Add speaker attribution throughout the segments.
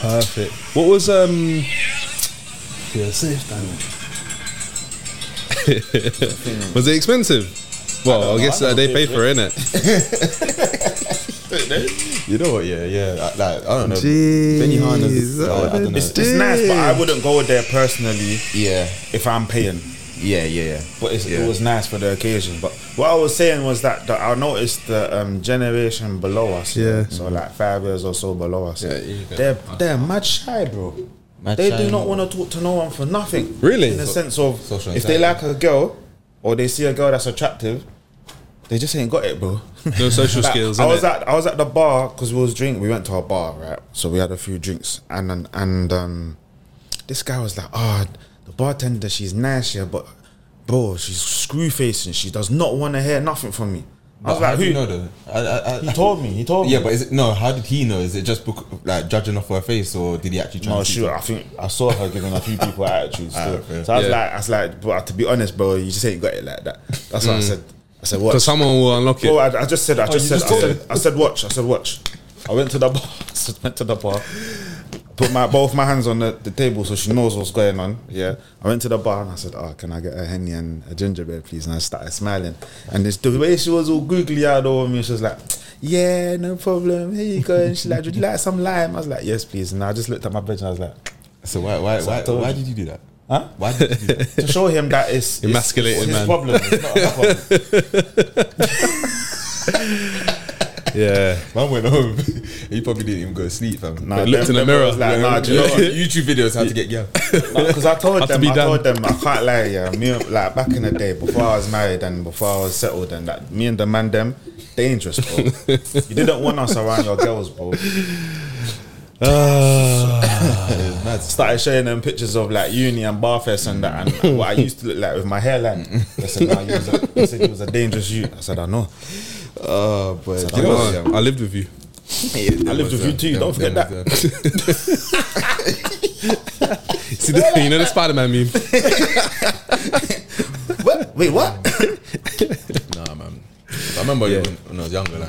Speaker 1: Perfect. What was um? Yeah, safe damage. was it expensive? Well, I,
Speaker 2: know,
Speaker 1: guess
Speaker 2: I
Speaker 1: uh,
Speaker 2: never
Speaker 1: they
Speaker 2: paid
Speaker 1: paid
Speaker 2: for
Speaker 1: for it, innit?
Speaker 2: You know what? Yeah, yeah. Like, like, I don't know.
Speaker 3: Jeez.
Speaker 2: Benihana's-
Speaker 3: Oh,
Speaker 2: I, I don't know.
Speaker 4: It's, it's nice, but I wouldn't go there personally
Speaker 2: yeah,
Speaker 4: if I'm paying.
Speaker 2: yeah, yeah, yeah.
Speaker 4: But it's,
Speaker 2: Yeah.
Speaker 4: it was nice for the occasion. But what I was saying was that, that I noticed the um, generation below us,
Speaker 3: Yeah.
Speaker 4: so like five years or so below us,
Speaker 2: Yeah, you go.
Speaker 4: they're they're mad shy, bro.
Speaker 2: Mad
Speaker 4: they
Speaker 2: shy,
Speaker 4: do not
Speaker 2: bro.
Speaker 4: want to talk to no one for nothing.
Speaker 1: Really?
Speaker 4: in the sense of
Speaker 2: social
Speaker 4: if they like
Speaker 2: anxiety.
Speaker 4: a girl or they see a girl that's attractive, they just ain't got it, bro.
Speaker 1: No social
Speaker 4: Like,
Speaker 1: skills.
Speaker 4: I was
Speaker 1: innit?
Speaker 4: at I was at the bar because we was drink. We went to a bar, right? So we had a few drinks, and and, and um, this guy was like, "Ah, the bartender, she's nice here, but bro, she's screw facing. She does not want to hear nothing from me." I was
Speaker 2: But how
Speaker 4: like,
Speaker 2: do
Speaker 4: "Who?"
Speaker 2: you Ah, know though? I, I, I,
Speaker 4: He told me. He told me.
Speaker 2: Yeah, but is it no? How did he know? Is it just book, like judging off her face, or did he actually? Try
Speaker 4: No,
Speaker 2: and see
Speaker 4: sure. I think I saw her giving a few people attitudes. still.
Speaker 2: Ah, okay.
Speaker 4: So I was
Speaker 1: Yeah.
Speaker 4: like, I was like, bro, to be honest, bro, you just ain't got it like that. That's
Speaker 2: Mm.
Speaker 4: what I said. I said,
Speaker 1: Because
Speaker 4: what?
Speaker 1: someone will unlock it.
Speaker 4: Bro, Oh, I, I just said, I just
Speaker 2: Oh,
Speaker 4: said,
Speaker 2: you just
Speaker 4: I
Speaker 2: told
Speaker 4: said, I said, watch, I said, watch. I went to the bar, I said, went to the bar, put my both my hands on the, the table so she knows what's going on. Yeah, I went to the bar and I said, oh, can I get a henny and a ginger beer, please? And I started smiling, and this the way she was all googly eyed over me, she was like. Yeah, no problem. Here you go. And she like, would you like some lime? I was like, yes, please. And I just looked at my bitch and I was like,
Speaker 2: So why, why,
Speaker 4: I
Speaker 2: why,
Speaker 4: told
Speaker 2: why
Speaker 4: you.
Speaker 2: did you do that?
Speaker 4: huh?
Speaker 2: Why did you do that?
Speaker 4: To show him that it's it's-
Speaker 1: Emasculating
Speaker 4: it's his
Speaker 1: man.
Speaker 4: problem. It's not our problem.
Speaker 1: Yeah.
Speaker 2: Man went home. he probably didn't even go to sleep, fam.
Speaker 4: Nah,
Speaker 1: Looked in
Speaker 4: them-
Speaker 1: the
Speaker 4: them
Speaker 1: mirror.
Speaker 4: was Like, nah, do you know what?
Speaker 2: YouTube videos how to get girl.
Speaker 4: Because I told
Speaker 1: Have to
Speaker 4: them,
Speaker 1: be
Speaker 4: I
Speaker 1: done.
Speaker 4: told them, I can't lie, yeah. Me, and- like back in the day, before I was married and before I was settled, and that me and the man them dangerous, bro. you didn't want us around your girls, bro.
Speaker 1: Ah.
Speaker 4: Started showing them pictures of like uni and barfest and that, and what I used to look like with my hairline. They said, nah, you was a, they said you was a dangerous youth. I said, I know.
Speaker 2: Oh, but
Speaker 1: You know what? I lived with you.
Speaker 2: I
Speaker 4: lived with you too, don't forget
Speaker 1: See, the, you know the Spider Man meme?
Speaker 4: What? Wait, what?
Speaker 2: Nah, man. I remember when, when I was younger, like,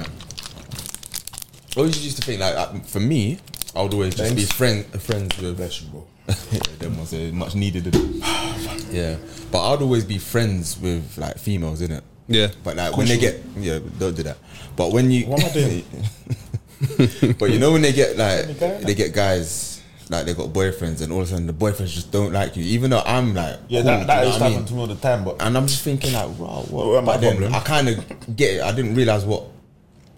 Speaker 2: I always used to think, like, uh, for me, I would always just be friend, uh, friends with vegetable. yeah, them ones
Speaker 4: uh,
Speaker 2: are much needed. innit? yeah, but I'd always be friends with like females, innit?
Speaker 1: Yeah.
Speaker 2: But like when they get, yeah, don't do that. But when you,
Speaker 4: What am I doing?
Speaker 2: but you know when they get like
Speaker 4: go.
Speaker 2: they get guys like they got boyfriends and all of a sudden the boyfriends just don't like you, even though I'm like
Speaker 4: Yeah,
Speaker 2: cool, do
Speaker 4: that,
Speaker 2: you
Speaker 4: that is
Speaker 2: know what I mean?
Speaker 4: happening to me all the time, but
Speaker 2: and I'm just thinking like, wow, what?
Speaker 4: What am I
Speaker 2: but then
Speaker 4: problem?
Speaker 2: I kind of get it. I didn't realize what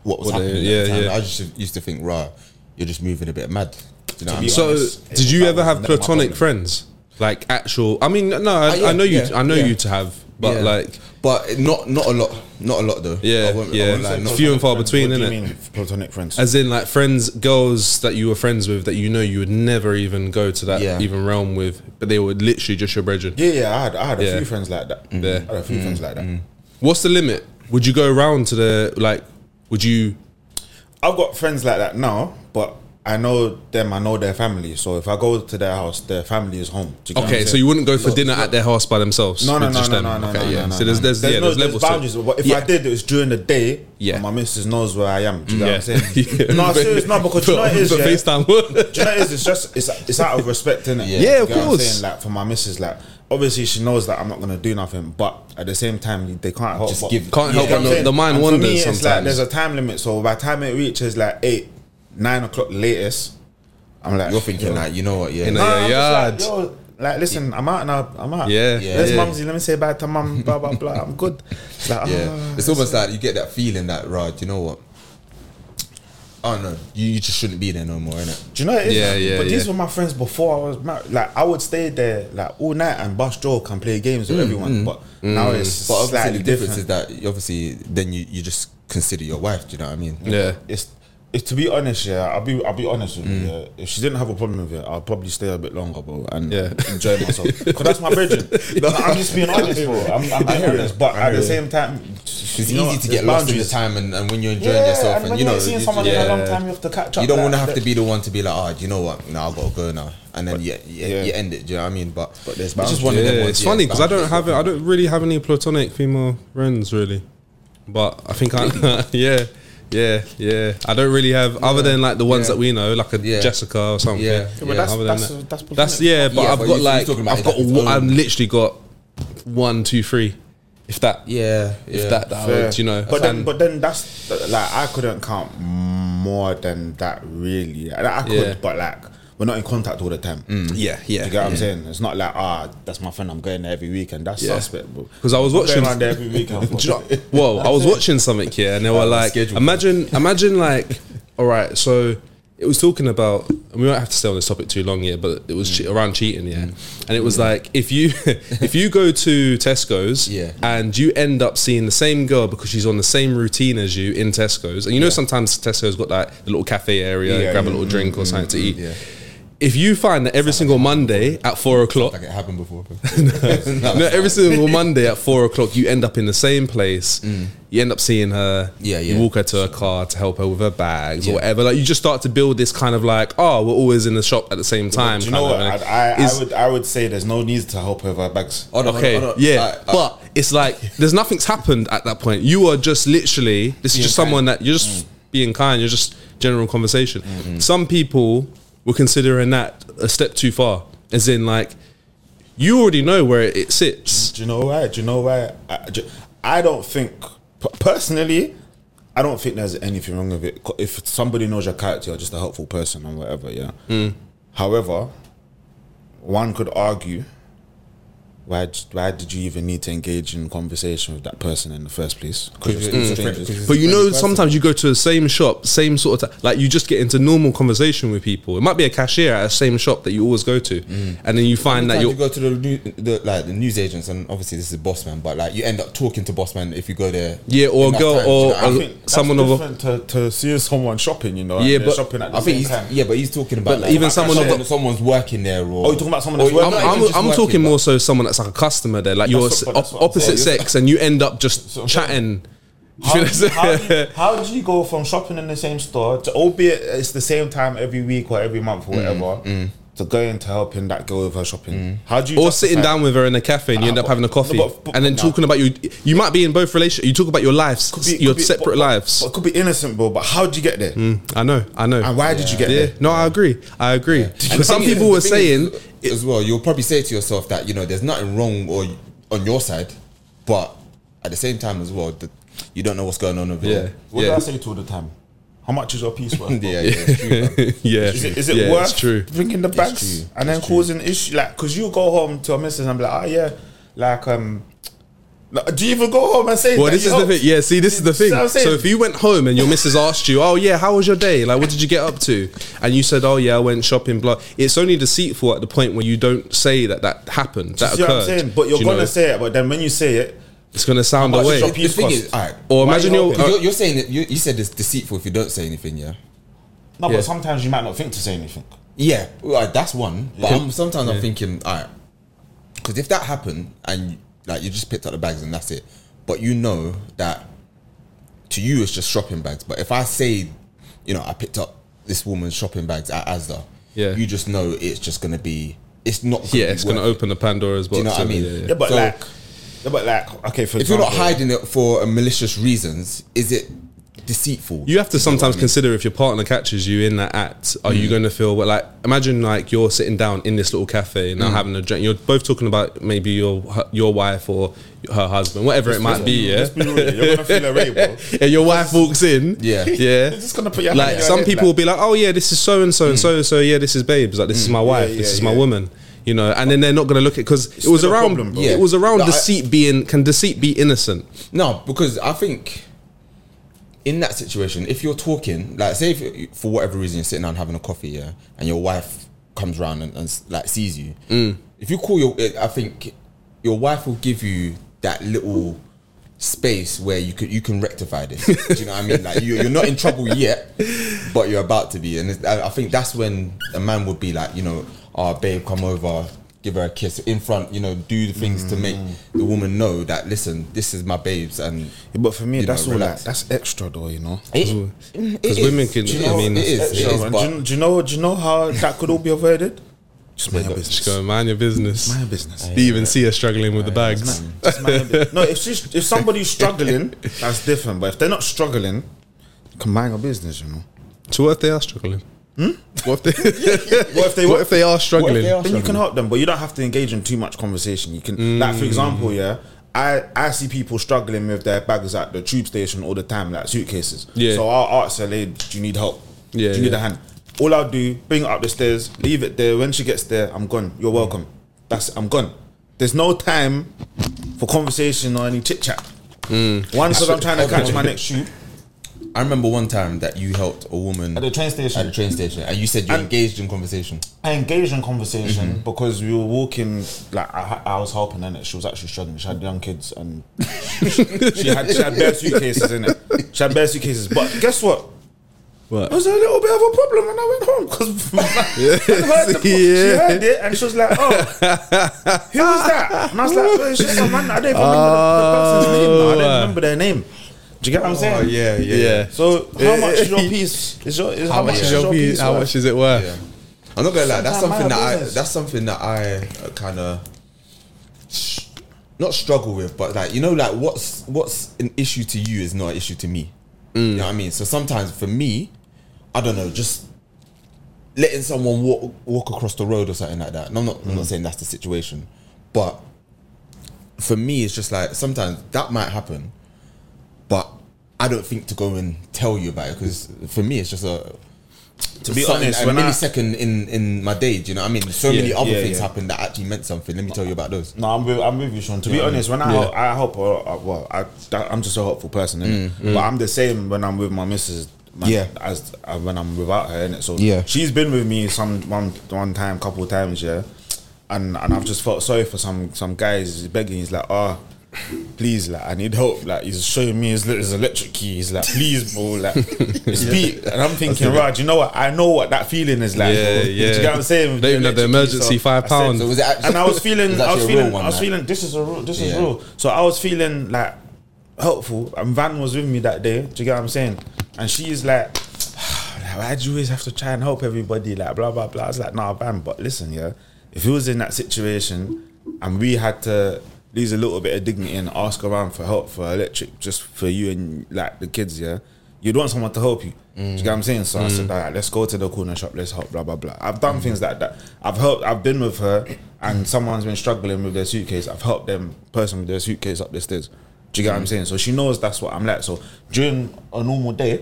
Speaker 2: what was
Speaker 1: What
Speaker 2: happening.
Speaker 1: they-
Speaker 2: at
Speaker 1: yeah,
Speaker 2: the time.
Speaker 1: yeah.
Speaker 2: I just used to think, rah, you're just moving a bit mad. Do you know what I
Speaker 4: be
Speaker 2: mean?
Speaker 1: So,
Speaker 4: honest,
Speaker 1: did you
Speaker 4: that
Speaker 1: ever
Speaker 4: was
Speaker 1: have
Speaker 4: never my
Speaker 1: platonic
Speaker 4: problem.
Speaker 1: friends? Like actual? I mean, no, I,
Speaker 2: Oh, yeah,
Speaker 1: I know you.
Speaker 2: yeah,
Speaker 1: I know
Speaker 2: yeah.
Speaker 1: you to have, but
Speaker 2: Yeah.
Speaker 1: like,
Speaker 2: but not not a lot, not a lot though.
Speaker 1: yeah,
Speaker 2: I won't- I
Speaker 1: yeah,
Speaker 2: won't lie,
Speaker 1: It's
Speaker 2: not-
Speaker 1: few and far between,
Speaker 4: What do
Speaker 1: innit?
Speaker 4: you mean, platonic friends?
Speaker 1: As in, like friends, girls that you were friends with that you know you would never even go to that
Speaker 2: Yeah.
Speaker 1: even realm with, but they were literally just your brethren.
Speaker 4: Yeah, yeah, I had, I had a
Speaker 1: Yeah. Mm.
Speaker 4: few friends like that.
Speaker 1: Yeah. Mm.
Speaker 4: I had a few friends like that.
Speaker 1: What's the limit? Would you go around to the like? Would you?
Speaker 4: I've got friends like that now, but I know them, I know their family. So if I go to their house, their family is home. Do you get what
Speaker 1: Okay,
Speaker 4: I'm
Speaker 1: so
Speaker 4: saying?
Speaker 1: you wouldn't go for dinner at their house by themselves.
Speaker 4: No, no,
Speaker 1: with
Speaker 4: no,
Speaker 1: just
Speaker 4: no,
Speaker 1: them?
Speaker 4: no, no,
Speaker 1: Okay,
Speaker 4: no,
Speaker 1: yeah.
Speaker 4: no, no,
Speaker 1: So there's, there's, yeah,
Speaker 4: no,
Speaker 1: there's levels. to it.
Speaker 4: boundaries. But if I
Speaker 1: Yeah.
Speaker 4: did, it was during the day.
Speaker 1: Yeah.
Speaker 4: and my missus knows where I am. Do you know
Speaker 1: Yeah.
Speaker 4: what I'm saying?
Speaker 1: Yeah.
Speaker 4: No, serious, no, because do you know what it is.
Speaker 1: But
Speaker 4: yeah?
Speaker 1: FaceTime would.
Speaker 4: Do you know what it is? It's just it's it's out of respect, innit?
Speaker 2: Yeah,
Speaker 4: Do you
Speaker 1: of
Speaker 4: get what I'm
Speaker 1: course.
Speaker 4: saying? Like for my missus, like obviously she knows that I'm not gonna do nothing, but at the same time they can't help
Speaker 2: Just
Speaker 4: but-
Speaker 2: give-
Speaker 4: You
Speaker 1: Can't
Speaker 4: get
Speaker 1: help
Speaker 4: what
Speaker 1: but
Speaker 4: I'm
Speaker 1: the-
Speaker 4: saying?
Speaker 1: the mind
Speaker 4: And for
Speaker 1: wanders
Speaker 4: me, it's Like,
Speaker 1: sometimes.
Speaker 4: there's a time limit, so by the time it reaches like eight, nine o'clock latest, I'm like
Speaker 2: You're thinking like, you know what? Yeah,
Speaker 1: You know,
Speaker 4: Nah,
Speaker 1: Yeah,
Speaker 4: I'm just
Speaker 1: yard.
Speaker 4: Like, yo, like, listen, I'm out now. I'm out.
Speaker 1: Yeah.
Speaker 2: Yeah.
Speaker 4: There's
Speaker 1: Yeah.
Speaker 4: mumsy. Let me say bye to mum. Blah blah blah. I'm good. It's like,
Speaker 2: yeah.
Speaker 4: ah.
Speaker 2: it's almost like you get that feeling that, rah, do you know what? Oh no, you, you just shouldn't be there no more, innit?
Speaker 4: Do you know what it is?
Speaker 1: Yeah, yeah,
Speaker 4: But these
Speaker 1: yeah.
Speaker 4: were my friends before I was married. Like I would stay there like all night and bust joke and play games with everyone. But now it's
Speaker 2: Mm, But obviously
Speaker 4: slightly
Speaker 2: the difference
Speaker 4: different.
Speaker 2: is that obviously then you, you just consider your wife. Do you know what I mean?
Speaker 1: Yeah.
Speaker 4: It's, it's to be honest, yeah. I'll be I'll be honest with
Speaker 2: Mm.
Speaker 4: you. Yeah. If she didn't have a problem with it, I'll probably stay a bit longer, bro, and
Speaker 1: Yeah.
Speaker 4: enjoy myself. Because that's my bridging. no, I'm just being honest, bro. I'm, I'm being honest. But at the same time,
Speaker 2: It's easy to get lost in the time and, and when you're enjoying yourself and,
Speaker 4: when
Speaker 2: you know
Speaker 4: ain't seen
Speaker 2: you-
Speaker 4: someone
Speaker 2: yeah.
Speaker 4: in a long time, you have to catch up.
Speaker 2: you don't
Speaker 4: like
Speaker 2: want to have
Speaker 4: that.
Speaker 2: to be the one to be like, oh, do you know what? Now I gotta go now, and then you, you,
Speaker 4: Yeah.
Speaker 2: you end it. Do you know what I mean? But but
Speaker 4: there's boundaries.
Speaker 2: just one of them.
Speaker 1: Yeah,
Speaker 2: ones,
Speaker 1: it's
Speaker 2: yeah,
Speaker 1: funny because I don't
Speaker 2: boundaries.
Speaker 1: have it. I don't really have any platonic female friends really, but I think I yeah Yeah, yeah. I don't really have other than like the ones that we know, like a
Speaker 2: Yeah.
Speaker 1: Jessica or something.
Speaker 2: Yeah. Yeah,
Speaker 1: Yeah,
Speaker 2: but
Speaker 4: that's-
Speaker 1: other
Speaker 4: that's-
Speaker 1: than that.
Speaker 4: that's
Speaker 1: that's yeah, but
Speaker 2: Yeah,
Speaker 1: I've
Speaker 2: but
Speaker 1: got
Speaker 2: you-
Speaker 1: like
Speaker 2: you're talking about
Speaker 1: I've
Speaker 2: it
Speaker 1: got
Speaker 2: like
Speaker 1: one,
Speaker 2: its
Speaker 1: I've
Speaker 2: own.
Speaker 1: literally got one, two, three, if that,
Speaker 2: Yeah,
Speaker 1: if
Speaker 2: yeah.
Speaker 1: that, that I
Speaker 4: Fair.
Speaker 1: would, you know.
Speaker 4: But then,
Speaker 1: And-
Speaker 4: but then that's like I couldn't count more than that really. Like, I could,
Speaker 1: Yeah. Mm.
Speaker 4: but like we're not in contact all the time.
Speaker 1: yeah, yeah,
Speaker 4: You get what I'm saying? It's not like ah, that's my friend. I'm going there every weekend. That's
Speaker 1: Yeah.
Speaker 4: suspect, bro.
Speaker 1: 'Cause I was
Speaker 4: I'm
Speaker 1: watching-
Speaker 4: going around there every weekend. for-
Speaker 1: Do you know- Whoa, I was watching something here, and they were like,
Speaker 2: schedule.
Speaker 1: imagine, imagine like, all right, so it was talking about, and we won't have to stay on this topic too long here, but it was
Speaker 2: Mm.
Speaker 1: che- around cheating, yeah, and it was like if you if you go to Tesco's,
Speaker 2: Yeah.
Speaker 1: and you end up seeing the same girl because she's on the same routine as you in Tesco's, and you know sometimes Tesco's got like the little cafe area,
Speaker 4: Yeah,
Speaker 1: grab
Speaker 4: yeah.
Speaker 1: a little drink or something to eat.
Speaker 2: Mm, Yeah.
Speaker 1: If you find that every single Monday at four o'clock,
Speaker 2: Like it happened before.
Speaker 1: no, every single Monday at four o'clock, you end up in the same place.
Speaker 4: Mm.
Speaker 1: You end up seeing her.
Speaker 2: Yeah, yeah.
Speaker 1: You walk her to her car to help her with her bags
Speaker 2: Yeah.
Speaker 1: or whatever. Like you just start to build this kind of like, oh, we're always in the shop at the same time.
Speaker 4: Do you know
Speaker 1: kind
Speaker 4: what?
Speaker 1: of, like,
Speaker 4: I, I,
Speaker 1: is-
Speaker 4: I would I would say there's no need to help her with her bags.
Speaker 2: Oh, no,
Speaker 1: okay,
Speaker 2: oh, no,
Speaker 1: yeah,
Speaker 2: I- I-
Speaker 1: but it's like there's nothing's happened at that point. You are just literally this is
Speaker 2: Being
Speaker 1: just
Speaker 2: kind.
Speaker 1: someone that you're just
Speaker 4: Mm.
Speaker 1: being kind. You're just general conversation.
Speaker 4: Mm-hmm.
Speaker 1: Some people were considering that a step too far, as in like you already know where it sits.
Speaker 4: Do you know why? Do you know why? I, do- I don't think per- personally. I don't think there's anything wrong with it. Co- If somebody knows your character, you're just a helpful person and whatever. Yeah.
Speaker 1: Hmm.
Speaker 4: However, one could argue, why d- why did you even need to engage in conversation with that person in the first place? Because
Speaker 1: But you know, sometimes you go to the same shop, same sort of t- like you just get into normal conversation with people. It might be a cashier at the same shop that you always go to,
Speaker 4: Mm.
Speaker 1: and then you find that
Speaker 2: Sometimes
Speaker 1: you're
Speaker 2: you go to the, new, the like the news agents, and obviously this is Bossman, but like you end up talking to Bossman if you go there.
Speaker 1: Yeah, or a
Speaker 2: enough
Speaker 1: girl,
Speaker 2: times,
Speaker 1: or
Speaker 2: you know, I
Speaker 1: a-
Speaker 2: think-
Speaker 1: someone
Speaker 4: someone
Speaker 1: of a-
Speaker 4: different to, to seeing someone shopping. You know, and
Speaker 1: Yeah,
Speaker 4: they're
Speaker 1: but
Speaker 4: shopping at the
Speaker 2: I think
Speaker 4: same
Speaker 2: he's
Speaker 4: time.
Speaker 2: yeah, but he's talking about
Speaker 1: even someone of a-
Speaker 2: someone's working there, or
Speaker 4: Oh, you're talking about someone that's
Speaker 2: Or-
Speaker 4: working
Speaker 1: I'm,
Speaker 4: Not
Speaker 1: I'm,
Speaker 2: even just
Speaker 1: I'm
Speaker 2: working,
Speaker 1: talking
Speaker 2: but-
Speaker 1: more so someone that's like a customer there, like you're
Speaker 4: That's what- but that's
Speaker 1: op-
Speaker 4: what I'm
Speaker 1: opposite
Speaker 4: saying.
Speaker 1: sex, and you end up just
Speaker 4: So-
Speaker 1: chatting. Do you
Speaker 4: How,
Speaker 1: know what I'm
Speaker 4: how, do
Speaker 1: saying?
Speaker 4: you, how do you go from shopping in the same store to albeit it's the same time every week or every month or
Speaker 1: Mm,
Speaker 4: whatever to going to helping that girl with her shopping? How do you
Speaker 1: or
Speaker 4: justify-
Speaker 1: sitting down with her in a cafe and you end
Speaker 4: Ah,
Speaker 1: up
Speaker 4: but-
Speaker 1: having a
Speaker 4: no,
Speaker 1: coffee
Speaker 4: but- but-
Speaker 1: and then
Speaker 4: nah.
Speaker 1: talking about your you might be in both relationships you talk about your lives
Speaker 4: Could be-
Speaker 1: your
Speaker 4: could be-
Speaker 1: separate
Speaker 4: but- but-
Speaker 1: lives
Speaker 4: But it could be innocent, bro. But how did you get there?
Speaker 1: i know i know
Speaker 4: And why did you get
Speaker 1: Mm. yeah
Speaker 4: there?
Speaker 1: no i agree i agree
Speaker 2: And
Speaker 1: but
Speaker 2: the
Speaker 1: some
Speaker 2: thing is-
Speaker 1: people
Speaker 2: the
Speaker 1: were
Speaker 2: thing
Speaker 1: saying
Speaker 2: is, as well. You'll probably say to yourself that you know there's nothing wrong or on your side, but at the same time as well, that you don't know what's going on over
Speaker 1: yeah
Speaker 2: there.
Speaker 4: What
Speaker 1: yeah.
Speaker 4: do I say to all the time? How much is your piece worth? bro?
Speaker 2: Yeah, yeah, it's true, man.
Speaker 1: yeah.
Speaker 4: Is it, is it
Speaker 1: yeah,
Speaker 4: worth
Speaker 1: It's true.
Speaker 4: bringing the bags
Speaker 2: true.
Speaker 4: and then causing issue? Like, cause you go home to a missus and be like, oh yeah, like um, like, do you even go home and say?
Speaker 1: Well,
Speaker 4: that
Speaker 1: this
Speaker 4: you
Speaker 1: is the
Speaker 4: helped?
Speaker 1: thing. Yeah, see, this is the
Speaker 4: See
Speaker 1: thing.
Speaker 4: what I'm saying?
Speaker 1: So if you went home and your missus asked you, "Oh yeah, how was your day? Like, what did you get up to?" and you said, "Oh yeah, I went shopping," blah. It's only deceitful at the point where you don't say that that happened. That
Speaker 4: See
Speaker 1: occurred.
Speaker 4: what I'm saying? But
Speaker 1: Do
Speaker 4: you're
Speaker 1: you
Speaker 4: gonna
Speaker 1: know?
Speaker 4: say it, but then when you say it,
Speaker 1: it's gonna sound
Speaker 4: How much
Speaker 1: away.
Speaker 4: is
Speaker 2: The
Speaker 4: your piece
Speaker 2: thing
Speaker 4: cost?
Speaker 2: is, all right.
Speaker 1: Or
Speaker 4: Why
Speaker 1: imagine
Speaker 4: you
Speaker 1: you're. uh,
Speaker 2: You're, you're saying that you, you said it's deceitful if you don't say anything, yeah.
Speaker 4: no,
Speaker 1: Yeah.
Speaker 4: but sometimes you might not think to say anything.
Speaker 2: Yeah, like, that's one. But I'm, sometimes I'm thinking, all right, because if that happened and you- like you just picked up the bags and that's it, but you know that to you it's just shopping bags. But if I say, you know, I picked up this woman's shopping bags at Asda,
Speaker 1: Yeah.
Speaker 2: you just know it's just gonna be, it's not. Gonna
Speaker 1: yeah,
Speaker 2: be
Speaker 1: it's gonna
Speaker 2: worth it.
Speaker 1: open the Pandora's box.
Speaker 2: you know what I
Speaker 1: and-
Speaker 2: mean?
Speaker 1: yeah, yeah.
Speaker 4: Yeah, but
Speaker 2: So-
Speaker 4: like, yeah, but like, okay, for
Speaker 2: If you're not
Speaker 4: example-
Speaker 2: hiding it for uh, malicious reasons, is it deceitful?
Speaker 1: You have to sometimes consider if your partner catches you in that act, are
Speaker 4: Mm.
Speaker 1: you going to feel well, like imagine like you're sitting down in this little cafe and now
Speaker 4: Mm.
Speaker 1: having a drink. You're both talking about maybe your your wife or her husband, whatever it might be. Yeah,
Speaker 4: Let's be real, you're gonna feel a rave, bro.
Speaker 1: and your wife walks in.
Speaker 2: Yeah.
Speaker 1: yeah.
Speaker 4: You're just gonna put your hand
Speaker 1: Like
Speaker 4: in your
Speaker 1: some
Speaker 4: head,
Speaker 1: people will be like, oh yeah, this is so and so and so and so. Yeah, this is babes. Like this is my wife.
Speaker 4: Mm. yeah,
Speaker 1: this is my
Speaker 4: yeah.
Speaker 1: woman. You know, and then they're not going to look at because it was
Speaker 4: still a
Speaker 1: around.
Speaker 4: problem, bro.
Speaker 1: yeah. It was around
Speaker 2: Yeah. Like, I-
Speaker 1: deceit being. Can deceit be innocent?
Speaker 2: No, because I think in that situation, if you're talking, like, say, if, for whatever reason, you're sitting down having a coffee, yeah, and your wife comes round and, and like sees you, if you call your, I think your wife will give you that little space where you could you can rectify this. Do you know what I mean? Like, you, you're not in trouble yet, but you're about to be, and it's, I, I think that's when a man would be like, you know, oh, babe, come over. Give her a kiss in front, you know. Do the things to make the woman know that listen, this is my babes, and
Speaker 4: Yeah, but for me,
Speaker 2: You
Speaker 4: that's
Speaker 2: know,
Speaker 4: all.
Speaker 2: relax.
Speaker 4: Like, that's extra, though. You know.
Speaker 2: Because
Speaker 1: women can-
Speaker 2: do you
Speaker 1: I
Speaker 2: know,
Speaker 1: mean,
Speaker 2: it is.
Speaker 1: that's
Speaker 2: It
Speaker 4: So,
Speaker 2: is
Speaker 4: and do,
Speaker 2: but
Speaker 4: you, do you know? Do you know how that could all be avoided? Just mind your
Speaker 1: Just
Speaker 4: business.
Speaker 1: go mind your business.
Speaker 4: Mind your business.
Speaker 1: Do you even see her struggling with the bags?
Speaker 4: Just mind your bu- no, if she's, if somebody's struggling, that's different. But if they're not struggling, can mind your business, you know.
Speaker 1: So what if they are struggling? What if they?
Speaker 4: What if they
Speaker 1: Hmm? what if they are struggling?
Speaker 2: they are-
Speaker 4: then you can help them, but you don't have to engage in too much conversation. You can, like
Speaker 1: Mm.
Speaker 4: for example, yeah, I I see people struggling with their bags at the tube station all the time, like suitcases.
Speaker 1: Yeah.
Speaker 4: So I'll ask her, "Hey, do you need help?
Speaker 1: Yeah,
Speaker 4: do you need
Speaker 1: yeah.
Speaker 4: a hand?" All I'll do, bring it up the stairs, leave it there. When she gets there, I'm gone. You're
Speaker 1: Mm.
Speaker 4: welcome. That's I'm gone. There's no time for conversation or any chit chat.
Speaker 1: Mm.
Speaker 4: One, because I'm trying to catch my next shoot.
Speaker 2: I remember one time that you helped a woman
Speaker 4: At the train station.
Speaker 2: At the train station, and you said you
Speaker 4: And-
Speaker 2: engaged in conversation.
Speaker 4: I engaged in conversation because we were walking. Like I, ha- I was helping in it. She was actually struggling. She had young kids and she had she had bare suitcases in it. She had bare suitcases. But guess what?
Speaker 3: What?
Speaker 4: It was a little bit of a problem when I went home because she
Speaker 1: Yeah.
Speaker 4: heard it and she was like, "Oh, who was that?" And I was like, "Well, "It's just a man. I don't even Oh. remember the, the person's name. I don't remember their name." Do you get what I'm saying?
Speaker 2: Oh, yeah,
Speaker 1: yeah.
Speaker 4: So Oh, how much is your piece? Is your is, how, much is your piece?
Speaker 1: How
Speaker 4: worth?
Speaker 1: much is it worth?
Speaker 2: Yeah. I'm not gonna lie. That's
Speaker 4: Sometimes
Speaker 2: something
Speaker 4: mind
Speaker 2: that
Speaker 4: your
Speaker 2: I.
Speaker 4: business.
Speaker 2: That's something that I kind of not struggle with, but like you know, like what's what's an issue to you is not an issue to me. You know what I mean? So sometimes for me, I don't know, just letting someone walk walk across the road or something like that. And I'm not I'm not saying that's the situation, but for me, it's just like sometimes that might happen, but I don't think to go and tell you about it because for me, it's just a
Speaker 4: To be
Speaker 2: something-
Speaker 4: honest,
Speaker 2: a
Speaker 4: when I-
Speaker 2: millisecond in in my day. Do you know what I mean? So many
Speaker 1: Yeah,
Speaker 2: other
Speaker 4: yeah,
Speaker 2: things
Speaker 4: yeah.
Speaker 2: happened that actually meant something. Let me tell you about those.
Speaker 4: No, I'm with, I'm with you, Sean. To be honest, when I help, I help a lot, uh, well, I, that, I'm just a helpful person, innit? but I'm the same when I'm with my missus. man,
Speaker 2: Mm, Yeah.
Speaker 4: as uh, when I'm without her, innit? So
Speaker 2: Yeah.
Speaker 4: she's been with me some one one time, couple times, yeah, and and I've just felt sorry for some some guys begging. He's like, oh, please, like I need help. Like he's showing me his, his electric key. He's like, please, bro, like speak. And I'm thinking, right, you know what? I know what that feeling is like.
Speaker 1: Yeah,
Speaker 4: bro. Do you
Speaker 1: yeah.
Speaker 4: get what I'm saying?
Speaker 1: They even had the
Speaker 4: Electric key,
Speaker 1: emergency five
Speaker 4: I said-
Speaker 1: pound.
Speaker 2: So was it actually?
Speaker 4: and I was feeling, I was
Speaker 2: it actually a real
Speaker 4: feeling, I was
Speaker 2: like?
Speaker 4: feeling. This is a rule. This is
Speaker 2: Yeah.
Speaker 4: real. So I was feeling like helpful, and Van was with me that day. Do you get what I'm saying? And she's like, like, "Why do you always have to try and help everybody?" Like blah blah blah. I was like, "Nah, Van, but listen, yeah. If he was in that situation, and we had to lose a little bit of dignity and ask around for help for electric, just for you and like the kids, yeah." You'd want someone to help you. Do you get what I'm saying? So I said, all right, let's go to the corner shop, let's help, blah, blah, blah. I've done things like that. I've helped, I've been with her, and someone's been struggling with their suitcase. I've helped them, person with their suitcase up the stairs. Do you get what I'm saying? So she knows that's what I'm like. So during a normal day,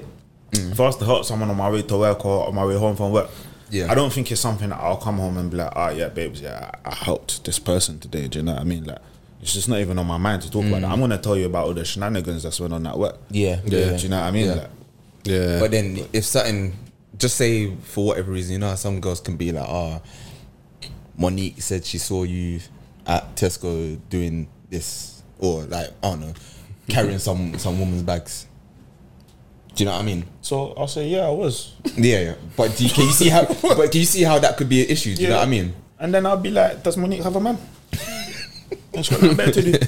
Speaker 4: if I was to help someone on my way to work or on my way home from work,
Speaker 2: Yeah.
Speaker 4: I don't think it's something that I'll come home and be like, oh yeah, babes, yeah, I, I helped this person today. Do you know what I mean? Like, it's just not even on my mind to talk about that. I'm gonna tell you about all the shenanigans that's went on at work.
Speaker 2: Yeah,
Speaker 4: Do
Speaker 2: yeah.
Speaker 4: you know what I mean?
Speaker 2: Yeah.
Speaker 4: Like,
Speaker 1: Yeah.
Speaker 2: But then if something, just say for whatever reason, you know, how some girls can be like, ah, Monique said she saw you at Tesco doing this, or like I don't know, carrying some some woman's bags. Do you know what I mean?
Speaker 4: so I'll say, yeah, I was.
Speaker 2: Yeah, yeah. But do you, can you see how? but do you see how that could be an issue? Do you know what I mean?
Speaker 4: And then I'll be like, does Monique have a man? And she's got nothing better to do. do you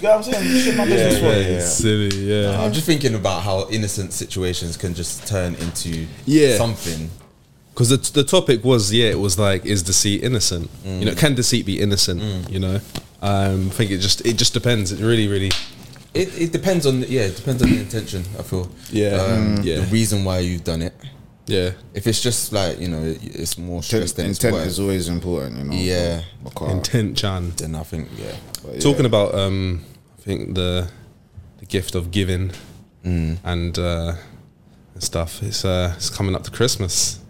Speaker 4: get what I'm saying? Shit, my business
Speaker 2: yeah,
Speaker 4: what?
Speaker 2: yeah.
Speaker 1: Silly, yeah.
Speaker 2: I'm just thinking about how innocent situations can just turn into
Speaker 1: Yeah.
Speaker 2: something.
Speaker 1: Because the, the topic was, yeah, it was like, is deceit innocent? You know, can deceit be innocent? You know, um, I think it just it just depends. It really, really.
Speaker 2: It, it depends on yeah, it depends on the intention. I feel
Speaker 1: Yeah,
Speaker 2: um,
Speaker 1: mm, yeah.
Speaker 2: the reason why you've done it.
Speaker 1: Yeah.
Speaker 2: If it's just like you know, it- it's more stress
Speaker 4: Intent,
Speaker 2: than it's
Speaker 4: intent
Speaker 2: worth,
Speaker 4: is always important, you know.
Speaker 2: Yeah.
Speaker 4: Because-
Speaker 1: Intent, Chan.
Speaker 2: then I think yeah,
Speaker 4: but
Speaker 1: Talking about, um, I think the the gift of giving
Speaker 2: Mm.
Speaker 1: and uh, and stuff. It's uh, it's coming up to Christmas,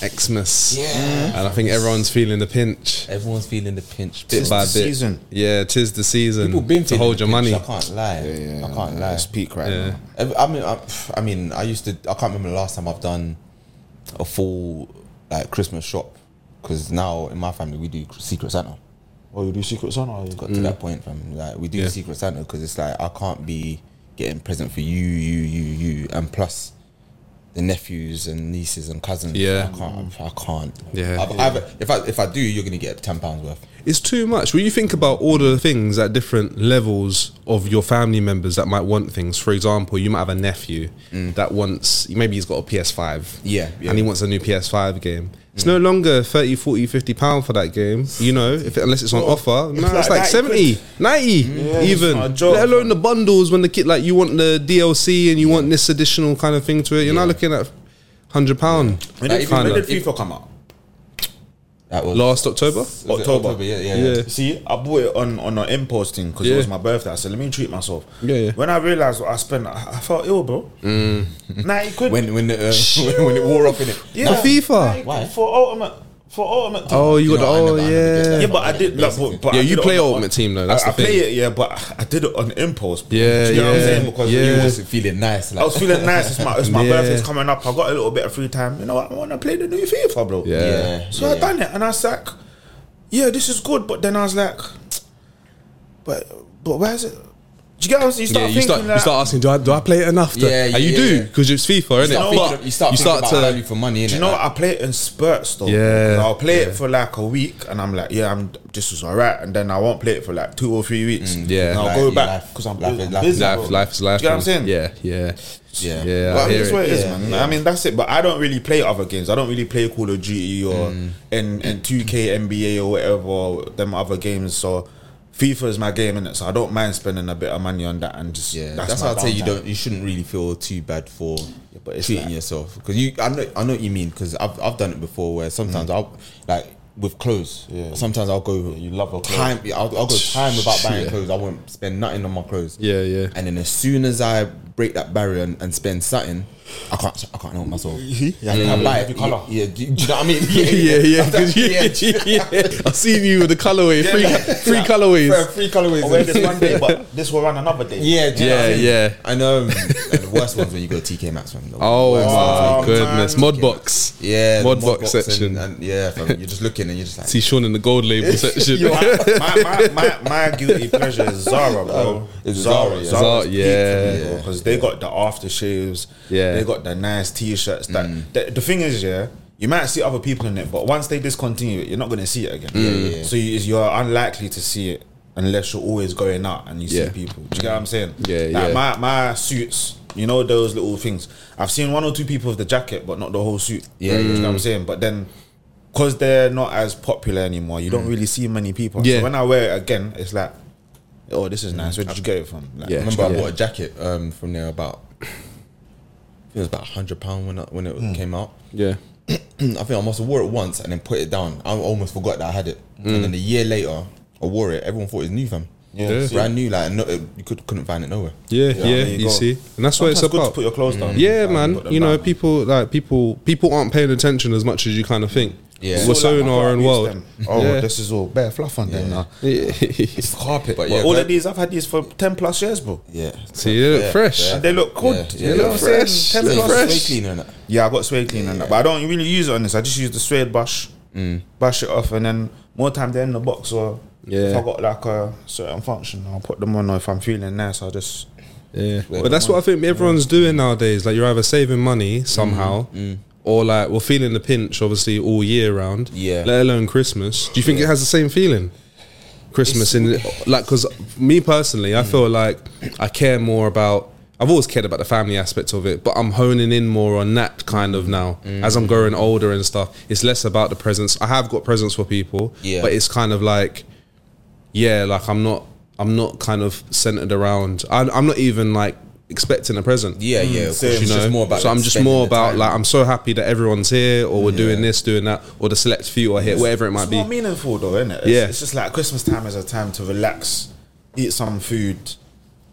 Speaker 1: Xmas,
Speaker 2: yeah.
Speaker 1: and I think everyone's feeling the pinch.
Speaker 2: Everyone's feeling the pinch.
Speaker 1: Bit
Speaker 4: Tis
Speaker 1: by
Speaker 4: the
Speaker 1: bit,
Speaker 4: season.
Speaker 1: yeah. Tis the season
Speaker 2: People been
Speaker 1: to
Speaker 2: feeling
Speaker 1: hold
Speaker 2: the
Speaker 1: your
Speaker 2: pinch,
Speaker 1: money.
Speaker 2: I can't lie.
Speaker 4: yeah,
Speaker 2: I can't lie.
Speaker 4: It's peak right
Speaker 1: Yeah.
Speaker 4: now.
Speaker 2: Every- I mean, I, I mean, I used to. I can't remember the last time I've done a full like Christmas shop because now in my family we do Secret Santa.
Speaker 4: Oh, you do Secret Santa? or you got
Speaker 2: Got to that point, fam. Like we do
Speaker 1: Yeah.
Speaker 2: Secret Santa because it's like I can't be getting present for you, you, you, you, and plus the nephews and nieces and cousins.
Speaker 1: Yeah.
Speaker 2: I can't. I can't.
Speaker 1: Yeah.
Speaker 2: I've, I've, if I if I do, you're gonna get ten pounds worth.
Speaker 1: It's too much. When you think about all the things at different levels of your family members that might want things, for example, you might have a nephew that wants, maybe he's got a PS5.
Speaker 2: Mm. Yeah, yeah.
Speaker 1: And he wants a new PS5 game. It's no longer 30, 40, 50 pound for that game. You know, if unless it's on offer, no, it's
Speaker 4: like
Speaker 1: like
Speaker 4: 90
Speaker 1: 70, 90
Speaker 2: Mm.
Speaker 1: even.
Speaker 4: not a joke,
Speaker 1: Let alone the bundles when the kit like you want the DLC and you want this additional kind of thing to it. You're not looking at hundred pound.
Speaker 4: When did,
Speaker 2: Like, even-
Speaker 4: when
Speaker 1: kinda.
Speaker 4: did FIFA come out?
Speaker 2: That was
Speaker 1: Last October.
Speaker 2: was it
Speaker 4: October.
Speaker 2: Yeah, yeah,
Speaker 1: Yeah.
Speaker 2: yeah.
Speaker 4: See, I bought it on on an impulse thing because
Speaker 1: Yeah.
Speaker 4: it was my birthday. I said, let me treat myself.
Speaker 1: Yeah, yeah.
Speaker 4: When I realized what I spent, I, I felt ill, bro. Ninety quid.
Speaker 2: When when the, uh, when, when it wore off in it.
Speaker 4: yeah,
Speaker 1: For FIFA?
Speaker 4: 90 quid
Speaker 2: Why?
Speaker 4: For ultimate. For ultimate. Team.
Speaker 1: Oh, you got the
Speaker 2: No, I
Speaker 1: oh
Speaker 2: never- I never
Speaker 1: yeah.
Speaker 2: did
Speaker 4: yeah, but I did. Like, but, but
Speaker 1: Yeah,
Speaker 4: I
Speaker 1: you
Speaker 4: did it
Speaker 1: play
Speaker 4: on-
Speaker 1: Ultimate Team, though, that's
Speaker 4: I,
Speaker 1: the thing.
Speaker 4: I play it, yeah, but I- I did it on impulse. Bro.
Speaker 1: Yeah,
Speaker 4: Do you know what I'm
Speaker 1: yeah,
Speaker 4: saying? Because
Speaker 1: yeah.
Speaker 4: you
Speaker 2: It
Speaker 4: was
Speaker 2: was feeling nice. Like,
Speaker 4: I was feeling nice. It's my, it's my
Speaker 1: Yeah.
Speaker 4: birthday's coming up. I got a little bit of free time. You know what? I want to play the new FIFA, bro.
Speaker 1: Yeah.
Speaker 2: Yeah.
Speaker 4: So I
Speaker 2: yeah.
Speaker 4: done it, and I was like, "Yeah, this is good," but then I was like, "But, but where is it?" Do you get what I'm saying? You
Speaker 1: Yeah,
Speaker 4: start
Speaker 1: you start
Speaker 4: thinking
Speaker 1: you
Speaker 4: like,
Speaker 1: start asking, do I, do I play it enough? though?
Speaker 2: Yeah, yeah,
Speaker 1: and you
Speaker 2: yeah,
Speaker 1: do
Speaker 2: yeah.
Speaker 1: because it's FIFA, isn't
Speaker 2: You
Speaker 1: it?
Speaker 2: start thinking- you start thinking about value for
Speaker 4: do
Speaker 2: money, innit?
Speaker 4: you know
Speaker 2: Like,
Speaker 4: what? I play it in spurts though.
Speaker 1: Yeah.
Speaker 4: I'll play it for like a week, and I'm like, "Yeah, I'm this is alright," and then I won't play it for like two or three weeks.
Speaker 1: Mm, yeah.
Speaker 4: and I'll
Speaker 2: Like,
Speaker 4: go
Speaker 2: yeah,
Speaker 4: back
Speaker 2: life-
Speaker 4: because I'm,
Speaker 2: life is
Speaker 4: I'm
Speaker 2: life.
Speaker 4: busy.
Speaker 1: Life,
Speaker 4: bro.
Speaker 1: life is life.
Speaker 4: Do you know what I'm
Speaker 1: man.
Speaker 4: saying?
Speaker 1: Yeah, yeah,
Speaker 2: Yeah.
Speaker 1: yeah.
Speaker 4: But
Speaker 1: I
Speaker 4: I mean,
Speaker 1: hear
Speaker 4: that's what
Speaker 1: it.
Speaker 4: it is, man. I mean, that's it. But I don't really play other games. I don't really play Call of Duty or
Speaker 1: Mm.
Speaker 4: and and two K NBA or whatever them other games. So FIFA is my game, innit? So I don't mind spending a bit of money on that and just
Speaker 2: Yeah, that's,
Speaker 4: my
Speaker 2: why I would say you
Speaker 4: downtime.
Speaker 2: don't. You shouldn't really feel too bad for
Speaker 4: but it's
Speaker 2: treating
Speaker 4: like-
Speaker 2: yourself because you. I know. I know what you mean because I've I've done it before where sometimes I'll like with clothes.
Speaker 4: Mm. Yeah.
Speaker 2: Sometimes I'll go.
Speaker 4: you love a clothes.
Speaker 2: time. yeah, I'll, I'll go time without buying
Speaker 1: Yeah.
Speaker 2: clothes. I won't spend nothing on my clothes.
Speaker 1: Yeah, yeah.
Speaker 2: And then as soon as I break that barrier and, and spend something, I can't. I can't help myself. yeah,
Speaker 4: you have
Speaker 2: I
Speaker 4: to
Speaker 2: buy
Speaker 4: have
Speaker 2: it.
Speaker 4: your colour.
Speaker 2: Yeah, do, do you know what I mean?
Speaker 1: Yeah, yeah, 'cause you-
Speaker 2: yeah.
Speaker 1: yeah, I seen you with the colorway, three, three
Speaker 2: Bro,
Speaker 1: colorways.
Speaker 2: Three colorways.
Speaker 4: I'll wear this one day, but this will run another day.
Speaker 2: Yeah, do you know
Speaker 1: Yeah,
Speaker 2: what I mean?
Speaker 1: yeah.
Speaker 2: I know. um, the worst ones when you go to TK Maxx, man. The
Speaker 1: Oh
Speaker 2: worst ones.
Speaker 1: my goodness, mod box.
Speaker 2: Yeah, the
Speaker 1: mod box
Speaker 2: and-
Speaker 1: section.
Speaker 2: And, yeah, fam, you're just looking and you're just like,
Speaker 1: See Sean in the gold label section.
Speaker 4: My, my, my, my, my guilty pleasure is Zara, bro.
Speaker 2: It's Oh, Zara, yeah.
Speaker 1: Zara,
Speaker 4: Zara's peak
Speaker 1: yeah.
Speaker 4: for me, bro, 'cause they got the aftershaves.
Speaker 1: Yeah.
Speaker 4: they got the nice t-shirts. That
Speaker 2: Mm.
Speaker 4: the, the thing is, yeah, you might see other people in it, but once they discontinue it, you're not going to see it again.
Speaker 1: Mm.
Speaker 2: yeah, yeah.
Speaker 4: So you, you're unlikely to see it unless you're always going out and you
Speaker 1: Yeah.
Speaker 4: see people. Do you get what I'm saying?
Speaker 1: Yeah,
Speaker 4: like
Speaker 1: yeah.
Speaker 4: My my suits. You know those little things. I've seen one or two people with the jacket, but not the whole suit.
Speaker 2: Yeah,
Speaker 4: you know what I'm saying. But then because they're not as popular anymore, you don't really see many people.
Speaker 1: Mm. Yeah.
Speaker 4: So when I wear it again, it's like, oh, this is nice. Where did you get it from? Like,
Speaker 1: Yeah.
Speaker 2: I remember I
Speaker 1: Yeah.
Speaker 2: bought a jacket um, from there about, I think it was about hundred pound when I, when it
Speaker 4: Hmm.
Speaker 2: came out. Hmm,
Speaker 1: yeah,
Speaker 2: I think I must have wore it once and then put it down. I almost forgot that I had it, and then a year later I wore it. Everyone thought it was new, fam.
Speaker 4: Yeah.
Speaker 1: Hmm. Yeah.
Speaker 4: See,
Speaker 2: Brand new, like no, it, you could couldn't find it nowhere.
Speaker 1: yeah, yeah.
Speaker 4: there you
Speaker 1: you
Speaker 4: go.
Speaker 1: see, and that's what
Speaker 4: sometimes
Speaker 1: it's
Speaker 4: good to
Speaker 1: about. Mm.
Speaker 4: put your clothes down.
Speaker 1: Yeah,
Speaker 4: and
Speaker 1: man.
Speaker 4: put them
Speaker 1: You know,
Speaker 4: down.
Speaker 1: people like people people aren't paying attention as much as you kind of think.
Speaker 2: Yeah.
Speaker 1: we're
Speaker 2: So,
Speaker 1: so
Speaker 4: like,
Speaker 1: in
Speaker 4: I
Speaker 1: our
Speaker 4: can't
Speaker 1: own
Speaker 4: use
Speaker 1: world.
Speaker 4: them. Oh,
Speaker 1: Yeah.
Speaker 4: this is all bare fluff on them now.
Speaker 1: Yeah.
Speaker 2: Carpet, but
Speaker 4: But
Speaker 2: yeah,
Speaker 4: all
Speaker 2: but-
Speaker 4: of these, I've had these for ten plus years, bro.
Speaker 2: yeah,
Speaker 1: See, you look
Speaker 2: Yeah,
Speaker 1: fresh.
Speaker 2: yeah.
Speaker 4: And they look
Speaker 2: Yeah,
Speaker 4: good.
Speaker 2: yeah,
Speaker 4: you know
Speaker 2: yeah.
Speaker 4: what I'm saying?
Speaker 1: Fresh.
Speaker 4: Ten
Speaker 1: Look
Speaker 4: plus.
Speaker 1: fresh.
Speaker 2: Spray cleaner and that.
Speaker 4: Yeah, I got suede clean and that, but I don't really use it on this. I just use the suede brush,
Speaker 1: Mm.
Speaker 4: brush it off, and then more time they're in the box. Or if
Speaker 1: Yeah.
Speaker 4: I got like a certain function, I'll put them on. Or if I'm feeling nice, I'll just
Speaker 1: Yeah. But that's what I think everyone's doing nowadays. Like you're either saving
Speaker 2: Mm-hmm.
Speaker 1: money somehow
Speaker 2: Mm.
Speaker 1: or like we're feeling the pinch obviously all year round.
Speaker 2: Yeah.
Speaker 1: Let alone Christmas. Do you think it has the same feeling? Christmas in like cuz me personally
Speaker 2: Mm.
Speaker 1: I feel like I care more about I've always cared about the family aspect of it, but I'm honing in more on that kind of now
Speaker 2: Mm.
Speaker 1: as I'm growing older and stuff. It's less about the presents. I have got presents for people,
Speaker 2: Yeah.
Speaker 1: but it's kind of like yeah, like I'm not, I'm not kind of centered around. I, I'm not even like expecting a present.
Speaker 2: Yeah, yeah. of course,
Speaker 1: Do
Speaker 2: it's
Speaker 1: you know.
Speaker 2: just more about
Speaker 1: so I'm just
Speaker 2: spending
Speaker 1: more
Speaker 2: the
Speaker 1: about
Speaker 2: time.
Speaker 1: like I'm so happy that everyone's here, or we're doing this, doing that, or the select few are here, whatever it might
Speaker 4: It's
Speaker 1: be.
Speaker 4: more meaningful though, isn't it? It's,
Speaker 1: Yeah.
Speaker 4: it's just like Christmas time is a time to relax, eat some food,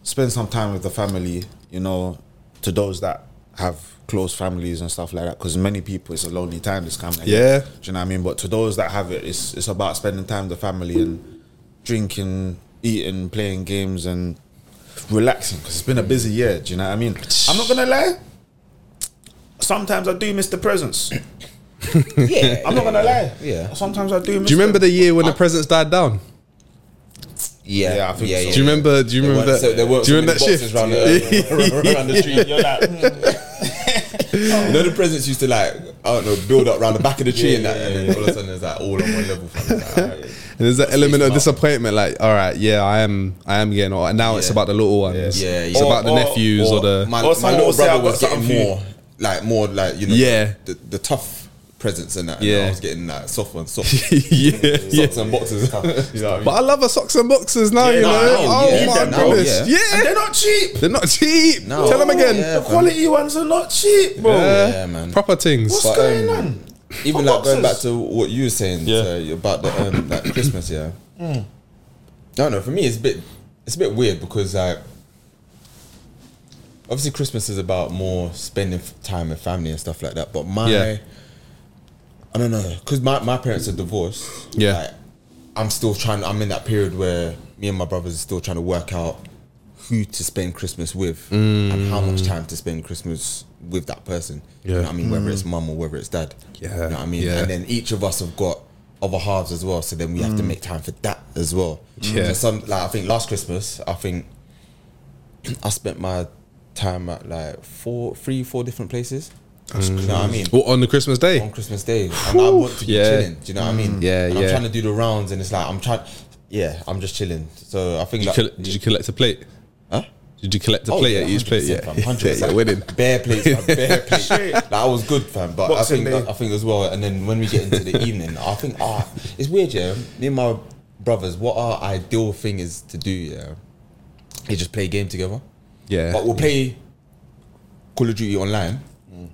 Speaker 4: spend some time with the family. You know, to those that have close families and stuff like that, because many people it's a lonely time this time. of year.
Speaker 1: Yeah.
Speaker 4: do you know what I mean? But to those that have it, it's it's about spending time with the family and drinking, eating, playing games, and relaxing. Because it's been a busy year. Do you know what I mean? I'm not gonna lie. Sometimes I do miss the presents.
Speaker 2: yeah,
Speaker 4: I'm not gonna lie.
Speaker 2: Yeah.
Speaker 4: Sometimes I do. miss
Speaker 1: Do you remember
Speaker 4: them.
Speaker 1: the year
Speaker 2: Ah.
Speaker 1: when the presents died down?
Speaker 2: yeah,
Speaker 4: Yeah, I think so.
Speaker 1: Do you remember? Do you
Speaker 2: There
Speaker 1: remember
Speaker 2: weren't-
Speaker 1: that?
Speaker 2: so there weren't
Speaker 1: do you
Speaker 2: so
Speaker 1: remember that
Speaker 2: many
Speaker 1: shift?
Speaker 2: boxes round the- round- round the tree.
Speaker 4: You're like, mm.
Speaker 2: hmm. You know the presents used to like I don't know build up around the back of the tree and that, and then all of a sudden it's like all on one level. fam. It's like, alright.
Speaker 1: And there's that element of
Speaker 2: about.
Speaker 1: disappointment, like, all right, yeah, I am, I am getting old. And now it's
Speaker 2: Yeah.
Speaker 1: about the little ones.
Speaker 2: Yeah, yeah.
Speaker 1: It's
Speaker 2: Or-
Speaker 1: about the
Speaker 4: or-
Speaker 1: nephews or,
Speaker 4: or
Speaker 1: the
Speaker 2: my,
Speaker 4: Or
Speaker 2: my
Speaker 4: someone
Speaker 2: little
Speaker 4: will say,
Speaker 2: brother
Speaker 4: "I've got
Speaker 2: was getting
Speaker 4: something for you."
Speaker 2: more like more like you know
Speaker 1: Yeah.
Speaker 2: the, the tough presents and that. And
Speaker 1: Yeah.
Speaker 2: I was getting like soft ones, soft socks
Speaker 1: yeah, yeah.
Speaker 2: and boxes. you know what I mean?
Speaker 1: But I love her socks and boxes now, you
Speaker 2: no,
Speaker 1: know.
Speaker 2: no,
Speaker 1: oh
Speaker 2: yeah,
Speaker 1: my
Speaker 2: no,
Speaker 1: goodness,
Speaker 2: yeah.
Speaker 1: yeah.
Speaker 4: And they're not cheap.
Speaker 1: They're not cheap.
Speaker 2: No.
Speaker 1: Tell them again.
Speaker 2: Yeah,
Speaker 4: the
Speaker 2: fam.
Speaker 4: quality ones are not cheap, bro.
Speaker 1: Yeah,
Speaker 2: Yeah, man.
Speaker 1: Proper things.
Speaker 4: What's
Speaker 1: But-
Speaker 4: going
Speaker 2: um,
Speaker 4: on?
Speaker 2: Even
Speaker 4: For
Speaker 2: like going back
Speaker 4: boxes.
Speaker 2: to what you were saying
Speaker 1: Yeah.
Speaker 2: uh, about the um, like Christmas, yeah.
Speaker 4: Mm.
Speaker 2: I don't know. For me, it's a bit it's a bit weird because like obviously Christmas is about more spending f- time with family and stuff like that. But my
Speaker 1: Yeah.
Speaker 2: I don't know because my, my parents are divorced.
Speaker 1: Yeah.
Speaker 2: like, I'm still trying. I'm in that period where me and my brothers are still trying to work out who to spend Christmas with and how much time to spend Christmas with that person. You know
Speaker 1: Yeah.
Speaker 2: what I mean, whether it's mum or whether it's dad.
Speaker 1: Mm. Yeah.
Speaker 2: You know what I mean?
Speaker 1: Yeah.
Speaker 2: And then each of us have got other halves as well. So then we have to make time for that as well.
Speaker 1: Mm. Yeah.
Speaker 2: So some like I think last Christmas, I think I spent my time at like four three, four different places. you know what I mean?
Speaker 1: Well, on the Christmas day.
Speaker 2: On Christmas Day. And I want to be
Speaker 1: Yeah. Mm.
Speaker 2: chilling. Do you know what I mean?
Speaker 1: Yeah,
Speaker 2: And I'm
Speaker 1: yeah.
Speaker 2: trying to do the rounds and it's like I'm trying yeah, I'm just chilling. So I
Speaker 1: Did
Speaker 2: think
Speaker 1: you,
Speaker 2: like,
Speaker 1: collect, did you collect a plate?
Speaker 2: Huh?
Speaker 1: Did you collect a
Speaker 2: Oh,
Speaker 1: plate
Speaker 2: yeah,
Speaker 1: at each plate? Yeah,
Speaker 2: 100%, fam,
Speaker 1: yeah,
Speaker 2: 100%.
Speaker 1: yeah, winning.
Speaker 2: Bare plates, fam, bare plates. Like, I was good, fam. But I
Speaker 4: Boxing
Speaker 2: think,
Speaker 4: Day.
Speaker 2: I think as well. And then when we get into the evening, I think ah, it's weird, yeah. Me and my brothers, what our ideal thing is to do, yeah, is just play a game together.
Speaker 1: Yeah,
Speaker 2: But we'll play Call of Duty online.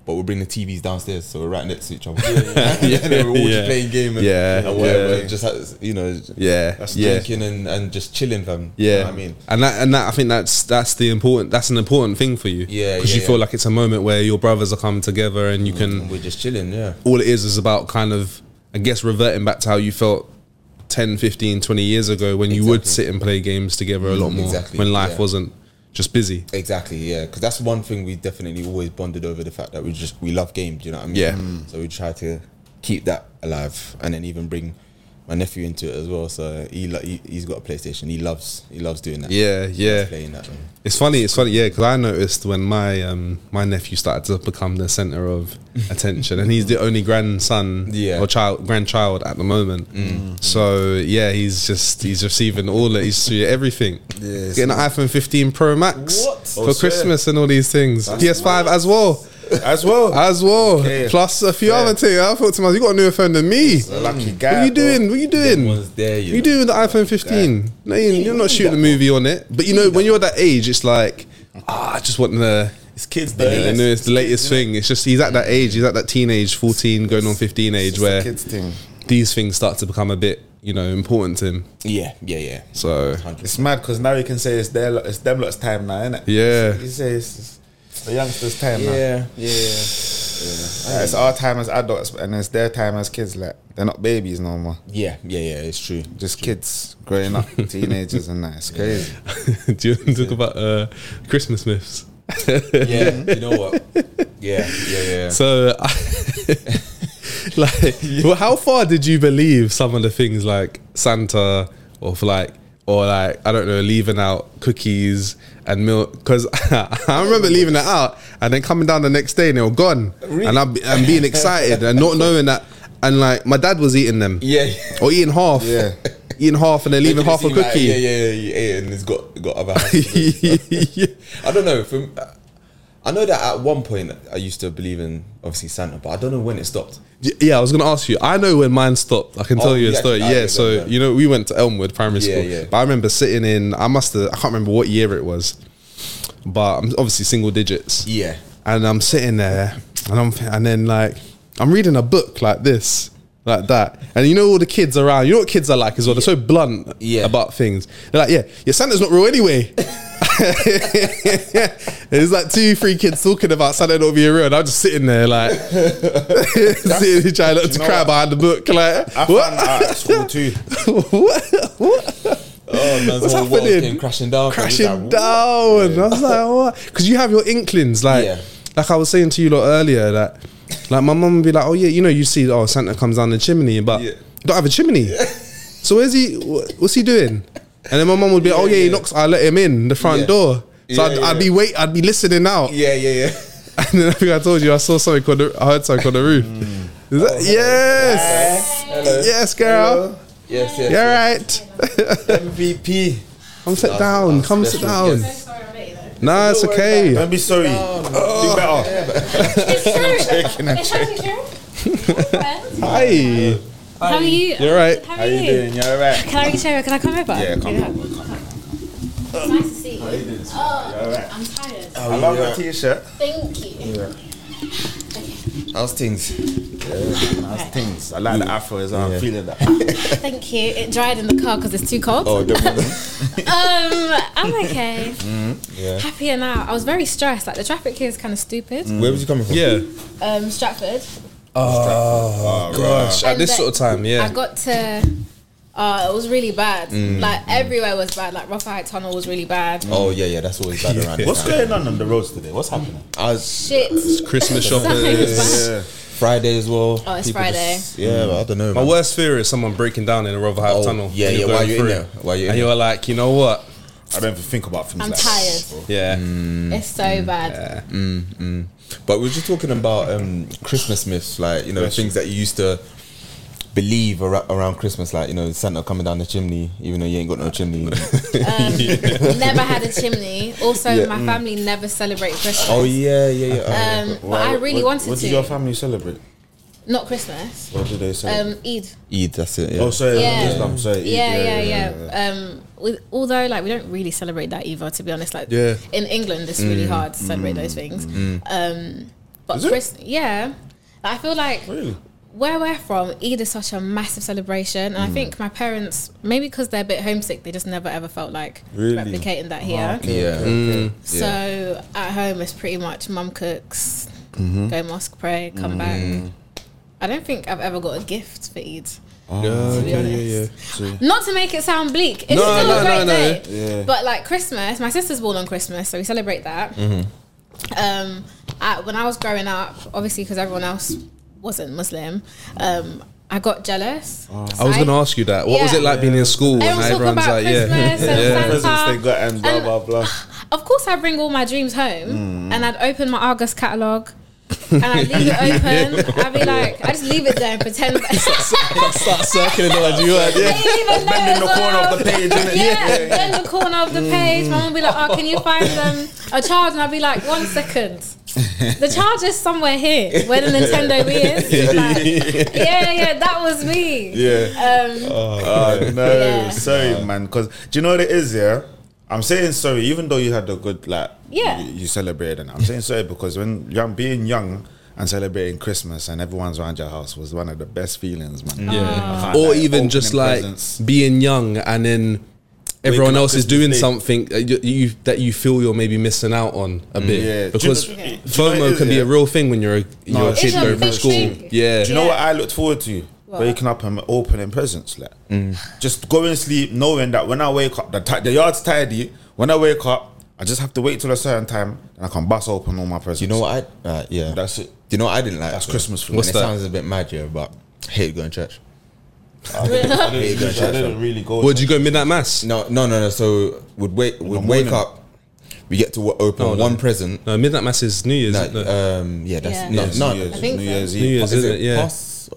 Speaker 2: But we'll bring the TVs downstairs, so we're right next to each other. and then we're all
Speaker 1: Yeah.
Speaker 2: just playing game and,
Speaker 1: Yeah,
Speaker 2: and whatever.
Speaker 1: yeah.
Speaker 2: Just like, you know,
Speaker 1: yeah,
Speaker 4: That's
Speaker 1: yeah,
Speaker 2: drinking and, and just chilling, fam. You
Speaker 1: yeah.
Speaker 2: know what I mean,
Speaker 1: and that and that I think that's that's the important that's an important thing for you.
Speaker 2: Yeah,
Speaker 1: because
Speaker 2: yeah,
Speaker 1: you feel
Speaker 2: yeah. Mm-hmm.
Speaker 1: like it's a moment where your brothers are coming together and you
Speaker 2: and
Speaker 1: can.
Speaker 2: we're just chilling, yeah.
Speaker 1: All it is is about kind of I guess reverting back to how you felt. 10, 15, 20 years ago when you would
Speaker 2: Exactly. Mm-hmm.
Speaker 1: sit and play games together a lot more
Speaker 2: exactly,
Speaker 1: when life
Speaker 2: yeah.
Speaker 1: wasn't just busy.
Speaker 2: Exactly, yeah, because that's one thing we definitely always bonded over the fact that we just we love games. You know what I mean?
Speaker 1: Yeah. Mm.
Speaker 2: So we try to keep that alive, and then even bring my nephew into it as well. So he, lo- he he's got a PlayStation. He loves he loves doing that.
Speaker 1: Yeah,
Speaker 2: He loves
Speaker 1: yeah.
Speaker 2: playing that. Man.
Speaker 1: It's funny. It's funny. Yeah, because I noticed when my um, my nephew started to become the center of attention, and he's the only grandson
Speaker 2: Yeah.
Speaker 1: or child grandchild at the moment.
Speaker 4: Mm.
Speaker 1: So yeah, he's just he's receiving all it. He's doing everything.
Speaker 4: Yeah,
Speaker 1: Getting an iPhone 15 Pro Max
Speaker 2: What?
Speaker 1: for
Speaker 4: Oh, swear.
Speaker 1: Christmas and all these things. PS5 as well,
Speaker 4: As well.
Speaker 1: as well.
Speaker 4: Okay.
Speaker 1: Plus a few
Speaker 4: Fair.
Speaker 1: other things. I thought to myself, you got a newer phone than me.
Speaker 4: A lucky guy.
Speaker 1: What are you
Speaker 4: bro.
Speaker 1: doing? What are you doing?
Speaker 2: One's there, you
Speaker 1: You
Speaker 2: know.
Speaker 1: do with the iPhone 15. No, you, you're not shooting a movie on it. But you know, when you're that age, it's like, ah, I just want the.
Speaker 4: It's kids,
Speaker 1: You
Speaker 4: though.
Speaker 1: know, it's the latest thing. It's just he's at that age. He's at that teenage, 14, going on 15 age,
Speaker 4: It's
Speaker 1: where
Speaker 4: a kids thing.
Speaker 1: these things start to become a bit, you know, important to him.
Speaker 2: Yeah, yeah, yeah.
Speaker 1: So
Speaker 4: It's mad because now you can say it's their, lot- it's them lot's time now, innit?
Speaker 1: Yeah.
Speaker 4: You say it's, it's the youngsters' time now.
Speaker 2: yeah, yeah, yeah.
Speaker 4: Yeah, it's our time as adults, and it's their time as kids. Like they're not babies no more,
Speaker 2: Yeah, yeah, yeah, it's true.
Speaker 4: just kids growing up, teenagers, and that. It's crazy.
Speaker 1: do you want to talk about uh, Christmas myths?
Speaker 2: Yeah, you know what? Yeah, yeah, yeah.
Speaker 1: So, I, like, well, how far did you believe some of the things like Santa or for like, or like, I don't know, leaving out cookies and milk? Because I remember leaving that out and then coming down the next day and they were gone. And I'm, I'm being excited and not knowing that. And like, my dad was eating them
Speaker 2: yeah.
Speaker 1: or eating half.
Speaker 4: Yeah.
Speaker 1: Eating half and then leaving half a cookie.
Speaker 2: Like, yeah, yeah, yeah, yeah, and it's got got other. half.
Speaker 1: yeah.
Speaker 2: I don't know. From I know that at one point I used to believe in obviously Santa, but I don't know when it stopped.
Speaker 1: Yeah, I was gonna ask you. I know when mine stopped. I can tell
Speaker 2: Oh,
Speaker 1: you a
Speaker 2: yeah,
Speaker 1: story.
Speaker 2: I
Speaker 1: yeah,
Speaker 2: remember,
Speaker 1: so
Speaker 2: yeah.
Speaker 1: you know we went to Elmwood Primary
Speaker 2: Yeah,
Speaker 1: School,
Speaker 2: yeah.
Speaker 1: but I remember sitting in. I must have. I can't remember what year it was, but I'm obviously single digits.
Speaker 2: Yeah,
Speaker 1: And I'm sitting there, and I'm and then like I'm reading a book like this, like that, and you know all the kids around. You know what kids are like as well. They're so blunt
Speaker 2: Yeah.
Speaker 1: about things. They're like, yeah, your Santa's not real anyway. There's like two, three kids talking about Santa not being real, and I'm just sitting there like sitting trying not to
Speaker 4: know
Speaker 1: cry
Speaker 4: what?
Speaker 1: behind the book. Like
Speaker 4: I found
Speaker 1: what?
Speaker 4: that out at school too.
Speaker 1: what?
Speaker 2: Oh, man's
Speaker 1: What's
Speaker 2: whole world
Speaker 1: happening?
Speaker 2: came crashing down.
Speaker 1: crashing
Speaker 2: Like,
Speaker 1: down. I was like, what? Because you have your inklings, like,
Speaker 2: Yeah.
Speaker 1: like I was saying to you lot earlier, that, like, my mum would be like, oh yeah, you know, you see, oh Santa comes down the chimney, but
Speaker 2: Yeah.
Speaker 1: you don't have a chimney. So where's he? wha- What's he doing? And then my mum would be, oh yeah, he
Speaker 2: yeah.
Speaker 1: knocks. I let him in the front
Speaker 2: Yeah.
Speaker 1: door. So
Speaker 2: Yeah,
Speaker 1: I'd,
Speaker 2: yeah.
Speaker 1: I'd be wait, I'd be listening out,
Speaker 2: Yeah, yeah, yeah.
Speaker 1: and then I think I told you I saw something called the, I heard something called the roof.
Speaker 2: Mm.
Speaker 1: Is that, yes,
Speaker 2: Oh, Hello.
Speaker 1: yes, girl,
Speaker 2: Yes, yes.
Speaker 1: you're right.
Speaker 2: MVP.
Speaker 1: Come sit
Speaker 2: That's-
Speaker 1: down,
Speaker 2: that's
Speaker 1: come sit
Speaker 2: special.
Speaker 1: down.
Speaker 2: Yes.
Speaker 3: sorry I met you though.
Speaker 1: Nah, it's
Speaker 2: Don't worry
Speaker 1: okay. Oh,
Speaker 4: Don't be sorry. Do better.
Speaker 3: It's true. It's true. friends.
Speaker 1: Hi.
Speaker 3: How are you?
Speaker 1: You're right.
Speaker 3: How
Speaker 4: How
Speaker 3: are
Speaker 4: you
Speaker 3: you?
Speaker 4: doing? You alright?
Speaker 3: Can I reach over? Can I come over?
Speaker 4: Yeah, come
Speaker 3: Yeah.
Speaker 4: on.
Speaker 3: It's nice to see you. Oh,
Speaker 4: You alright?
Speaker 3: I'm tired.
Speaker 4: I love your t-shirt.
Speaker 3: Thank you.
Speaker 2: How's things?
Speaker 4: Nice things. I like the afro as well. I'm
Speaker 2: Yeah.
Speaker 4: feeling that.
Speaker 3: Thank you. It dried in the car because it's too cold.
Speaker 2: Oh, don't worry.
Speaker 3: Um, I'm okay.
Speaker 2: yeah.
Speaker 3: Happier now. I was very stressed. Like the traffic here is kind of stupid.
Speaker 2: Where was you coming from?
Speaker 1: Yeah.
Speaker 3: Um, Stratford.
Speaker 1: Oh, gosh. At
Speaker 3: And
Speaker 1: this
Speaker 3: then
Speaker 1: sort of time,
Speaker 3: I
Speaker 1: yeah. Mm.
Speaker 3: got to. Uh, it was really bad. Like everywhere was bad. Like Raphael Tunnel was really bad.
Speaker 2: Oh yeah, yeah. That's always bad around. this
Speaker 4: What's
Speaker 2: time.
Speaker 4: going on on the roads today? What's happening?
Speaker 2: I was
Speaker 3: Shit.
Speaker 1: Christmas
Speaker 3: Something was
Speaker 1: shopping.
Speaker 3: bad.
Speaker 2: Friday as well.
Speaker 3: Oh, it's
Speaker 2: People
Speaker 3: Friday.
Speaker 2: just- yeah, Hmm. but I don't know.
Speaker 1: My
Speaker 2: man.
Speaker 1: worst fear is someone breaking down in a Rotherhithe
Speaker 2: Oh,
Speaker 1: tunnel.
Speaker 2: yeah,
Speaker 1: and
Speaker 2: yeah,
Speaker 1: going
Speaker 2: while you're in
Speaker 1: through.
Speaker 2: there, while you're in
Speaker 1: and you're like, you know what?
Speaker 4: I don't even think about things
Speaker 3: I'm
Speaker 4: like
Speaker 3: tired.
Speaker 4: that.
Speaker 1: Yeah.
Speaker 2: Mm.
Speaker 1: Mm.
Speaker 3: It's so bad.
Speaker 2: But we were just talking about um, Christmas myths, like you know
Speaker 4: Bless you.
Speaker 2: things that you used to believe ar- around Christmas, like you know Santa coming down the chimney, even though you ain't got no chimney.
Speaker 3: never had a chimney. Also, my
Speaker 1: Mm.
Speaker 3: family never celebrate Christmas.
Speaker 2: oh yeah, yeah, yeah. Oh,
Speaker 3: Um, but I really
Speaker 4: what,
Speaker 3: wanted
Speaker 4: What
Speaker 3: to.
Speaker 4: did your family celebrate?
Speaker 3: Not Christmas.
Speaker 4: What did they celebrate?
Speaker 3: Um, Eid.
Speaker 2: Eid, that's it. Yeah.
Speaker 4: oh, sorry,
Speaker 3: yeah.
Speaker 4: Islam. Sorry, Eid,
Speaker 3: Yeah, yeah, yeah. Um, with, although, like, we don't really celebrate that either. To be honest, like,
Speaker 1: Yeah.
Speaker 3: in England, it's really hard to celebrate those things. Um, but
Speaker 4: Mm. Is it?
Speaker 3: Chris, yeah, I feel like
Speaker 4: Really?
Speaker 3: where we're from, Eid is such a massive celebration, and I
Speaker 4: Mm.
Speaker 3: think my parents, maybe because they're a bit homesick, they just never ever felt like
Speaker 4: Really?
Speaker 3: replicating that here.
Speaker 2: yeah.
Speaker 4: Mm.
Speaker 3: So at home, it's pretty much mum cooks,
Speaker 1: Mm-hmm.
Speaker 3: go mosque, pray, come back. I don't think I've ever got a gift for Eid.
Speaker 1: Oh.
Speaker 3: to be honest. Not to make it sound bleak,
Speaker 1: No,
Speaker 3: it's still
Speaker 1: no,
Speaker 3: a
Speaker 1: no,
Speaker 3: great
Speaker 1: no.
Speaker 3: day.
Speaker 4: Yeah.
Speaker 3: But like Christmas, my sister's born on Christmas, so we celebrate that.
Speaker 1: Mm-hmm.
Speaker 3: Um, I, when I was growing up, obviously because everyone else wasn't Muslim, um, I got jealous.
Speaker 4: Oh.
Speaker 1: I was going to ask you that. What was
Speaker 3: Yeah.
Speaker 1: it like being in school?
Speaker 3: Everyone's
Speaker 1: and
Speaker 3: talking
Speaker 1: everyone's
Speaker 3: about
Speaker 1: like,
Speaker 3: Christmas
Speaker 1: yeah.
Speaker 3: and
Speaker 1: yeah.
Speaker 3: Santa.
Speaker 4: Presents they got and blah
Speaker 3: And-
Speaker 4: blah blah.
Speaker 3: Of course, I bring all my dreams home,
Speaker 4: Mm.
Speaker 3: and I'd open my Argos catalog. and I would leave it open. I'd be like, I just leave it there and pretend. that
Speaker 1: Start circling the ones you had.
Speaker 3: They
Speaker 1: Yeah.
Speaker 3: didn't even know
Speaker 4: Bend in the
Speaker 3: as
Speaker 4: corner
Speaker 3: well.
Speaker 4: of the page, innit? Mm.
Speaker 3: Yeah, bend the corner of the page. Mum would be like, "Oh, can you find um, a charge?" And I'd be like, "One second, the charge is somewhere here, where the Nintendo Wii is." Like, yeah, yeah, that was me. Yeah. Um,
Speaker 4: Oh no,
Speaker 3: Yeah.
Speaker 4: sorry, man. Because do you know what it is? Yeah, I'm saying sorry, even though you had a good like,
Speaker 3: Yeah.
Speaker 4: you, you celebrated. And I'm saying sorry because when young, being young and celebrating Christmas and everyone's around your house was one of the best feelings, man.
Speaker 3: Ah.
Speaker 1: Yeah.
Speaker 4: I can't
Speaker 1: Or
Speaker 4: lie,
Speaker 1: even
Speaker 4: opening
Speaker 1: just like
Speaker 4: presents.
Speaker 1: being young and then everyone
Speaker 4: Waking up
Speaker 1: else is
Speaker 4: Christmas
Speaker 1: doing
Speaker 4: Day.
Speaker 1: something that you, you that you feel you're maybe missing out on a bit
Speaker 4: Mm. Yeah.
Speaker 1: because
Speaker 4: Do you know- Okay. do you know what it
Speaker 1: FOMO
Speaker 4: is,
Speaker 1: can be
Speaker 4: yeah?
Speaker 1: a real thing when you're a, you're a
Speaker 4: it's
Speaker 1: kid
Speaker 4: a
Speaker 1: going
Speaker 4: big
Speaker 1: through school.
Speaker 3: thing.
Speaker 1: Yeah,
Speaker 4: Do you know
Speaker 3: Yeah.
Speaker 4: what I looked forward to?
Speaker 3: What?
Speaker 4: Waking up and opening presents, like just going to sleep knowing that when I wake up, the, ti- the yard's tidy. When I wake up, I just have to wait till a certain time and I can bust open all my presents.
Speaker 2: You know what I? Uh, yeah.
Speaker 4: That's it.
Speaker 2: You know what I didn't like.
Speaker 4: That's Christmas for
Speaker 2: And
Speaker 4: me.
Speaker 1: What's
Speaker 2: it
Speaker 1: that?
Speaker 2: sounds a bit mad, yeah, but I hated going to church.
Speaker 4: I didn't, I didn't really go.
Speaker 1: would
Speaker 4: to-
Speaker 1: you go midnight mass?
Speaker 2: No, no, no, no. So would wake would
Speaker 4: the
Speaker 2: wake
Speaker 4: morning.
Speaker 2: up. We get to wa- open
Speaker 1: Oh, no.
Speaker 2: one present.
Speaker 1: No, midnight mass is New Year's.
Speaker 2: No,
Speaker 1: isn't it?
Speaker 2: um, yeah, that's
Speaker 3: Yeah.
Speaker 2: no,
Speaker 4: Yes,
Speaker 2: no,
Speaker 4: New Year's,
Speaker 3: I think
Speaker 4: New
Speaker 3: so.
Speaker 4: Year's
Speaker 1: New
Speaker 4: Eve.
Speaker 1: Year's, isn't it? Yeah.
Speaker 2: Pass-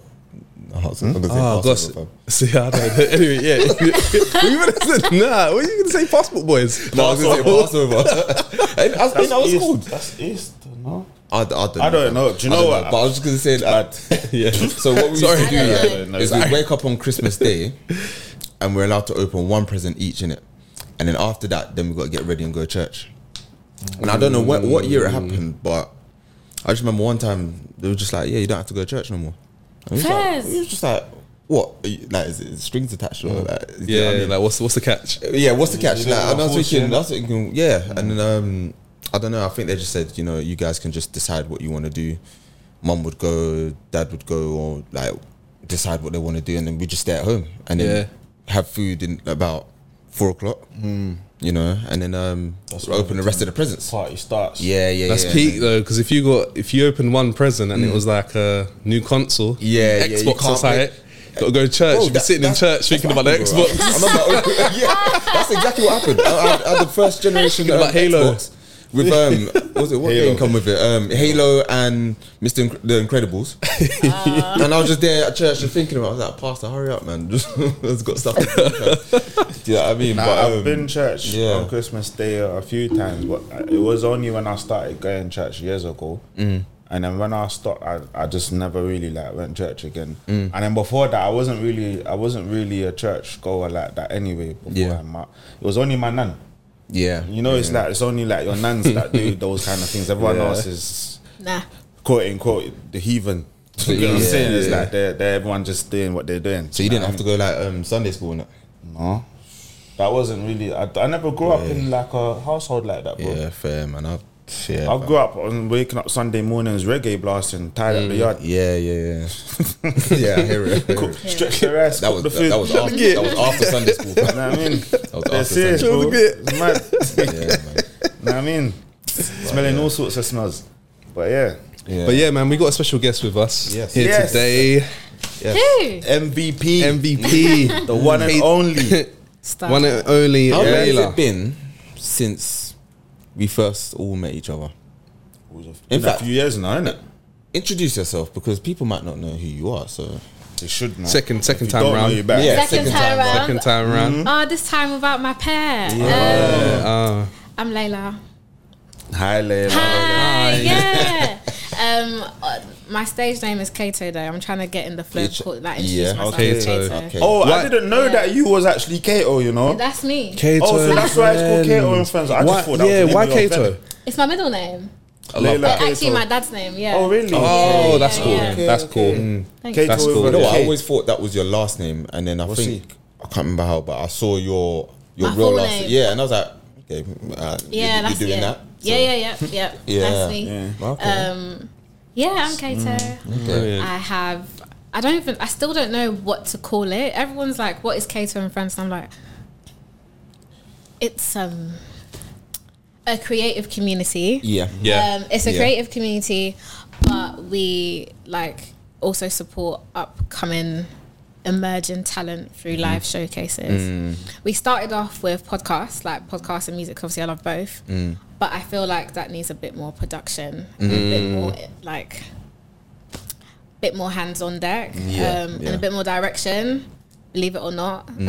Speaker 2: I was gonna say
Speaker 1: Oh,
Speaker 2: Passover,
Speaker 1: gosh.
Speaker 2: fam.
Speaker 1: See, I don't know. Anyway, yeah. Were you gonna say, nah, what are you going to say, Passport Boys?
Speaker 2: No, I was gonna say Passover. I, I was, I was
Speaker 4: East-
Speaker 2: called.
Speaker 4: That's Easter, no?
Speaker 2: I, d- I don't,
Speaker 4: I don't know. Do you
Speaker 2: I
Speaker 4: know
Speaker 2: don't
Speaker 4: what?
Speaker 2: But I was just gonna say that.
Speaker 1: yeah.
Speaker 2: So what we used
Speaker 1: Sorry.
Speaker 2: to do
Speaker 3: I don't
Speaker 2: yeah,
Speaker 4: know.
Speaker 2: is we
Speaker 4: Sorry.
Speaker 2: wake up on Christmas Day, and we're allowed to open one present each in it, and then after that, then we got to get ready and go to church. And I don't know what, what year it happened, but I just remember one time they were just like, "Yeah, you don't have to go to church no more." And we was like,
Speaker 3: Fairs.
Speaker 2: we was just like, "What? Are you- Like, is it strings attached or like?" you know
Speaker 1: Yeah,
Speaker 2: what I mean?
Speaker 1: like, what's, what's the catch?
Speaker 2: Yeah, what's the catch?
Speaker 4: didn't
Speaker 2: Like, and I was
Speaker 4: force you,
Speaker 2: thinking, I
Speaker 4: innit?
Speaker 2: was thinking, yeah, and then um, I don't know. I think they just said, you know, you guys can just decide what you want to do. Mum would go, dad would go, or like decide what they want to do, and then we just stay at home and then have food in about four o'clock. You know, and then um, open the rest of the presents.
Speaker 4: Party starts.
Speaker 2: Yeah, yeah,
Speaker 1: That's
Speaker 2: yeah.
Speaker 1: peak though, because if you got if you open one present and it was like a new console,
Speaker 2: Yeah, yeah, you
Speaker 1: Xbox
Speaker 2: can't
Speaker 1: or something, got to go to church.
Speaker 2: Bro,
Speaker 1: be
Speaker 2: that-
Speaker 1: Oh, sitting in
Speaker 2: that's-
Speaker 1: church thinking about the
Speaker 2: happened, bro.
Speaker 1: Xbox.
Speaker 2: I remember, yeah, that's exactly what happened. I, I, I had the first generation
Speaker 1: Thinking
Speaker 2: um,
Speaker 1: about Halo.
Speaker 2: Xbox with um, what was it what
Speaker 4: Halo.
Speaker 2: game come with it? Um, Halo and Mr. Inc- the Incredibles. and I was just there at church and thinking about. it. I was like, Pastor, hurry up, man! Just has got stuff. To do, do you know what I mean?
Speaker 4: Nah,
Speaker 2: but um,
Speaker 4: I've been church
Speaker 2: yeah.
Speaker 4: on
Speaker 2: Mm.
Speaker 4: Christmas Day a few times, but it was only when I started going church years ago. And then when I stopped, I, I just never really like went church again.
Speaker 2: Mm.
Speaker 4: And then before that, I wasn't really I wasn't really a church goer like that anyway. Before
Speaker 2: Yeah.
Speaker 4: my, it was only my nan.
Speaker 2: Yeah.
Speaker 4: You know, it's like it's only like your nans that do those kind of things. Everyone
Speaker 2: Yeah.
Speaker 4: else is
Speaker 3: Nah.
Speaker 4: quote unquote the heathen. you know what I'm
Speaker 2: Yeah,
Speaker 4: saying? It's
Speaker 2: yeah.
Speaker 4: like they're, they're everyone just doing what they're doing.
Speaker 2: So you didn't have to go like um, Sunday school and that.
Speaker 4: No, that wasn't really. I, I never grew up in like a household like that, bro.
Speaker 2: Yeah, fair man. I, yeah,
Speaker 4: I grew up on waking up Sunday mornings, reggae blasting, tied up the yard,
Speaker 2: Mm, Yeah, yeah, yeah. yeah, I hear it. I hear it.
Speaker 4: stretch the rest,
Speaker 2: That
Speaker 4: cook
Speaker 2: was
Speaker 4: the
Speaker 2: that,
Speaker 4: food.
Speaker 2: that was after, that was after Sunday school.
Speaker 4: You know what I mean?
Speaker 2: was
Speaker 4: They're
Speaker 2: after
Speaker 4: serious,
Speaker 2: Sunday.
Speaker 4: bro. It's mad.
Speaker 2: Yeah, man.
Speaker 4: You know what I mean? Smelling all sorts of smells. But yeah.
Speaker 2: Yeah.
Speaker 1: But yeah, man, we got a special guest with us
Speaker 2: Yes.
Speaker 1: here
Speaker 4: Yes.
Speaker 1: today.
Speaker 3: Who?
Speaker 4: MVP,
Speaker 1: MVP,
Speaker 4: the one
Speaker 2: Mm.
Speaker 4: and only.
Speaker 3: Stop.
Speaker 1: one and only
Speaker 2: How long has
Speaker 1: Layla.
Speaker 2: it been since we first all met each other?
Speaker 4: In
Speaker 2: fact-
Speaker 4: a few years now, innit?
Speaker 2: Introduce yourself because people might not know who you are. So
Speaker 4: They should know.
Speaker 1: Second, second
Speaker 4: If you
Speaker 1: time
Speaker 4: don't know,
Speaker 1: round.
Speaker 4: you're back.
Speaker 2: Yeah. second
Speaker 3: Second, time,
Speaker 2: time round.
Speaker 3: round.
Speaker 1: Second time round.
Speaker 3: Oh, this time without my pair. Um,
Speaker 2: Ah.
Speaker 1: Uh,
Speaker 3: I'm Layla.
Speaker 4: Hi, Layla.
Speaker 3: Hi. Yeah. um, uh, my stage name is Kato though. I'm trying to get in the flow.
Speaker 2: Kato.
Speaker 3: Called, like, introduce
Speaker 2: Yeah.
Speaker 3: myself
Speaker 1: Okay,
Speaker 3: as
Speaker 1: so-
Speaker 3: Kato.
Speaker 2: okay.
Speaker 4: Oh,
Speaker 1: Why-
Speaker 4: I didn't know that you was actually Kato, you know?
Speaker 3: That's me.
Speaker 1: Kato.
Speaker 4: Oh, so that's why it's
Speaker 1: friend.
Speaker 4: called Kato and Friends. I just
Speaker 1: Why-
Speaker 4: thought that was
Speaker 1: yeah,
Speaker 4: the name
Speaker 1: why
Speaker 4: of your
Speaker 1: Kato?
Speaker 4: friend.
Speaker 3: It's my middle name.
Speaker 4: Layla
Speaker 3: But actually,
Speaker 4: Kato.
Speaker 3: my dad's name. Yeah.
Speaker 4: Oh, really?
Speaker 1: Oh, that's
Speaker 3: yeah,
Speaker 1: cool.
Speaker 3: yeah.
Speaker 4: Okay,
Speaker 1: that's cool.
Speaker 4: okay.
Speaker 1: Mm.
Speaker 3: Thank
Speaker 4: Kato
Speaker 3: you.
Speaker 1: That's
Speaker 4: with
Speaker 1: cool.
Speaker 4: a
Speaker 2: you know what? I
Speaker 4: K.
Speaker 2: always thought that was your last name, and then I think I can't remember how, but I saw your your
Speaker 3: My
Speaker 2: real
Speaker 3: full
Speaker 2: last
Speaker 3: name.
Speaker 2: Yeah, and I was like, okay, uh,
Speaker 3: Yeah,
Speaker 2: you,
Speaker 3: that's
Speaker 2: you're doing
Speaker 3: yeah.
Speaker 2: that.
Speaker 3: Yeah, yeah, yeah, yeah.
Speaker 2: Yeah.
Speaker 3: That's me.
Speaker 4: Yeah.
Speaker 2: Okay. Mm.
Speaker 3: Um, yeah, I'm Kato.
Speaker 1: Brilliant.
Speaker 3: I have. I don't even. I still don't know what to call it. Everyone's like, "What is Kato and friends?" And I'm like, it's um a creative community.
Speaker 2: yeah.
Speaker 1: Yeah.
Speaker 3: Um, it's a
Speaker 2: Yeah.
Speaker 3: creative community, but we like also support upcoming emerging talent through
Speaker 2: Mm-hmm.
Speaker 3: live showcases.
Speaker 2: Mm.
Speaker 3: We started off with podcasts, like podcasts and music. Obviously, I love both,
Speaker 2: Mm.
Speaker 3: but I feel like that needs a bit more production, and a bit more like, bit more hands on deck,
Speaker 2: Yeah,
Speaker 3: um,
Speaker 2: yeah.
Speaker 3: and a bit more direction. Believe it or not,
Speaker 2: Mm.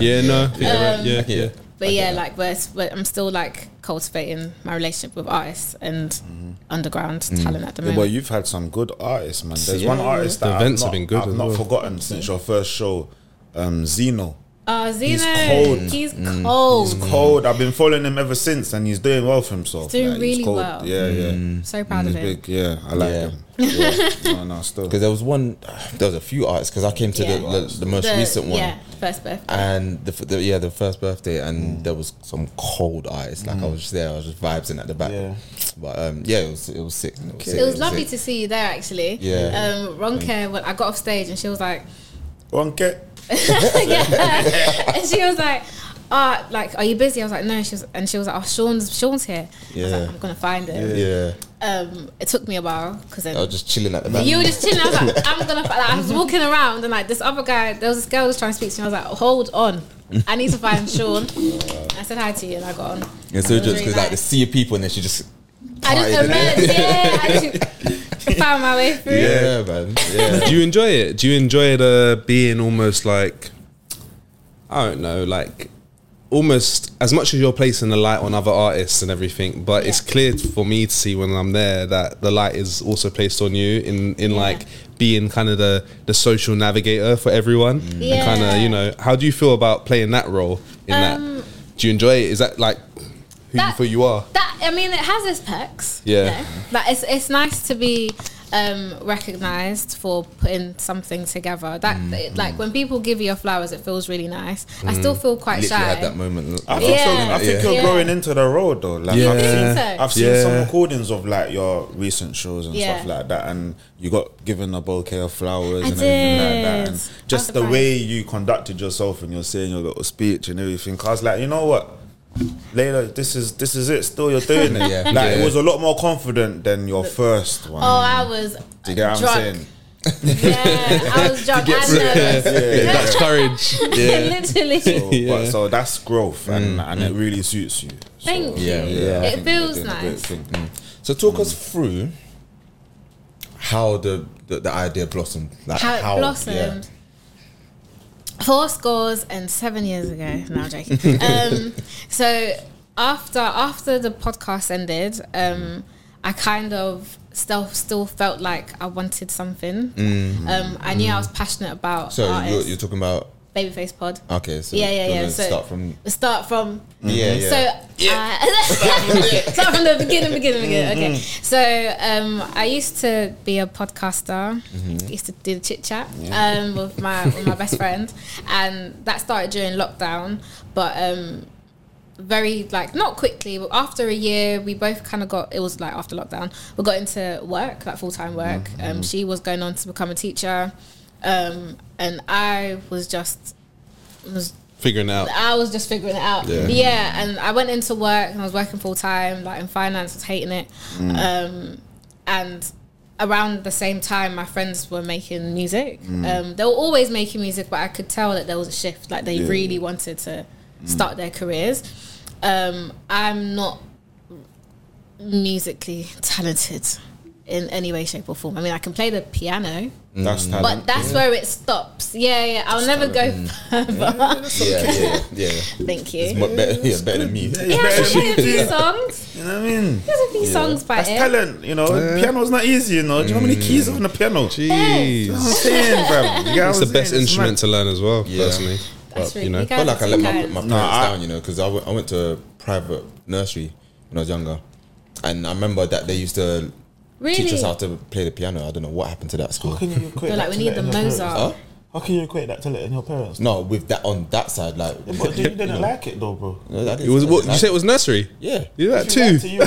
Speaker 1: yeah. no. I think you're right. Yeah.
Speaker 2: Yeah.
Speaker 1: yeah.
Speaker 3: but yeah, like we're, we're, I'm still like cultivating my relationship with artists and
Speaker 2: Mm-hmm.
Speaker 3: underground
Speaker 2: Mm.
Speaker 3: talent at the
Speaker 4: Yeah,
Speaker 3: moment.
Speaker 4: but you've had some good artists, man. There's
Speaker 2: Yeah.
Speaker 4: one artist that
Speaker 1: The
Speaker 4: I've
Speaker 1: events
Speaker 4: not,
Speaker 1: have been good
Speaker 4: I've
Speaker 1: as
Speaker 4: not
Speaker 1: well.
Speaker 4: forgotten since your first show, um, Zeno.
Speaker 3: Oh, Zeno, he's
Speaker 4: cold. Mm.
Speaker 3: cold. Oh.
Speaker 4: Cold. I've been following him ever since, and he's doing well for himself.
Speaker 3: doing
Speaker 4: he's
Speaker 3: really
Speaker 4: cold.
Speaker 3: well. Mm.
Speaker 4: Yeah, yeah.
Speaker 3: So proud
Speaker 4: Mm, He's
Speaker 3: of him.
Speaker 4: big. Yeah, I like
Speaker 2: Yeah.
Speaker 4: him. Yeah. no, no, still.
Speaker 2: Because there was one, there was a few artists. Because I came to
Speaker 3: Yeah.
Speaker 2: the, the the most
Speaker 3: The-
Speaker 2: recent one,
Speaker 3: Yeah, first birthday.
Speaker 2: and the, f- the yeah the first birthday,
Speaker 1: Mm.
Speaker 2: and there was some cold artists. Like I was just there, I was just vibesing at the back.
Speaker 4: Yeah.
Speaker 2: But um, yeah, it was it was sick. It was, sick,
Speaker 3: It was lovely
Speaker 2: sick.
Speaker 3: to see you there actually.
Speaker 2: Yeah.
Speaker 3: Um, Ronke, when I got off stage and she was like,
Speaker 4: Ronke.
Speaker 3: yeah. and she was like, uh, like, are you busy? I was like, no. She was, and she was like, oh, Sean's, Sean's here. I was
Speaker 2: Yeah.
Speaker 3: like, I'm gonna find him.
Speaker 2: Yeah,
Speaker 3: Um, it took me a while because then
Speaker 2: I was just chilling at the back.
Speaker 3: You were just chilling. I was like, I'm gonna. Like, I was walking around and like this other guy, there was this girl who was trying to speak to me. I was like, hold on, I need to find Sean. I said hi to you and I got on.
Speaker 2: and so
Speaker 3: It was
Speaker 2: just
Speaker 3: really
Speaker 2: because like the
Speaker 3: nice.
Speaker 2: sea of people, and then she just
Speaker 3: I just
Speaker 2: party, didn't
Speaker 3: emerged. Yeah, I just found my way through.
Speaker 2: yeah, man, yeah.
Speaker 1: Do you enjoy it? Do you enjoy the being almost like I don't know, like almost as much as you're placing the light on other artists and everything, but it's
Speaker 3: Yeah.
Speaker 1: clear for me to see when I'm there that the light is also placed on you in in
Speaker 3: Yeah.
Speaker 1: like being kind of the the social navigator for everyone and kind of
Speaker 3: Yeah.
Speaker 1: you know how do you feel about playing that role in that? Do you enjoy it? Is that like who you
Speaker 3: Um, That-
Speaker 1: feel you are?
Speaker 3: That I mean, it has its perks.
Speaker 1: Yeah.
Speaker 3: you know. but it's it's nice to be um, recognized for putting something together. That it- like when people give you your flowers, it feels really nice. I still feel quite
Speaker 2: Literally
Speaker 3: shy.
Speaker 2: had that moment.
Speaker 4: I think,
Speaker 3: Yeah.
Speaker 4: so, I think you're
Speaker 3: Yeah.
Speaker 4: growing into the road though. Like
Speaker 1: Yeah.
Speaker 4: I've
Speaker 1: You
Speaker 4: seen,
Speaker 1: think
Speaker 3: so?
Speaker 4: I've seen some
Speaker 1: Yeah.
Speaker 4: recordings of like your recent shows and
Speaker 3: Yeah.
Speaker 4: stuff like that, and you got given a bouquet of flowers
Speaker 3: I
Speaker 4: and everything like that,
Speaker 3: did.
Speaker 4: and
Speaker 3: I'm
Speaker 4: just the
Speaker 3: surprised.
Speaker 4: way you conducted yourself and you're saying your little speech and everything. I was like, you know what, Layla, this is this is it. Still, you're doing it.
Speaker 2: Yeah.
Speaker 4: Like
Speaker 2: Yeah.
Speaker 4: it was a lot more confident than your first one.
Speaker 3: Oh, I was.
Speaker 4: Do you get what
Speaker 3: drunk.
Speaker 4: I'm saying?
Speaker 3: Yeah, I was drunk. and nervous.
Speaker 1: Yeah, that's courage.
Speaker 3: literally.
Speaker 4: So, but, so that's growth, and, and it really suits you. So,
Speaker 3: Thank you.
Speaker 4: I
Speaker 2: Yeah, yeah.
Speaker 3: It
Speaker 4: think you're
Speaker 3: feels
Speaker 4: doing a great
Speaker 3: nice.
Speaker 4: thing.
Speaker 2: So talk
Speaker 1: Mm.
Speaker 2: us through how the the, the idea blossomed. Like
Speaker 3: How it
Speaker 2: yeah.
Speaker 3: blossomed. Four scores and seven years ago. No, I'm joking. um, so after after the podcast ended, um, I I kind of still still felt like I wanted something. Um, I knew I was passionate about
Speaker 2: Mm-hmm. So you're,
Speaker 3: artists,
Speaker 2: you're talking about
Speaker 3: Babyface Pod.
Speaker 2: okay. So
Speaker 3: yeah, yeah,
Speaker 2: do you
Speaker 3: yeah.
Speaker 2: wanna
Speaker 3: So
Speaker 2: start from
Speaker 1: Mm-hmm.
Speaker 3: start from
Speaker 2: yeah, yeah.
Speaker 3: so I, start from the beginning, beginning, beginning.
Speaker 2: Mm-hmm.
Speaker 3: Okay. So um, I used to be a podcaster.
Speaker 2: Mm-hmm.
Speaker 3: I used to do the chit chat um, with my with my best friend, and that started during lockdown. But um, very like not quickly, but after a year, we both kind of got. It was like after lockdown, we got into work, like full time work.
Speaker 2: Mm-hmm.
Speaker 3: Um, she was going on to become a teacher, um, and I was just was
Speaker 1: Figuring it out.
Speaker 3: I was just figuring it out.
Speaker 2: Yeah.
Speaker 3: Yeah. and I went into work and I was working full time, like in finance, I was hating it.
Speaker 2: Mm.
Speaker 3: Um, and around the same time, my friends were making music.
Speaker 2: Mm.
Speaker 3: Um, they were always making music, but I could tell that there was a shift. Like they really wanted to
Speaker 2: Mm.
Speaker 3: start their careers. Um, I'm not musically talented in any way, shape, or form. I mean, I can play the piano,
Speaker 4: That's
Speaker 3: but
Speaker 4: talent.
Speaker 3: that's where it stops. Yeah, yeah. I'll never go further.
Speaker 2: Mm. yeah, yeah, yeah.
Speaker 3: Thank you.
Speaker 2: Mu- better, yeah, better than me.
Speaker 3: Yeah, I can play a few songs.
Speaker 4: You know what I mean?
Speaker 3: There's a few songs by
Speaker 4: That's
Speaker 3: it.
Speaker 4: talent, you know. Piano's not easy, you know. Do you know how
Speaker 1: Mm.
Speaker 4: many keys are on the piano? You
Speaker 3: Oh,
Speaker 4: know what I'm saying, bro. You get what
Speaker 1: It's
Speaker 4: I'm
Speaker 1: the best
Speaker 4: saying? It's mad.
Speaker 1: instrument to learn as well,
Speaker 2: Yeah.
Speaker 1: personally.
Speaker 3: That's
Speaker 1: But,
Speaker 3: really
Speaker 1: you know.
Speaker 3: you guys
Speaker 2: But like I
Speaker 3: are
Speaker 2: let my, my
Speaker 3: too
Speaker 2: parents
Speaker 3: kind.
Speaker 4: I-
Speaker 2: down, you know, because I went- I went to a private nursery when I was younger, and I remember that they used to teach us how
Speaker 3: Really?
Speaker 2: to play the piano. I don't know what happened to that school.
Speaker 5: Can you equate
Speaker 3: They're
Speaker 5: that
Speaker 3: like, we
Speaker 5: to
Speaker 3: need the
Speaker 5: letting your parents-
Speaker 3: Mozart.
Speaker 2: Huh?
Speaker 5: How can you equate that to letting your parents?
Speaker 2: No, with that on that side, like
Speaker 5: But you didn't like it though, bro.
Speaker 1: It was what you said it was nursery?
Speaker 2: Yeah.
Speaker 1: You did that
Speaker 5: You
Speaker 1: too.
Speaker 5: like to use-
Speaker 2: Yeah,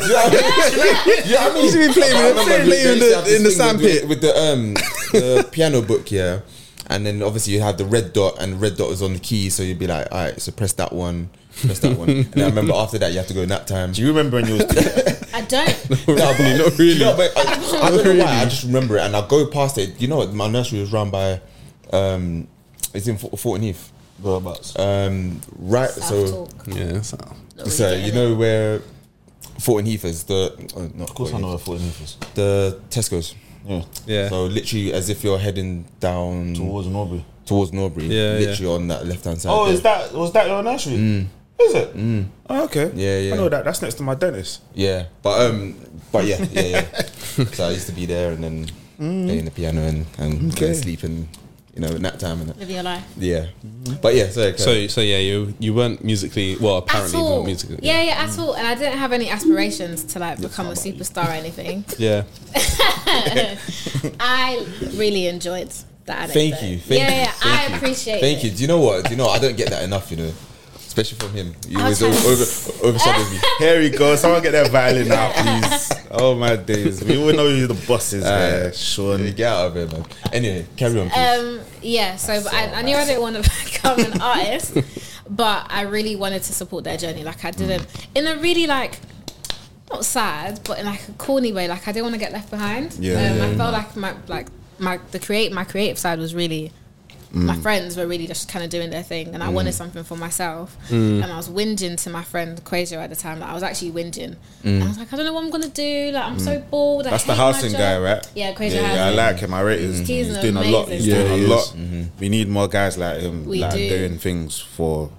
Speaker 2: I mean,
Speaker 1: You should be playing
Speaker 2: I
Speaker 1: with-
Speaker 2: remember
Speaker 1: playing
Speaker 2: they
Speaker 1: in
Speaker 2: used to
Speaker 1: the-
Speaker 2: have this
Speaker 1: in the
Speaker 2: thing with-
Speaker 1: sandpit.
Speaker 2: with, the um the piano book, yeah. And then obviously you had the red dot, and red dot was on the key, so you'd be like, all right, so press that one, press that one. And I remember after that you have to go nap time.
Speaker 4: Do you remember when you was
Speaker 3: I don't.
Speaker 2: No, but-
Speaker 1: not really.
Speaker 2: No, but I, I don't know why. I just remember it, and I go past it. You know, what, my nursery was run by, um, it's in Fort Heath.
Speaker 5: Whereabouts?
Speaker 1: Uh,
Speaker 2: Um, right,
Speaker 3: Self
Speaker 2: so
Speaker 3: talk.
Speaker 1: Yeah, so.
Speaker 2: so you know where Fort Heath is the uh, not
Speaker 5: Of course, I know where Fort Heath is.
Speaker 2: the Tesco's.
Speaker 5: Yeah,
Speaker 1: Yeah.
Speaker 2: So literally, as if you're heading down
Speaker 5: towards Norbury.
Speaker 2: towards Norbury,
Speaker 1: Yeah,
Speaker 2: literally on that left hand side.
Speaker 5: Oh,
Speaker 2: there.
Speaker 5: is that was that your nursery?
Speaker 1: Mm.
Speaker 5: Is it?
Speaker 4: Oh, okay.
Speaker 2: Yeah, yeah.
Speaker 4: I know that. That's next to my dentist.
Speaker 2: Yeah, but um, but yeah, yeah, yeah. so I used to be there and then
Speaker 5: Mm.
Speaker 2: playing the piano and and going to sleep and you know nap time and that.
Speaker 3: Live your life.
Speaker 2: yeah. But yeah, so, okay.
Speaker 1: So, so yeah, you you weren't musically well. Apparently,
Speaker 3: at
Speaker 1: you
Speaker 3: all.
Speaker 1: weren't musically.
Speaker 3: Yeah, yeah, at all. And I didn't have any aspirations to like become a superstar or anything.
Speaker 1: yeah.
Speaker 3: I really enjoyed that.
Speaker 2: Thank
Speaker 3: anecdote.
Speaker 2: you, thank
Speaker 3: yeah,
Speaker 2: you,
Speaker 3: yeah,
Speaker 2: thank
Speaker 3: I
Speaker 2: you,
Speaker 3: appreciate
Speaker 2: thank
Speaker 3: it.
Speaker 2: you. Do you know what? Do you know I don't get that enough? You know, especially from him. You
Speaker 3: I
Speaker 2: always
Speaker 3: was
Speaker 2: over, over,
Speaker 3: trying
Speaker 2: overshadow me.
Speaker 4: Here we go. Someone get that violin out, please. Oh my days. We all know who the boss is,
Speaker 1: Uh,
Speaker 4: there,
Speaker 2: You
Speaker 4: Sean.
Speaker 2: Get out of here, man. Anyway, carry on. Please.
Speaker 3: Um, yeah, so but I, I knew I didn't want to become an artist, but I really wanted to support their journey. Like I didn't
Speaker 4: Mm.
Speaker 3: in a really like not sad, but in like a corny way. Like I didn't want to get left behind.
Speaker 4: Yeah,
Speaker 3: um,
Speaker 4: yeah,
Speaker 3: I felt like my like my the create my creative side was really. My
Speaker 4: Mm.
Speaker 3: friends were really just kind of doing their thing, and I wanted something for myself.
Speaker 4: Mm.
Speaker 3: And I was whinging to my friend Quasio at the time. Like I was actually whinging. And I was like, I don't know what I'm gonna do. Like I'm so bored. I
Speaker 4: Mm. That's the
Speaker 3: hate my
Speaker 4: housing
Speaker 3: job."
Speaker 4: guy, right?
Speaker 3: Yeah, Quasio
Speaker 4: Yeah, yeah, I
Speaker 3: housing.
Speaker 4: like him. I rate him. He's,
Speaker 3: He's
Speaker 4: doing a lot. He's
Speaker 3: amazing.
Speaker 4: doing
Speaker 1: Yeah,
Speaker 4: a
Speaker 1: he
Speaker 4: lot. Mm-hmm.
Speaker 2: Mm-hmm.
Speaker 4: We need more guys like him,
Speaker 3: We
Speaker 4: like
Speaker 3: do.
Speaker 4: doing things for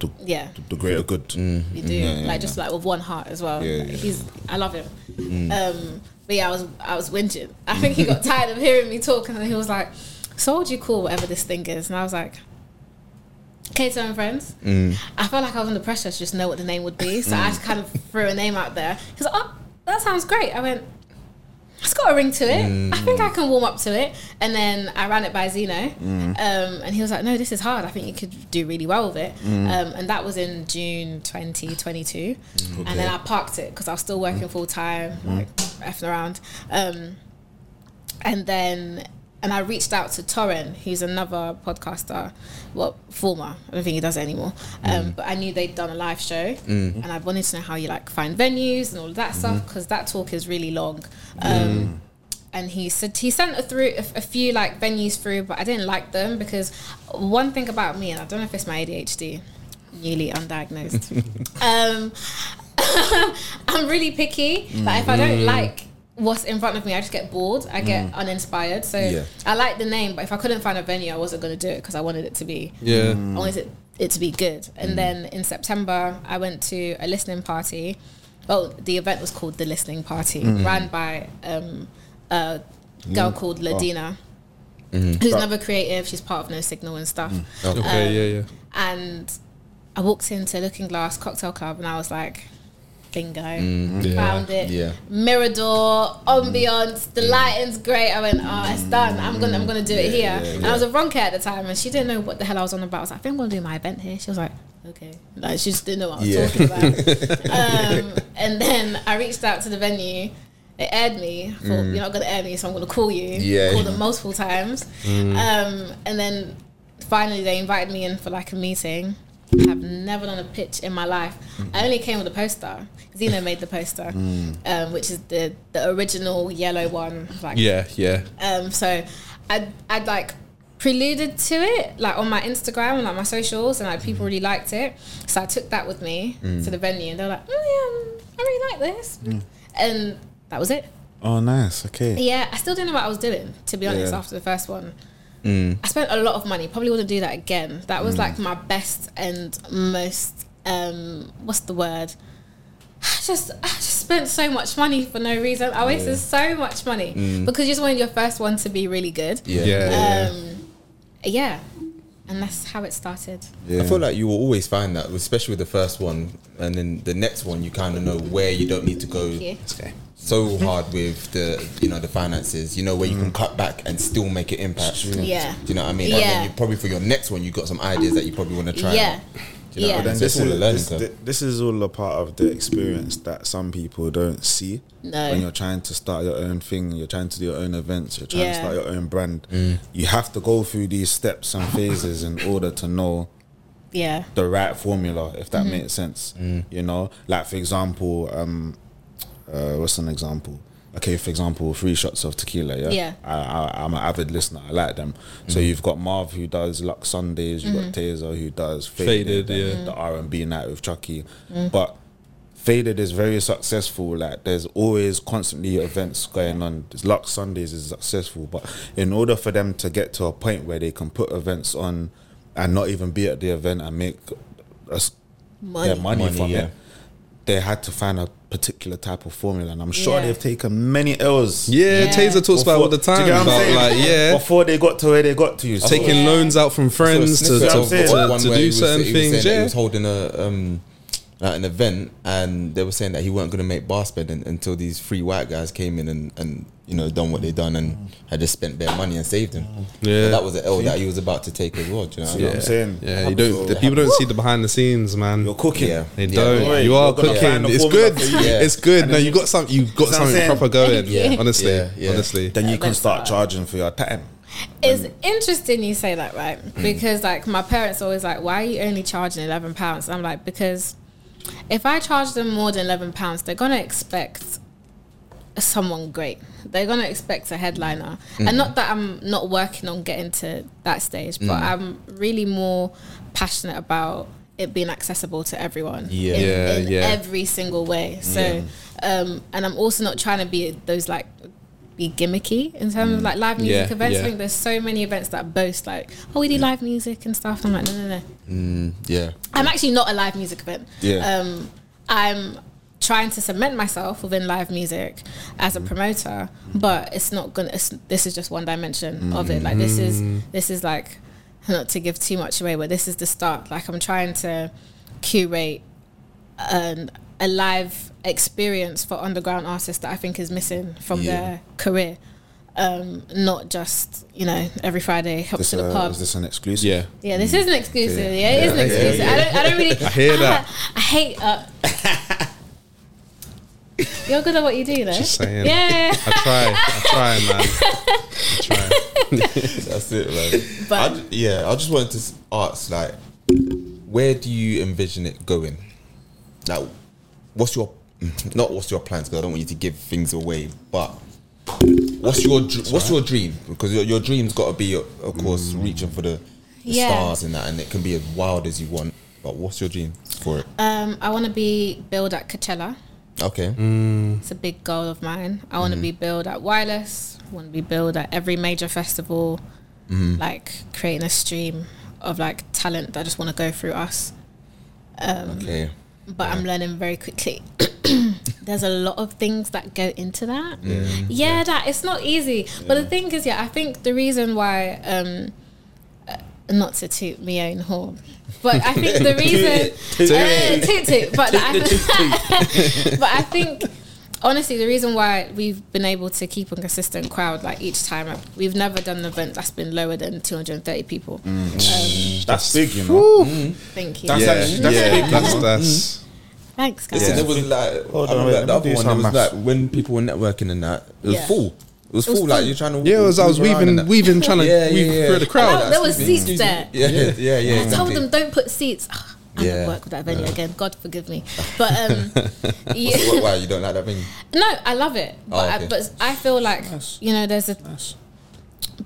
Speaker 4: the,
Speaker 3: Yeah.
Speaker 4: the greater good.
Speaker 2: Mm.
Speaker 3: You do like just like with one heart as well.
Speaker 4: Yeah,
Speaker 3: Like,
Speaker 4: yeah. Mm.
Speaker 3: He's I love him. Um, but yeah, I was I was whinging. I think he got tired of hearing me talk, and then he was like, "So what do you call whatever this thing is?" And I was like. Kato and friends.
Speaker 4: Mm.
Speaker 3: I felt like I was under pressure to just know what the name would be, so I just kind of threw a name out there. He's like, "Oh, that sounds great." I went, "It's got a ring to it. I think I can warm up to it." And then I ran it by Zeno, um, and he was like, "No, this is hard. I think you could do really well with it." Um, and that was in June 2022, and then I parked it because I was still working full time, like effing around. Um, and then and I reached out to Torren, who's another podcaster, well, former. I don't think he does it anymore. Um, But I knew they'd done a live show, and I wanted to know how you like find venues and all of that stuff because that talk is really long. Um, And he said he sent a through a, a few like venues through, but I didn't like them because one thing about me, and I don't know if it's my ADHD, newly undiagnosed. um, I'm really picky. Like if I don't like what's in front of me, I just get bored. I get uninspired. So
Speaker 2: Yeah.
Speaker 3: I like the name, but if I couldn't find a venue, I wasn't going to do it because I wanted it to be.
Speaker 1: Yeah.
Speaker 2: Mm.
Speaker 3: I wanted it, it to be good. And then in September, I went to a listening party. well, the event was called the Listening Party, ran by um, a girl called Ladina, who's another creative. She's part of No Signal and stuff.
Speaker 1: Okay, yeah, yeah.
Speaker 3: Um, And I walked into Looking Glass Cocktail Club, and I was like, bingo,
Speaker 1: yeah.
Speaker 3: found it.
Speaker 2: Yeah.
Speaker 3: Mirador, ambiance, the lighting's great. I went, oh, it's done. I'm gonna, I'm gonna do it here. And I was a ronker at the time, and she didn't know what the hell I was on about. I was like, I think I'm gonna do my event here. She was like, okay, like she just didn't know what I was
Speaker 2: Yeah.
Speaker 3: talking about. um, and then I reached out to the venue. They aired me. I thought, You're not gonna air me, so I'm gonna call you.
Speaker 2: Mm. Yeah. Mm.
Speaker 3: Called them multiple times, um, and then finally they invited me in for like a meeting. I've never done a pitch in my life. I only came with a poster. Zeno made the poster, um, which is the the original yellow one. Like,
Speaker 1: Yeah, yeah.
Speaker 3: um, so I I like preluded to it like on my Instagram and like my socials, and like people really liked it. So I took that with me to the venue, and they're like, oh yeah, um, I really like this, and that was it.
Speaker 4: Oh, nice. Okay.
Speaker 3: Yeah, I still didn't know what I was doing, to be honest,
Speaker 4: Yeah.
Speaker 3: after the first one. I spent a lot of money. Probably wouldn't do that again. That was like my best and most um what's the word? I just I just spent so much money for no reason. I wasted so much money because you just wanted your first one to be really good.
Speaker 1: Yeah, yeah.
Speaker 3: Um yeah. And that's how it started.
Speaker 2: I feel like you will always find that, especially with the first one, and then the next one, you kind of know where you don't need to go
Speaker 3: Yeah.
Speaker 1: okay.
Speaker 2: so hard with the, you know, the finances. You know where you
Speaker 1: Mm.
Speaker 2: can cut back and still make an impact.
Speaker 3: Yeah.
Speaker 2: Do you know what I mean? And
Speaker 3: Yeah.
Speaker 2: then you probably for your next one, you got some ideas that you probably want to try.
Speaker 3: Yeah.
Speaker 2: out. you know,
Speaker 3: Yeah.
Speaker 2: but
Speaker 4: Then
Speaker 2: So
Speaker 4: this
Speaker 2: it's all a
Speaker 4: is,
Speaker 2: learning
Speaker 4: this,
Speaker 2: curve.
Speaker 4: thi- this is all a part of the experience that some people don't see.
Speaker 3: No.
Speaker 4: When you're trying to start your own thing, you're trying to do your own events, you're trying
Speaker 3: Yeah.
Speaker 4: to start your own brand.
Speaker 2: Mm.
Speaker 4: You have to go through these steps and phases in order to know
Speaker 3: yeah.
Speaker 4: the right formula, if that makes sense. You know, like for example, um, uh, what's an example? Okay, for example, three shots of tequila. Yeah,
Speaker 3: Yeah.
Speaker 4: I, I, I'm an avid listener. I like them. So you've got Marv who does Luck Sundays. You've got Taser who does Faded,
Speaker 1: Faded,
Speaker 4: and
Speaker 1: yeah.
Speaker 4: the R and B night with Chucky. But Faded is very successful. Like there's always constantly events going on. Luck Sundays is successful, but in order for them to get to a point where they can put events on and not even be at the event and make us
Speaker 3: Money.
Speaker 4: their money,
Speaker 2: Money,
Speaker 4: from
Speaker 2: yeah.
Speaker 4: it. They had to find a particular type of formula, and I'm sure
Speaker 3: Yeah.
Speaker 4: they've taken many L's.
Speaker 1: Yeah,
Speaker 3: Yeah.
Speaker 1: Taser talks about it all the
Speaker 4: Before- do
Speaker 1: time
Speaker 4: you get what I'm
Speaker 1: about
Speaker 4: saying?
Speaker 1: like yeah,
Speaker 4: Before they got to where they got to, so
Speaker 1: taking
Speaker 3: Yeah.
Speaker 1: loans out from friends to,
Speaker 2: snippet
Speaker 1: to,
Speaker 2: of- of
Speaker 1: to,
Speaker 2: one
Speaker 1: to
Speaker 2: where he
Speaker 1: do
Speaker 2: was-
Speaker 1: certain
Speaker 2: he was saying
Speaker 1: things.
Speaker 2: that
Speaker 1: Yeah,
Speaker 2: he was holding a um, like an event, and they were saying that he weren't going to make bar spend un- until these three white guys came in and, and you know done what they done and had just spent their money and saved him.
Speaker 1: Mm. Yeah.
Speaker 2: so that was an L that he was about to take as well. Do you know what
Speaker 4: you know
Speaker 2: I
Speaker 4: what I'm saying?
Speaker 2: mean?
Speaker 1: yeah. You don't. The people don't see the behind the scenes, man.
Speaker 4: You're cooking.
Speaker 2: Yeah.
Speaker 1: They
Speaker 2: Yeah.
Speaker 1: don't.
Speaker 2: Don't
Speaker 4: worry,
Speaker 1: you are
Speaker 4: we're gonna find
Speaker 1: cooking.
Speaker 4: the
Speaker 1: It's
Speaker 4: formula
Speaker 1: good.
Speaker 4: for you.
Speaker 2: Yeah.
Speaker 1: It's good. No, you got some. You got
Speaker 4: what I'm
Speaker 1: something
Speaker 4: saying?
Speaker 1: proper going.
Speaker 3: Yeah.
Speaker 1: Honestly,
Speaker 2: Yeah, yeah.
Speaker 1: honestly.
Speaker 4: Then you can
Speaker 3: That's
Speaker 4: start
Speaker 3: right.
Speaker 4: charging for your time.
Speaker 3: It's interesting you say that, right? Because like my parents are always like, why are you only charging eleven pounds? I'm like, because if I charge them more than eleven pounds, they're gonna expect someone great. They're gonna expect a headliner,
Speaker 1: Mm.
Speaker 3: and not that I'm not working on getting to that stage, but
Speaker 1: Mm.
Speaker 3: I'm really more passionate about it being accessible to everyone.
Speaker 2: Yeah.
Speaker 3: in,
Speaker 1: Yeah,
Speaker 3: in
Speaker 1: yeah.
Speaker 3: every single way. So, um, and I'm also not trying to be those like be gimmicky in terms of like live music
Speaker 1: Yeah,
Speaker 3: events.
Speaker 1: yeah.
Speaker 3: I think there's so many events that boast like, oh, we do live music and stuff. I'm like, no, no, no.
Speaker 2: Yeah,
Speaker 3: I'm actually not a live music event.
Speaker 4: Yeah.
Speaker 3: Um, I'm trying to cement myself within live music as a promoter, but it's not gonna. It's, this is just one dimension of it. Like this is this is like not to give too much away, but this is the start. Like I'm trying to curate an a live experience for underground artists that I think is missing from
Speaker 2: Yeah.
Speaker 3: their career. Um, not just you know every Friday hop
Speaker 4: This,
Speaker 3: to the
Speaker 4: uh,
Speaker 3: pub.
Speaker 4: is this an exclusive?
Speaker 1: Yeah.
Speaker 3: Yeah, this is an exclusive. Yeah, it is an exclusive. I don't. I don't really. I
Speaker 1: hear that.
Speaker 3: I hate. Uh, you're good at what you do, though.
Speaker 1: Just saying.
Speaker 3: Yeah,
Speaker 1: I try. I try, man. I try.
Speaker 2: that's it, man.
Speaker 3: But-
Speaker 2: I ju- yeah, I just wanted to s- ask, like, where do you envision it going? Like, what's your not what's your plans? Because I don't want you to give things away, but what's your dr- what's your dream? Because your, your dream's got to be, of course, reaching for the, the
Speaker 3: Yeah.
Speaker 2: stars and that, and it can be as wild as you want. But what's your dream for it?
Speaker 3: um, I want to be billed at Coachella.
Speaker 2: Okay,
Speaker 1: Mm.
Speaker 3: It's a big goal of mine. I want to
Speaker 1: Mm-hmm.
Speaker 3: be billed at Wireless. I want to be billed at every major festival.
Speaker 1: Mm-hmm.
Speaker 3: Like creating a stream of like talent that just want to go through us.
Speaker 2: okay,
Speaker 3: But I'm learning very quickly there's a lot of things that go into that. Yeah, that it's not easy. But the thing is, yeah, I think the reason why, um, uh, not to toot my own horn, but I think the reason, Uh, toot toot, but I, but I think. Honestly, the reason why we've been able to keep a consistent crowd, like each time, like, we've never done an event that's been lower than 230 people. Um,
Speaker 4: That's big, you know.
Speaker 3: thank you.
Speaker 4: That's
Speaker 1: Yeah,
Speaker 4: actually- that's
Speaker 1: yeah,
Speaker 4: big,
Speaker 1: that's,
Speaker 4: you know.
Speaker 1: that's
Speaker 3: Thanks, guys.
Speaker 2: Listen, it was like I
Speaker 4: on,
Speaker 2: remember
Speaker 4: wait, let
Speaker 2: the
Speaker 4: me
Speaker 2: other
Speaker 4: do
Speaker 2: one. It
Speaker 4: some
Speaker 2: was
Speaker 4: maths.
Speaker 2: like when people were networking and that it was
Speaker 3: Yeah.
Speaker 2: full. It was
Speaker 3: was
Speaker 2: full. Like
Speaker 3: full.
Speaker 2: you're trying to.
Speaker 1: yeah. It was, I was
Speaker 2: move around and
Speaker 1: weaving,
Speaker 2: that.
Speaker 1: weaving, trying to
Speaker 2: Yeah, yeah,
Speaker 1: weave
Speaker 2: yeah.
Speaker 1: through the crowd.
Speaker 3: Oh, there was seats there.
Speaker 2: Yeah, yeah, yeah. yeah
Speaker 3: I told
Speaker 2: exactly.
Speaker 3: them don't put seats. Ah, I
Speaker 2: Yeah.
Speaker 3: don't work with that venue again. God forgive me. But um, yeah.
Speaker 2: Why- Why you don't like that thing?
Speaker 3: no, I love it. But,
Speaker 2: Oh, okay.
Speaker 3: I, but I feel like you know, there's a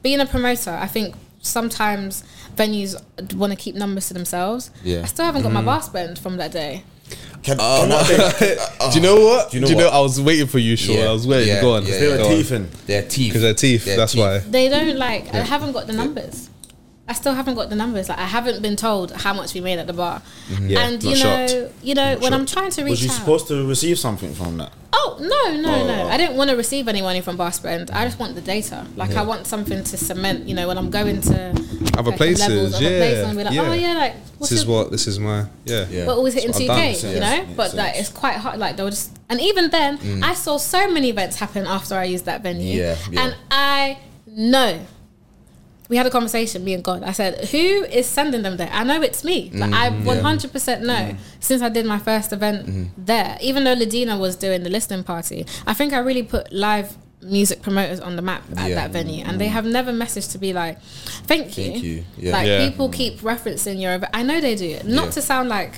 Speaker 3: being a promoter. I think sometimes venues want to keep numbers to themselves.
Speaker 2: Yeah.
Speaker 3: I still haven't got my bar spend from that day.
Speaker 5: Can,
Speaker 2: Oh,
Speaker 5: can I think-
Speaker 1: Do you know what? Do you know,
Speaker 2: what?
Speaker 1: I was waiting for you, sure.
Speaker 2: Yeah,
Speaker 1: I was waiting.
Speaker 2: yeah,
Speaker 1: go on.
Speaker 2: yeah,
Speaker 4: They were
Speaker 2: yeah.
Speaker 1: Go on.
Speaker 4: teething.
Speaker 2: Their teeth.
Speaker 1: Because they're teeth.
Speaker 2: Their
Speaker 1: that's
Speaker 2: teeth.
Speaker 1: why.
Speaker 3: They don't like. I haven't got the numbers. I still haven't got the numbers. Like I haven't been told how much we made at the bar.
Speaker 1: Yeah,
Speaker 3: and you know,
Speaker 1: not shocked.
Speaker 3: you know, when I'm trying to reach
Speaker 4: Was you
Speaker 3: out,
Speaker 4: supposed to receive something from that?
Speaker 3: Oh no, no, no! I didn't want to receive any money from Barspend. I just want the data. Like I want something to cement. You know, when I'm going to
Speaker 1: Other
Speaker 3: like,
Speaker 1: places, yeah,
Speaker 3: and be like,
Speaker 1: yeah.
Speaker 3: oh yeah, like
Speaker 1: This
Speaker 3: what's
Speaker 1: is
Speaker 3: your,
Speaker 1: what. This is my. Yeah.
Speaker 2: Yeah.
Speaker 3: we're always hitting
Speaker 1: That's
Speaker 3: two
Speaker 1: what I've
Speaker 3: k,
Speaker 1: done,
Speaker 3: you know.
Speaker 4: yeah.
Speaker 3: but like it's quite hard. Like they'll just and even then, I saw so many events happen after I used that
Speaker 2: Mm.
Speaker 3: venue.
Speaker 2: Yeah, yeah.
Speaker 3: and I know. We had a conversation, me and God. I said, "Who is sending them there?" I know it's me.
Speaker 2: Mm,
Speaker 3: Like I 100 percent know. Since I did my first event
Speaker 2: Mm-hmm.
Speaker 3: there, even though Ladina was doing the listening party, I think I really put live music promoters on the map at
Speaker 2: Yeah. Mm.
Speaker 3: that venue, and they have never messaged to be like, "Thank you."
Speaker 2: Thank you. Yeah.
Speaker 3: Like
Speaker 1: Yeah.
Speaker 3: people keep referencing your event. I know they do. Not
Speaker 2: Yeah.
Speaker 3: to sound like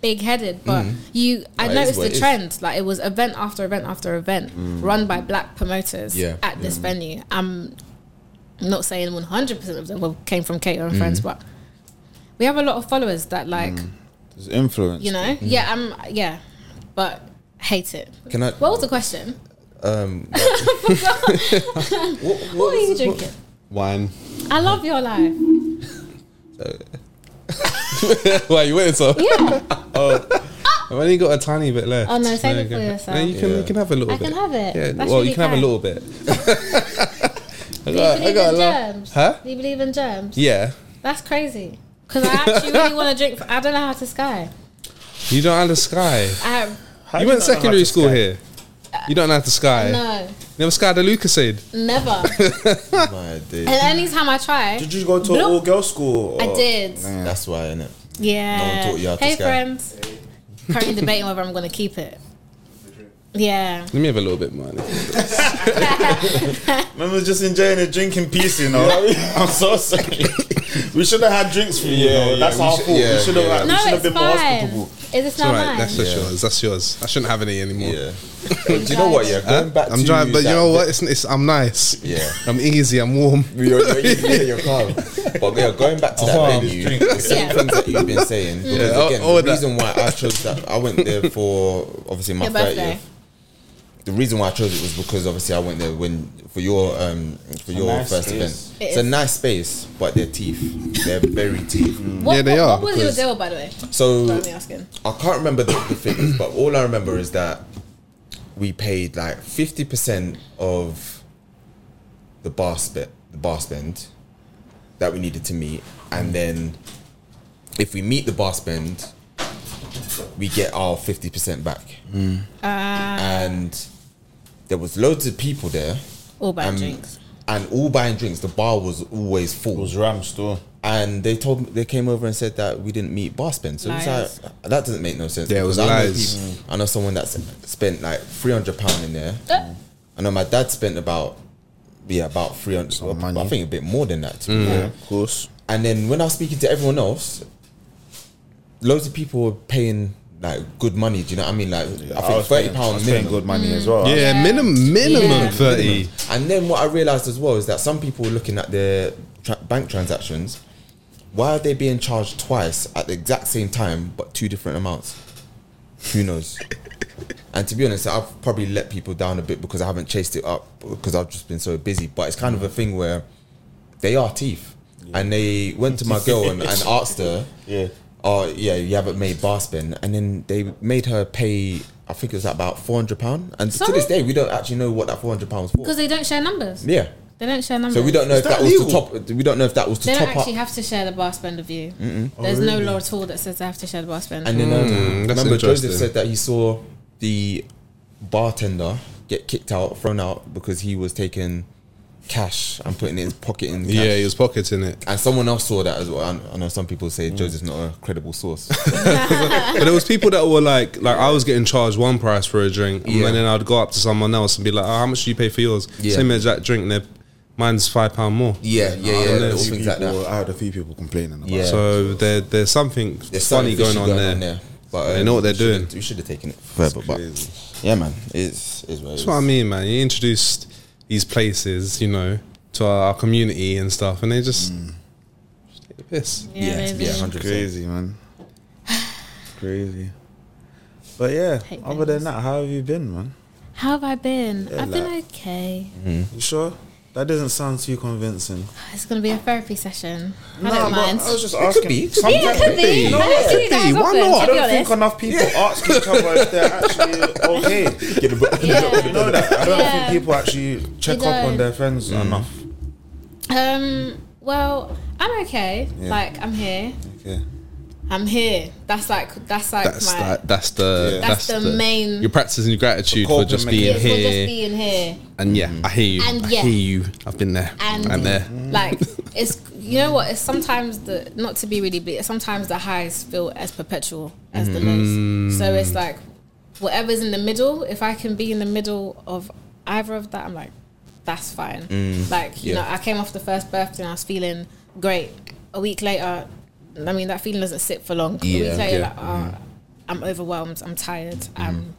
Speaker 3: big headed, but you
Speaker 2: That
Speaker 3: I
Speaker 2: is
Speaker 3: noticed
Speaker 2: what
Speaker 3: the
Speaker 2: Mm. it is. Mm.
Speaker 3: trend. Like it was event after event after event run by black promoters
Speaker 2: Yeah. Mm.
Speaker 3: at this venue. I'm not saying one hundred percent of them were- came from Cater
Speaker 2: Mm.
Speaker 3: and Friends, but we have a lot of followers that like,
Speaker 4: It's influence.
Speaker 3: you know,
Speaker 2: Mm.
Speaker 3: yeah, I'm yeah. But hate it.
Speaker 2: Can I?
Speaker 3: What was the question?
Speaker 2: Um,
Speaker 3: What, are you drinking?
Speaker 1: Wine.
Speaker 3: I love your life.
Speaker 1: Why you waiting so?
Speaker 3: Yeah.
Speaker 1: I've only got a tiny bit left.
Speaker 3: Oh, no, save
Speaker 1: There
Speaker 3: it
Speaker 1: you
Speaker 3: for
Speaker 1: go.
Speaker 3: yourself.
Speaker 1: No, you can. You can have a little
Speaker 3: I
Speaker 1: bit.
Speaker 3: can have it.
Speaker 1: Yeah.
Speaker 3: That's
Speaker 1: well,
Speaker 3: really
Speaker 1: you can have
Speaker 3: kind.
Speaker 1: a little bit. I
Speaker 3: Do you
Speaker 1: got. I
Speaker 3: believe
Speaker 1: got
Speaker 3: in
Speaker 1: a lot.
Speaker 3: germs?
Speaker 1: Huh?
Speaker 3: Do you believe in germs?
Speaker 1: Yeah.
Speaker 3: That's crazy. Because I actually really want to drink. I don't know how to sky.
Speaker 1: You don't have the sky.
Speaker 3: I
Speaker 1: you
Speaker 4: do you
Speaker 1: went
Speaker 4: not know how
Speaker 1: secondary
Speaker 4: to
Speaker 1: school
Speaker 4: sky?
Speaker 1: here. You don't know how to sky.
Speaker 3: no,
Speaker 1: Never skied a Lucasaid.
Speaker 3: never.
Speaker 2: my day.
Speaker 3: and any time I try,
Speaker 4: Did you Oh, go to an
Speaker 3: Bloop.
Speaker 4: all girl school? Or?
Speaker 3: I did.
Speaker 2: That's why, innit?
Speaker 3: Yeah.
Speaker 2: No one taught you how to
Speaker 3: hey
Speaker 2: sky.
Speaker 3: friends. Currently debating whether I'm going to keep it. Yeah.
Speaker 1: Let me have a little bit more.
Speaker 4: Man was just enjoying a drink in peace, you know. I'm so sorry. we should have had drinks for you.
Speaker 2: Yeah,
Speaker 4: you know.
Speaker 2: yeah,
Speaker 4: That's
Speaker 2: we
Speaker 4: our
Speaker 2: should-
Speaker 4: fault.
Speaker 2: yeah,
Speaker 4: we should have.
Speaker 2: yeah.
Speaker 4: We
Speaker 3: No,
Speaker 4: should have
Speaker 3: it's
Speaker 4: been more
Speaker 3: fine.
Speaker 4: hospitable.
Speaker 3: Is this
Speaker 1: All
Speaker 3: not
Speaker 1: right,
Speaker 3: mine?
Speaker 1: that's just yours. That's yours. I shouldn't have any anymore.
Speaker 2: Yeah. but do you know what? Yeah,
Speaker 1: Huh?
Speaker 2: going back.
Speaker 1: I'm
Speaker 2: to
Speaker 1: driving, but you
Speaker 2: that
Speaker 1: know
Speaker 2: bit-
Speaker 1: what? It's, it's I'm nice.
Speaker 2: Yeah.
Speaker 1: I'm easy. I'm warm.
Speaker 2: You're, you're, you're, you're calm. But yeah, going back to that venue, the same
Speaker 3: Yeah.
Speaker 2: things that you've been saying. Because
Speaker 1: Yeah, all-
Speaker 2: again,
Speaker 1: all
Speaker 2: the
Speaker 1: of that.
Speaker 2: reason why I chose that, I went there for obviously my
Speaker 3: Your birthday.
Speaker 2: thirtieth. The reason why I chose it was because obviously I went there when for your um for your
Speaker 5: nice
Speaker 2: first
Speaker 5: space.
Speaker 2: event.
Speaker 3: It
Speaker 2: it's a
Speaker 3: is.
Speaker 2: nice space, but their teeth, they're very teeth.
Speaker 3: What,
Speaker 1: Yeah, they
Speaker 3: what,
Speaker 1: are,
Speaker 3: What was your
Speaker 1: because-
Speaker 3: deal, by the way?
Speaker 2: So
Speaker 3: Let me asking.
Speaker 2: I can't remember the, the figures, but all I remember is that we paid like fifty percent of the bar spend, the bar spend that we needed to meet, and then if we meet the bar spend, we get our fifty percent back. And there was loads of people there,
Speaker 3: All bad
Speaker 2: um,
Speaker 3: drinks.
Speaker 2: and all buying drinks. The bar was always full
Speaker 4: It was Ram store.
Speaker 2: and they told me they came over and said that we didn't meet bar spend. So
Speaker 3: Lies.
Speaker 2: it's like that doesn't make no sense.
Speaker 1: Yeah, it was
Speaker 2: Because I know
Speaker 1: lies.
Speaker 2: people- I know someone that's spent like three hundred pound in there.
Speaker 3: Uh,
Speaker 2: I know my dad spent about yeah about three hundred.
Speaker 4: Some money. Mm.
Speaker 2: I think a bit more than that. to be
Speaker 4: Yeah,
Speaker 2: fair.
Speaker 4: of course.
Speaker 2: And then when I was speaking to everyone else, loads of people were paying like good money. Do you know what I mean? Like I think
Speaker 4: was
Speaker 2: thirty
Speaker 4: paying- I was
Speaker 2: pounds
Speaker 4: paying
Speaker 2: minimum.
Speaker 4: good money as well.
Speaker 1: Yeah, minimum minimum
Speaker 3: Yeah.
Speaker 1: thirty.
Speaker 2: And then what I realized as well is that some people were looking at their tra- bank transactions. Why are they being charged twice at the exact same time, but two different amounts? Who knows? and to be honest, I've probably let people down a bit because I haven't chased it up because I've just been so busy. But it's kind of a thing where they are teeth. And they went to my girl and, and asked her,
Speaker 5: Yeah.
Speaker 2: Oh, yeah, you haven't made bar spin. And then they made her pay, I think it was about four hundred pound, and to
Speaker 3: Sorry?
Speaker 2: this day we don't actually know what that four hundred pounds for.
Speaker 3: Because they don't share numbers.
Speaker 2: Yeah,
Speaker 3: They don't share numbers.
Speaker 2: so
Speaker 1: Mm.
Speaker 2: we don't know if
Speaker 4: that
Speaker 2: that, was to
Speaker 4: legal?
Speaker 2: top. We don't know if that was to
Speaker 3: They don't
Speaker 2: top up. Oh,
Speaker 3: actually have to share the bar spend with you. There's no law at all that says they have to share the bar spend.
Speaker 2: And then um,
Speaker 1: Mm, that's
Speaker 2: remember Joseph
Speaker 1: interesting.
Speaker 2: said that he saw the bartender get kicked out, thrown out because he was taking cash and putting it in his pocket in cash.
Speaker 1: Yeah, he was pocketing it.
Speaker 2: and someone else saw that as well. I, I know some people
Speaker 1: Mm.
Speaker 2: say Joseph's not a credible source.
Speaker 1: But there was people that were like, like I was getting charged one price for a drink, and
Speaker 2: Yeah.
Speaker 1: then I'd go up to someone else and be like, oh, "How much do you pay for yours?"
Speaker 2: Yeah.
Speaker 1: Same as that drink, and they're- mine's five pound more.
Speaker 2: yeah, yeah, yeah.
Speaker 1: Oh, no,
Speaker 2: little
Speaker 4: Few
Speaker 2: things like
Speaker 4: people-
Speaker 2: that.
Speaker 4: I had a few people complaining about
Speaker 2: Yeah.
Speaker 4: it.
Speaker 1: So there, there's something
Speaker 2: There's
Speaker 1: funny
Speaker 2: something
Speaker 1: going,
Speaker 2: fishy
Speaker 1: on, there.
Speaker 2: But uh,
Speaker 1: They know what they're
Speaker 2: we
Speaker 1: doing.
Speaker 2: should've- We should have taken it further, but yeah, man, it's is what it is.
Speaker 1: That's what I mean, man. You introduced these places, you know, to our, our community and stuff, and they just, just take the piss.
Speaker 3: yeah,
Speaker 2: yeah,
Speaker 3: maybe.
Speaker 2: yeah, 100%.
Speaker 4: Crazy, man. Crazy. But yeah,
Speaker 3: Hate
Speaker 4: other than that, how have you been, man?
Speaker 3: How have I been? I've been
Speaker 4: like-
Speaker 3: okay.
Speaker 4: You sure? That doesn't sound too convincing.
Speaker 3: It's gonna be a therapy session. I
Speaker 4: Nah, but
Speaker 3: don't mind.
Speaker 4: I was just
Speaker 2: could
Speaker 4: asking.
Speaker 2: be, it could be,
Speaker 4: Sometimes
Speaker 3: it could be.
Speaker 4: No,
Speaker 3: I don't
Speaker 4: it
Speaker 3: see
Speaker 4: could
Speaker 3: it as
Speaker 4: be. Why
Speaker 3: often,
Speaker 4: not?
Speaker 3: to
Speaker 4: I
Speaker 3: be
Speaker 4: don't think
Speaker 3: honest.
Speaker 4: enough people ask each other if they're actually okay. You know that. I don't
Speaker 3: Yeah.
Speaker 4: think people actually check up
Speaker 3: don't.
Speaker 4: on their friends
Speaker 2: Mm.
Speaker 4: enough.
Speaker 3: Um. Well, I'm okay. Like I'm here.
Speaker 4: Okay.
Speaker 3: I'm here. That's like that's like
Speaker 1: That's
Speaker 3: my.
Speaker 1: that. That's the.
Speaker 4: Yeah.
Speaker 3: That's the main-
Speaker 1: You're practicing your gratitude for
Speaker 4: coping
Speaker 1: just being
Speaker 3: It's for
Speaker 1: here,
Speaker 3: just being here.
Speaker 1: and yeah, I hear you.
Speaker 3: And
Speaker 1: I
Speaker 3: yeah.
Speaker 1: hear you. I've been there.
Speaker 3: and
Speaker 1: I'm there.
Speaker 3: like it's you know what it's sometimes the not to be really bleak sometimes the highs feel as perpetual as the
Speaker 2: Mm-hmm.
Speaker 3: lows so it's like whatever's in the middle if i can be in the middle of either of that i'm like that's fine like you
Speaker 2: Mm. yeah.
Speaker 3: know i came off the first birthday and i was feeling great a week later i mean that feeling doesn't sit for long a
Speaker 2: Yeah, Mm-hmm.
Speaker 3: week later
Speaker 2: yeah.
Speaker 3: like, oh, i'm overwhelmed i'm tired i'm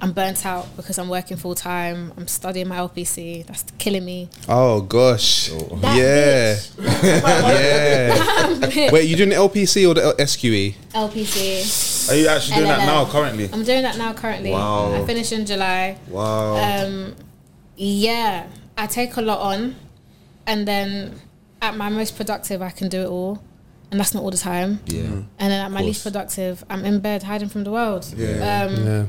Speaker 3: i'm burnt out because i'm working full time i'm studying my lpc that's killing me
Speaker 1: Oh gosh.
Speaker 3: That
Speaker 1: yeah. yeah.
Speaker 3: Wait.
Speaker 1: Wait, you doing the LPC or the L- E? SQE?
Speaker 3: LPC.
Speaker 4: Are you actually doing that now
Speaker 3: LLL.
Speaker 4: currently?
Speaker 3: I'm doing that now currently.
Speaker 4: Wow.
Speaker 3: I finish in July.
Speaker 4: Wow.
Speaker 3: Um, yeah, I take a lot on, and then at my most productive, I can do it all, and that's not all the time.
Speaker 2: Yeah,
Speaker 1: Mm.
Speaker 3: And then at my least productive, I'm in bed hiding from the world.
Speaker 4: Yeah.
Speaker 3: Um,
Speaker 1: Yeah.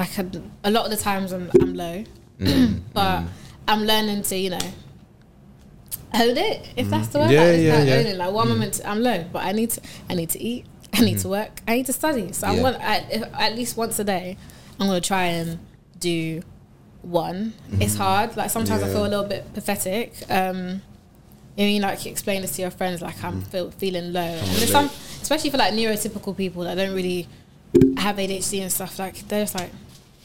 Speaker 3: Like a, a lot of the times, I'm I'm low,
Speaker 1: Mm,
Speaker 3: but I'm learning to you know. Own it, if that's the word.
Speaker 1: Yeah,
Speaker 3: like, it's
Speaker 1: yeah,
Speaker 3: like
Speaker 1: yeah. Mm.
Speaker 3: owning. Like, what am I meant to? I'm low, but I need to. I need to eat. I need to work. I need to study. So I
Speaker 2: Yeah.
Speaker 3: want at, if- at least once a day. I'm gonna try and do one. It's
Speaker 1: Mm-hmm.
Speaker 3: hard. Like sometimes I
Speaker 4: Yeah.
Speaker 3: feel a little bit pathetic. Um, you mean like you explain this to your friends, like
Speaker 1: Mm.
Speaker 3: I'm feel, feeling low, and there's some, especially for like neurotypical people that don't really have ADHD and stuff. Like they're just like,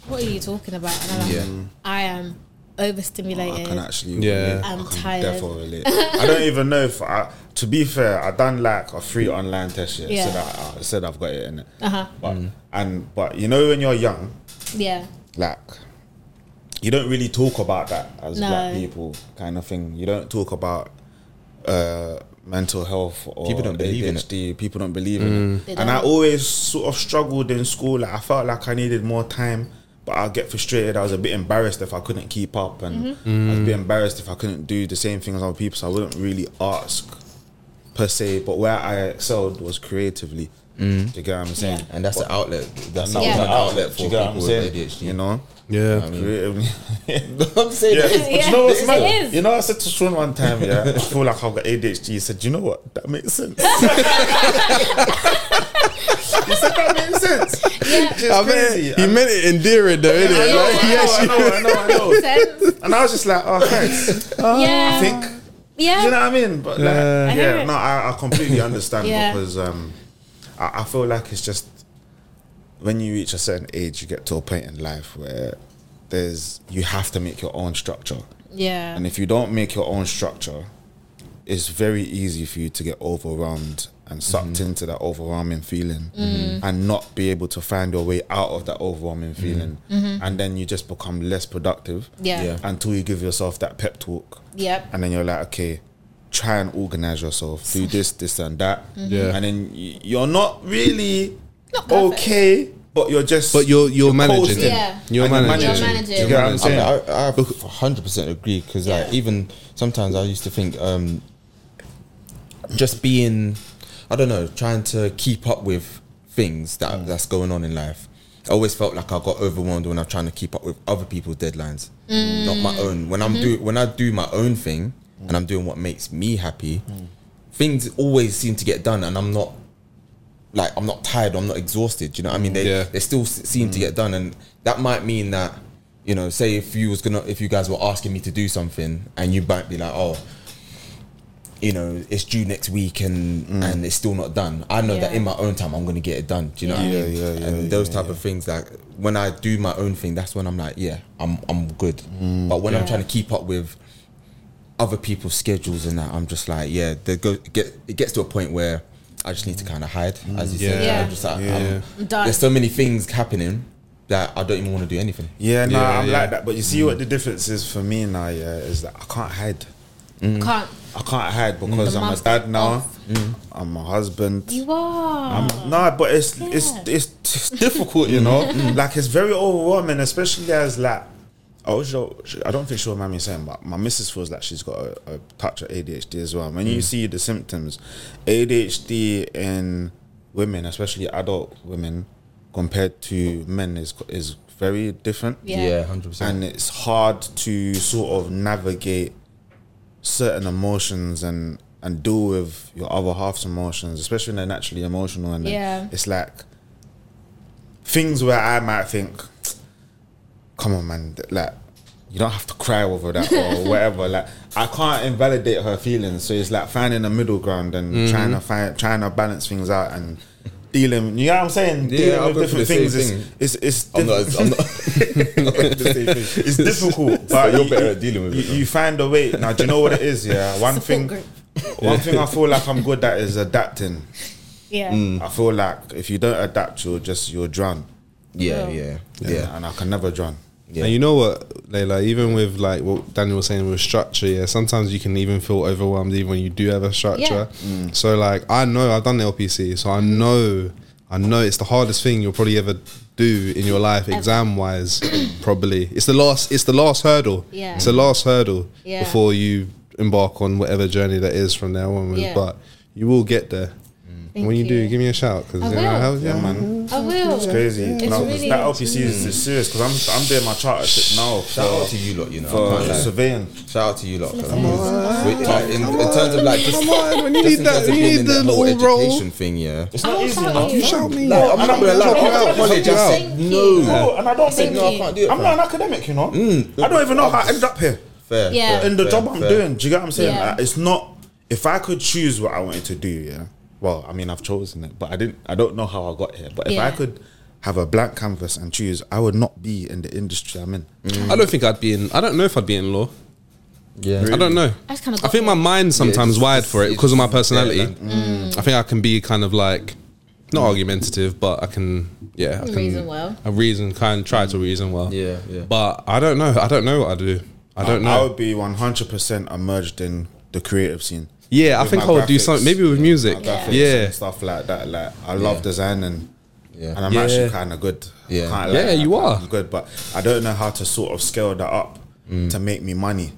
Speaker 3: "What are you talking about?" And I'm like,
Speaker 2: yeah.
Speaker 3: "I am
Speaker 4: Oh, I
Speaker 3: overstimulated.
Speaker 4: can actually.
Speaker 1: Yeah.
Speaker 4: relate.
Speaker 3: eh, I'm
Speaker 4: I can
Speaker 3: tired.
Speaker 4: Definitely relate. I don't even know if I. To be fair, I done like a free online test yet.
Speaker 3: Yeah.
Speaker 4: So that I I said I've got it in it.
Speaker 3: uh huh.
Speaker 4: But and but you know when you're young,
Speaker 3: Yeah,
Speaker 4: like you don't really talk about that as
Speaker 3: No.
Speaker 4: black people kind of thing. You don't talk about uh mental health or
Speaker 2: People don't believe in it.
Speaker 4: ADHD. People don't believe in
Speaker 3: Mm. They
Speaker 4: it. And I
Speaker 3: don't.
Speaker 4: always sort of struggled in school. Like I felt like I needed more time. But I get frustrated. I was a bit embarrassed if I couldn't keep up, and
Speaker 3: Mm-hmm.
Speaker 4: I was a bit embarrassed if I couldn't do the same thing as other people. So I wouldn't really ask per se. But where I excelled was creatively. Do you get what I'm saying?
Speaker 2: And that's the outlet. That's
Speaker 4: That
Speaker 3: Yeah.
Speaker 2: an
Speaker 4: was an
Speaker 2: outlet
Speaker 4: Mm. Do
Speaker 2: for
Speaker 4: you get what
Speaker 2: people
Speaker 4: I'm
Speaker 2: with
Speaker 4: saying?
Speaker 2: ADHD.
Speaker 4: You know,
Speaker 1: Yeah.
Speaker 4: creatively.
Speaker 2: I'm saying
Speaker 4: Yeah.
Speaker 2: that.
Speaker 4: But
Speaker 3: Yeah,
Speaker 4: you know what's
Speaker 3: it
Speaker 4: mad?
Speaker 3: is.
Speaker 4: You know, I said to Sean one time, yeah, I feel like I've got ADHD. He said, you know what? That makes sense. he said, that makes sense. Which is
Speaker 1: I
Speaker 4: crazy.
Speaker 1: meant, he meant it endearing though, innit?
Speaker 4: I know,
Speaker 1: Like, he
Speaker 4: I
Speaker 1: actually-
Speaker 4: know, I know, I know, I know.
Speaker 3: sense.
Speaker 4: And I was just like, oh, thanks.
Speaker 3: yeah,
Speaker 4: I think.
Speaker 3: yeah.
Speaker 4: Do Ah. you know what I mean? But like,
Speaker 1: Yeah.
Speaker 4: yeah,
Speaker 3: I hear it.
Speaker 4: no, I, I completely understand
Speaker 3: Yeah.
Speaker 4: because um, I, I feel like it's just when you reach a certain age, you get to a point in life where there's you have to make your own structure,
Speaker 3: yeah,
Speaker 4: and if you don't make your own structure, it's very easy for you to get overwhelmed and sucked
Speaker 1: Mm-hmm.
Speaker 4: into that overwhelming feeling
Speaker 3: Mm-hmm.
Speaker 4: and not be able to find your way out of that overwhelming
Speaker 1: Mm-hmm.
Speaker 4: feeling and then you just become less productive
Speaker 3: Mm-hmm. yeah,
Speaker 2: Yeah.
Speaker 4: until you give yourself that pep talk
Speaker 3: yep.
Speaker 4: and then you're like, okay, try and organize yourself, do this, this, and that.
Speaker 1: Yeah.
Speaker 4: And then y- you're not really
Speaker 3: Mm-hmm. Not perfect.
Speaker 4: okay, but you're just.
Speaker 1: But you're you're managing.
Speaker 4: posting.
Speaker 3: Yeah.
Speaker 1: You're
Speaker 4: And you're
Speaker 1: managing.
Speaker 3: You're
Speaker 4: managing.
Speaker 3: managing.
Speaker 4: Do you get what I'm
Speaker 2: I mean,
Speaker 4: saying?
Speaker 2: I, I 100% agree because like even sometimes I used to think um, just
Speaker 3: Mm.
Speaker 2: being, I don't know, trying to keep up with things that that's going on in life. I always felt like I got overwhelmed when I'm trying to keep up with other people's deadlines, not my
Speaker 3: Mm.
Speaker 2: own. When I'm
Speaker 3: Mm-hmm.
Speaker 2: do when I do my own thing and I'm doing what makes me happy,
Speaker 3: Mm.
Speaker 2: things always seem to get done, and I'm not like I'm not tired, I'm not exhausted. Do you know what I mean? They
Speaker 1: Yeah.
Speaker 2: they still s- seem
Speaker 4: Mm.
Speaker 2: to get done, and that might mean that you know, say if you was gonna, if you guys were asking me to do something, and you might be like, oh, you know, it's due next week, and
Speaker 4: Mm.
Speaker 2: and it's still not done. I know that
Speaker 3: Yeah.
Speaker 2: in my own time, I'm gonna get it done. Do you know what I mean?
Speaker 4: Yeah, yeah,
Speaker 2: and
Speaker 4: yeah,
Speaker 2: those
Speaker 4: yeah,
Speaker 2: type of things, like when I do my own thing, that's when I'm like, yeah, I'm I'm good.
Speaker 4: Mm.
Speaker 2: But when I'm
Speaker 3: Yeah.
Speaker 2: trying to keep up with other people's schedules and that, I'm just like, yeah, they go get. It gets to a point where I just need to kind of hide, as you said.
Speaker 3: Yeah.
Speaker 2: I'm just like,
Speaker 4: Yeah.
Speaker 2: I'm-
Speaker 3: I'm done.
Speaker 2: there's so many things happening that I don't even want to do anything.
Speaker 4: Yeah, no,
Speaker 1: Yeah,
Speaker 4: I'm
Speaker 1: yeah. Mm.
Speaker 4: like that. But you see what the difference is for me now, yeah, is that I can't hide. mm.
Speaker 3: Can't.
Speaker 4: I can't hide because
Speaker 3: The
Speaker 4: I'm a
Speaker 3: mask
Speaker 4: dad now. Mm.
Speaker 3: off.
Speaker 4: I'm a husband.
Speaker 3: You are.
Speaker 4: I'm, no, but it's, it's
Speaker 3: Yeah.
Speaker 4: it's it's difficult, you
Speaker 3: Mm.
Speaker 4: know. like it's very overwhelming, especially as like I was your, I don't think sure mammy's saying, but my missus feels like she's got a, a touch of ADHD as well.
Speaker 3: Mm.
Speaker 4: When you see the symptoms, ADHD in women, especially adult women, compared to men, is is very different
Speaker 3: Yeah.
Speaker 2: hundred percent.
Speaker 4: and it's hard to sort of navigate certain emotions and and deal with your other half's emotions, especially when they're naturally emotional. And then
Speaker 3: Yeah.
Speaker 4: it's like things where I might think, "Come on, man, th- like." You don't have to cry over that or whatever. Like I can't invalidate her feelings, so it's like finding a middle ground and
Speaker 2: Mm-hmm.
Speaker 4: trying to find, trying to balance things out and dealing. You know what I'm saying?
Speaker 2: Yeah,
Speaker 4: dealing
Speaker 2: I've
Speaker 4: with
Speaker 2: gone through
Speaker 4: different
Speaker 2: the same
Speaker 4: things. is
Speaker 2: thing.
Speaker 4: It's it's
Speaker 2: I'm not.
Speaker 4: diff-
Speaker 2: I'm not, I'm not gonna say things.
Speaker 4: it's difficult, but
Speaker 2: you're
Speaker 4: you-
Speaker 2: better
Speaker 4: you-
Speaker 2: at dealing with
Speaker 4: you,
Speaker 2: it, though.
Speaker 4: You find a way. Now, do you know what it is? Yeah, one
Speaker 3: Support
Speaker 4: thing.
Speaker 3: group.
Speaker 4: One thing I feel like I'm good at is adapting.
Speaker 3: Yeah.
Speaker 4: I feel like if you don't adapt, you'll just you'll drown.
Speaker 2: Yeah,
Speaker 3: Yeah.
Speaker 2: yeah, yeah.
Speaker 4: Yeah, and I can never drown.
Speaker 2: Yeah.
Speaker 1: And you know what, Layla, even with like what Daniel was saying with structure, yeah, sometimes you can even feel overwhelmed even when you do have a structure. So like I know I've done the LPC, so I know I know it's the hardest thing you'll probably ever do in your life, exam wise, probably. It's the last it's the last hurdle.
Speaker 3: Yeah.
Speaker 1: It's the last hurdle
Speaker 3: Yeah.
Speaker 1: before you embark on whatever journey that is from there onwards.
Speaker 3: Yeah. Mm.
Speaker 1: But you will get there. And when you,
Speaker 3: Thank
Speaker 1: do,
Speaker 3: you.
Speaker 1: give me a shout because
Speaker 3: I
Speaker 1: you know,
Speaker 3: will.
Speaker 1: how- yeah, man.
Speaker 3: I will.
Speaker 4: It's crazy.
Speaker 3: It's
Speaker 4: No,
Speaker 3: really
Speaker 4: that LPC is, is serious because I'm I'm doing my charter shit now
Speaker 2: Shout out
Speaker 4: for,
Speaker 2: to you lot, you know. I
Speaker 4: for
Speaker 2: can't lie.
Speaker 4: surveying.
Speaker 2: Shout out to you lot. fella. Wait, like, in, in terms of like just,
Speaker 1: Come on, when you
Speaker 2: just
Speaker 1: need
Speaker 2: in
Speaker 1: that-
Speaker 2: terms of
Speaker 1: you
Speaker 2: being
Speaker 1: need
Speaker 2: in
Speaker 1: the
Speaker 2: that whole
Speaker 1: little roll.
Speaker 2: education thing, yeah.
Speaker 4: It's
Speaker 3: I
Speaker 4: not
Speaker 3: will
Speaker 4: easy.
Speaker 3: shout
Speaker 4: enough.
Speaker 3: you.
Speaker 1: Shout me.
Speaker 2: No, I'm not gonna lie.
Speaker 4: Drop
Speaker 2: Drop
Speaker 4: out.
Speaker 2: out college.
Speaker 1: Drop
Speaker 2: I
Speaker 3: out.
Speaker 2: said
Speaker 3: Thank
Speaker 2: no.
Speaker 4: No, Oh, and I don't
Speaker 3: Thank
Speaker 4: think
Speaker 2: No, I can't do it.
Speaker 4: I'm
Speaker 2: fam.
Speaker 4: not an academic, you know. I don't even know how I ended up here.
Speaker 2: fair.
Speaker 3: Yeah.
Speaker 2: fair,
Speaker 4: in the
Speaker 2: fair,
Speaker 4: job I'm
Speaker 2: fair.
Speaker 4: doing. Do you get what I'm saying?
Speaker 3: Yeah.
Speaker 4: Like, it's not. If I could choose what I wanted to do, yeah. Well, I mean, I've chosen it, but I didn't. I don't know how I got here. But if I
Speaker 3: Yeah.
Speaker 4: could have a blank canvas and choose, I would not be in the industry I'm in.
Speaker 1: I don't think I'd be in. I don't know if I'd be in law.
Speaker 2: Yeah.
Speaker 1: I don't know.
Speaker 3: I just kinda
Speaker 1: I
Speaker 3: got
Speaker 1: think my
Speaker 3: it.
Speaker 1: mind's sometimes
Speaker 2: it's-
Speaker 1: wired for it
Speaker 2: it's-
Speaker 1: because of my
Speaker 2: it's there,
Speaker 1: personality.
Speaker 2: like-
Speaker 1: I think I can be kind of like not argumentative, but I can yeah. I can,
Speaker 3: Reason well.
Speaker 1: I reason kind of try to reason well.
Speaker 2: Yeah, yeah.
Speaker 1: But I don't know. I don't know what I do. I don't
Speaker 4: I
Speaker 1: know.
Speaker 4: would be 100 percent immersed in the creative scene.
Speaker 1: yeah, I
Speaker 4: with
Speaker 1: think
Speaker 4: my
Speaker 1: I would do
Speaker 4: graphics,
Speaker 1: something. Maybe with music.
Speaker 4: My
Speaker 1: Yeah.
Speaker 4: graphics and stuff like that. Like I love designing.
Speaker 2: Yeah.
Speaker 4: And I'm
Speaker 1: Yeah.
Speaker 4: actually kind of good. I
Speaker 2: Yeah.
Speaker 4: can't
Speaker 1: Yeah,
Speaker 4: lie, like,
Speaker 1: you are.
Speaker 4: I'm good, but I don't know how to sort of scale that up
Speaker 1: Mm.
Speaker 4: to make me money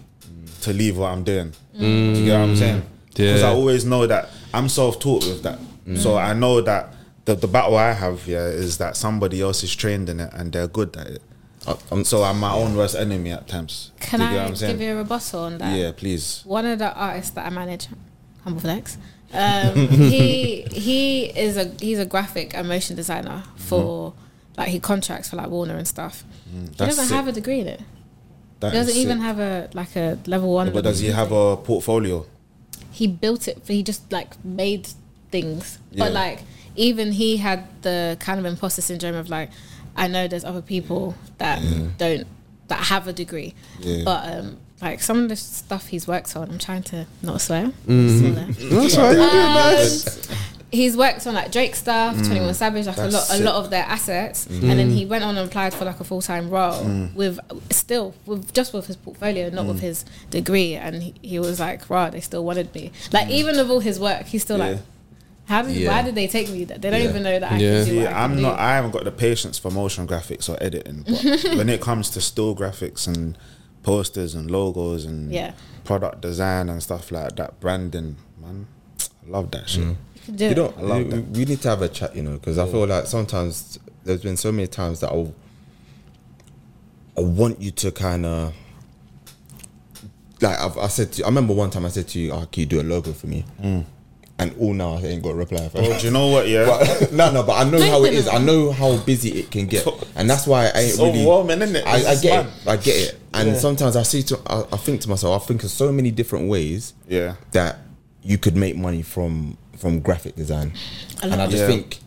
Speaker 4: to leave what I'm doing. Do you get what I'm saying? Because
Speaker 1: Yeah. Mm.
Speaker 4: I always know that I'm self-taught with that, so I know that the, the battle I have yeah is that somebody else is trained in it and they're good at it.
Speaker 2: I- I'm
Speaker 4: So I'm my own worst enemy at times.
Speaker 3: Can
Speaker 4: Do you get
Speaker 3: I
Speaker 4: what I'm
Speaker 3: give
Speaker 4: saying?
Speaker 3: you a rebuttal on that?
Speaker 4: yeah, please.
Speaker 3: one of the artists that I manage, Humble Flex. Um, he he is a he's a graphic and motion designer
Speaker 4: Mm-hmm.
Speaker 3: for like he contracts for like Warner and stuff. he
Speaker 4: Mm, that's
Speaker 3: doesn't have a
Speaker 4: sick.
Speaker 3: degree in it.
Speaker 4: That
Speaker 3: He doesn't
Speaker 4: is
Speaker 3: even
Speaker 4: sick.
Speaker 3: have a like a level one.
Speaker 4: But
Speaker 1: Mm.
Speaker 4: does he have a portfolio?
Speaker 3: he built it. He just like made things.
Speaker 4: Yeah.
Speaker 3: But like even he had the kind of imposter syndrome of like I know there's other people that don't that have a degree,
Speaker 4: Yeah.
Speaker 3: but um, like some of the stuff he's worked on. I'm trying to not swear.
Speaker 4: Mm-hmm.
Speaker 3: Swear.
Speaker 1: That's right. you're doing nice.
Speaker 3: Um, he's worked on like Drake stuff, Twenty One Savage, like a
Speaker 4: Mm. That's
Speaker 3: lot,
Speaker 4: sick. Mm.
Speaker 3: a lot of their assets, and then he went on and applied for like a full time role with still with just with his portfolio, not
Speaker 4: Mm.
Speaker 3: with his degree, and he, he was like, "Wow, they still wanted me." Like even with all his work, he's still like,
Speaker 4: Mm. Yeah.
Speaker 3: "How did?
Speaker 2: Yeah.
Speaker 3: Why did they take me? That they don't
Speaker 2: Yeah.
Speaker 3: even know that I
Speaker 1: Yeah.
Speaker 3: can do."
Speaker 4: See,
Speaker 3: what I
Speaker 4: I'm
Speaker 3: can
Speaker 4: not.
Speaker 3: do."
Speaker 4: I haven't got the patience for motion graphics or editing. But when it comes to still graphics and posters and logos and
Speaker 3: Yeah.
Speaker 4: product design and stuff like that, branding, man, I love that shit.
Speaker 3: You can do
Speaker 2: You
Speaker 3: it.
Speaker 2: don't.
Speaker 4: I love
Speaker 2: we-
Speaker 4: that.
Speaker 2: We need to have a chat, you know, because I feel like sometimes there's been so many times that I'll I want you to kind of like I've, I said to you, I remember one time I said to you, oh, "Can you do a logo for me?"
Speaker 4: Mm.
Speaker 2: And all now I ain't got a reply. For
Speaker 4: Well, Oh, do you know what? Yeah,
Speaker 2: but, no, no, but I know
Speaker 3: Make
Speaker 2: how it
Speaker 3: them
Speaker 2: is. I know how busy it can get, and that's why I ain't
Speaker 4: It's
Speaker 2: really.
Speaker 4: overwhelming, innit?
Speaker 2: I, I
Speaker 4: It's
Speaker 2: get
Speaker 4: mad.
Speaker 2: it. I get it. And sometimes I see to, I, I think to myself, I think of so many different ways
Speaker 4: yeah.
Speaker 2: that you could make money from from graphic design, and I just
Speaker 4: Yeah.
Speaker 2: think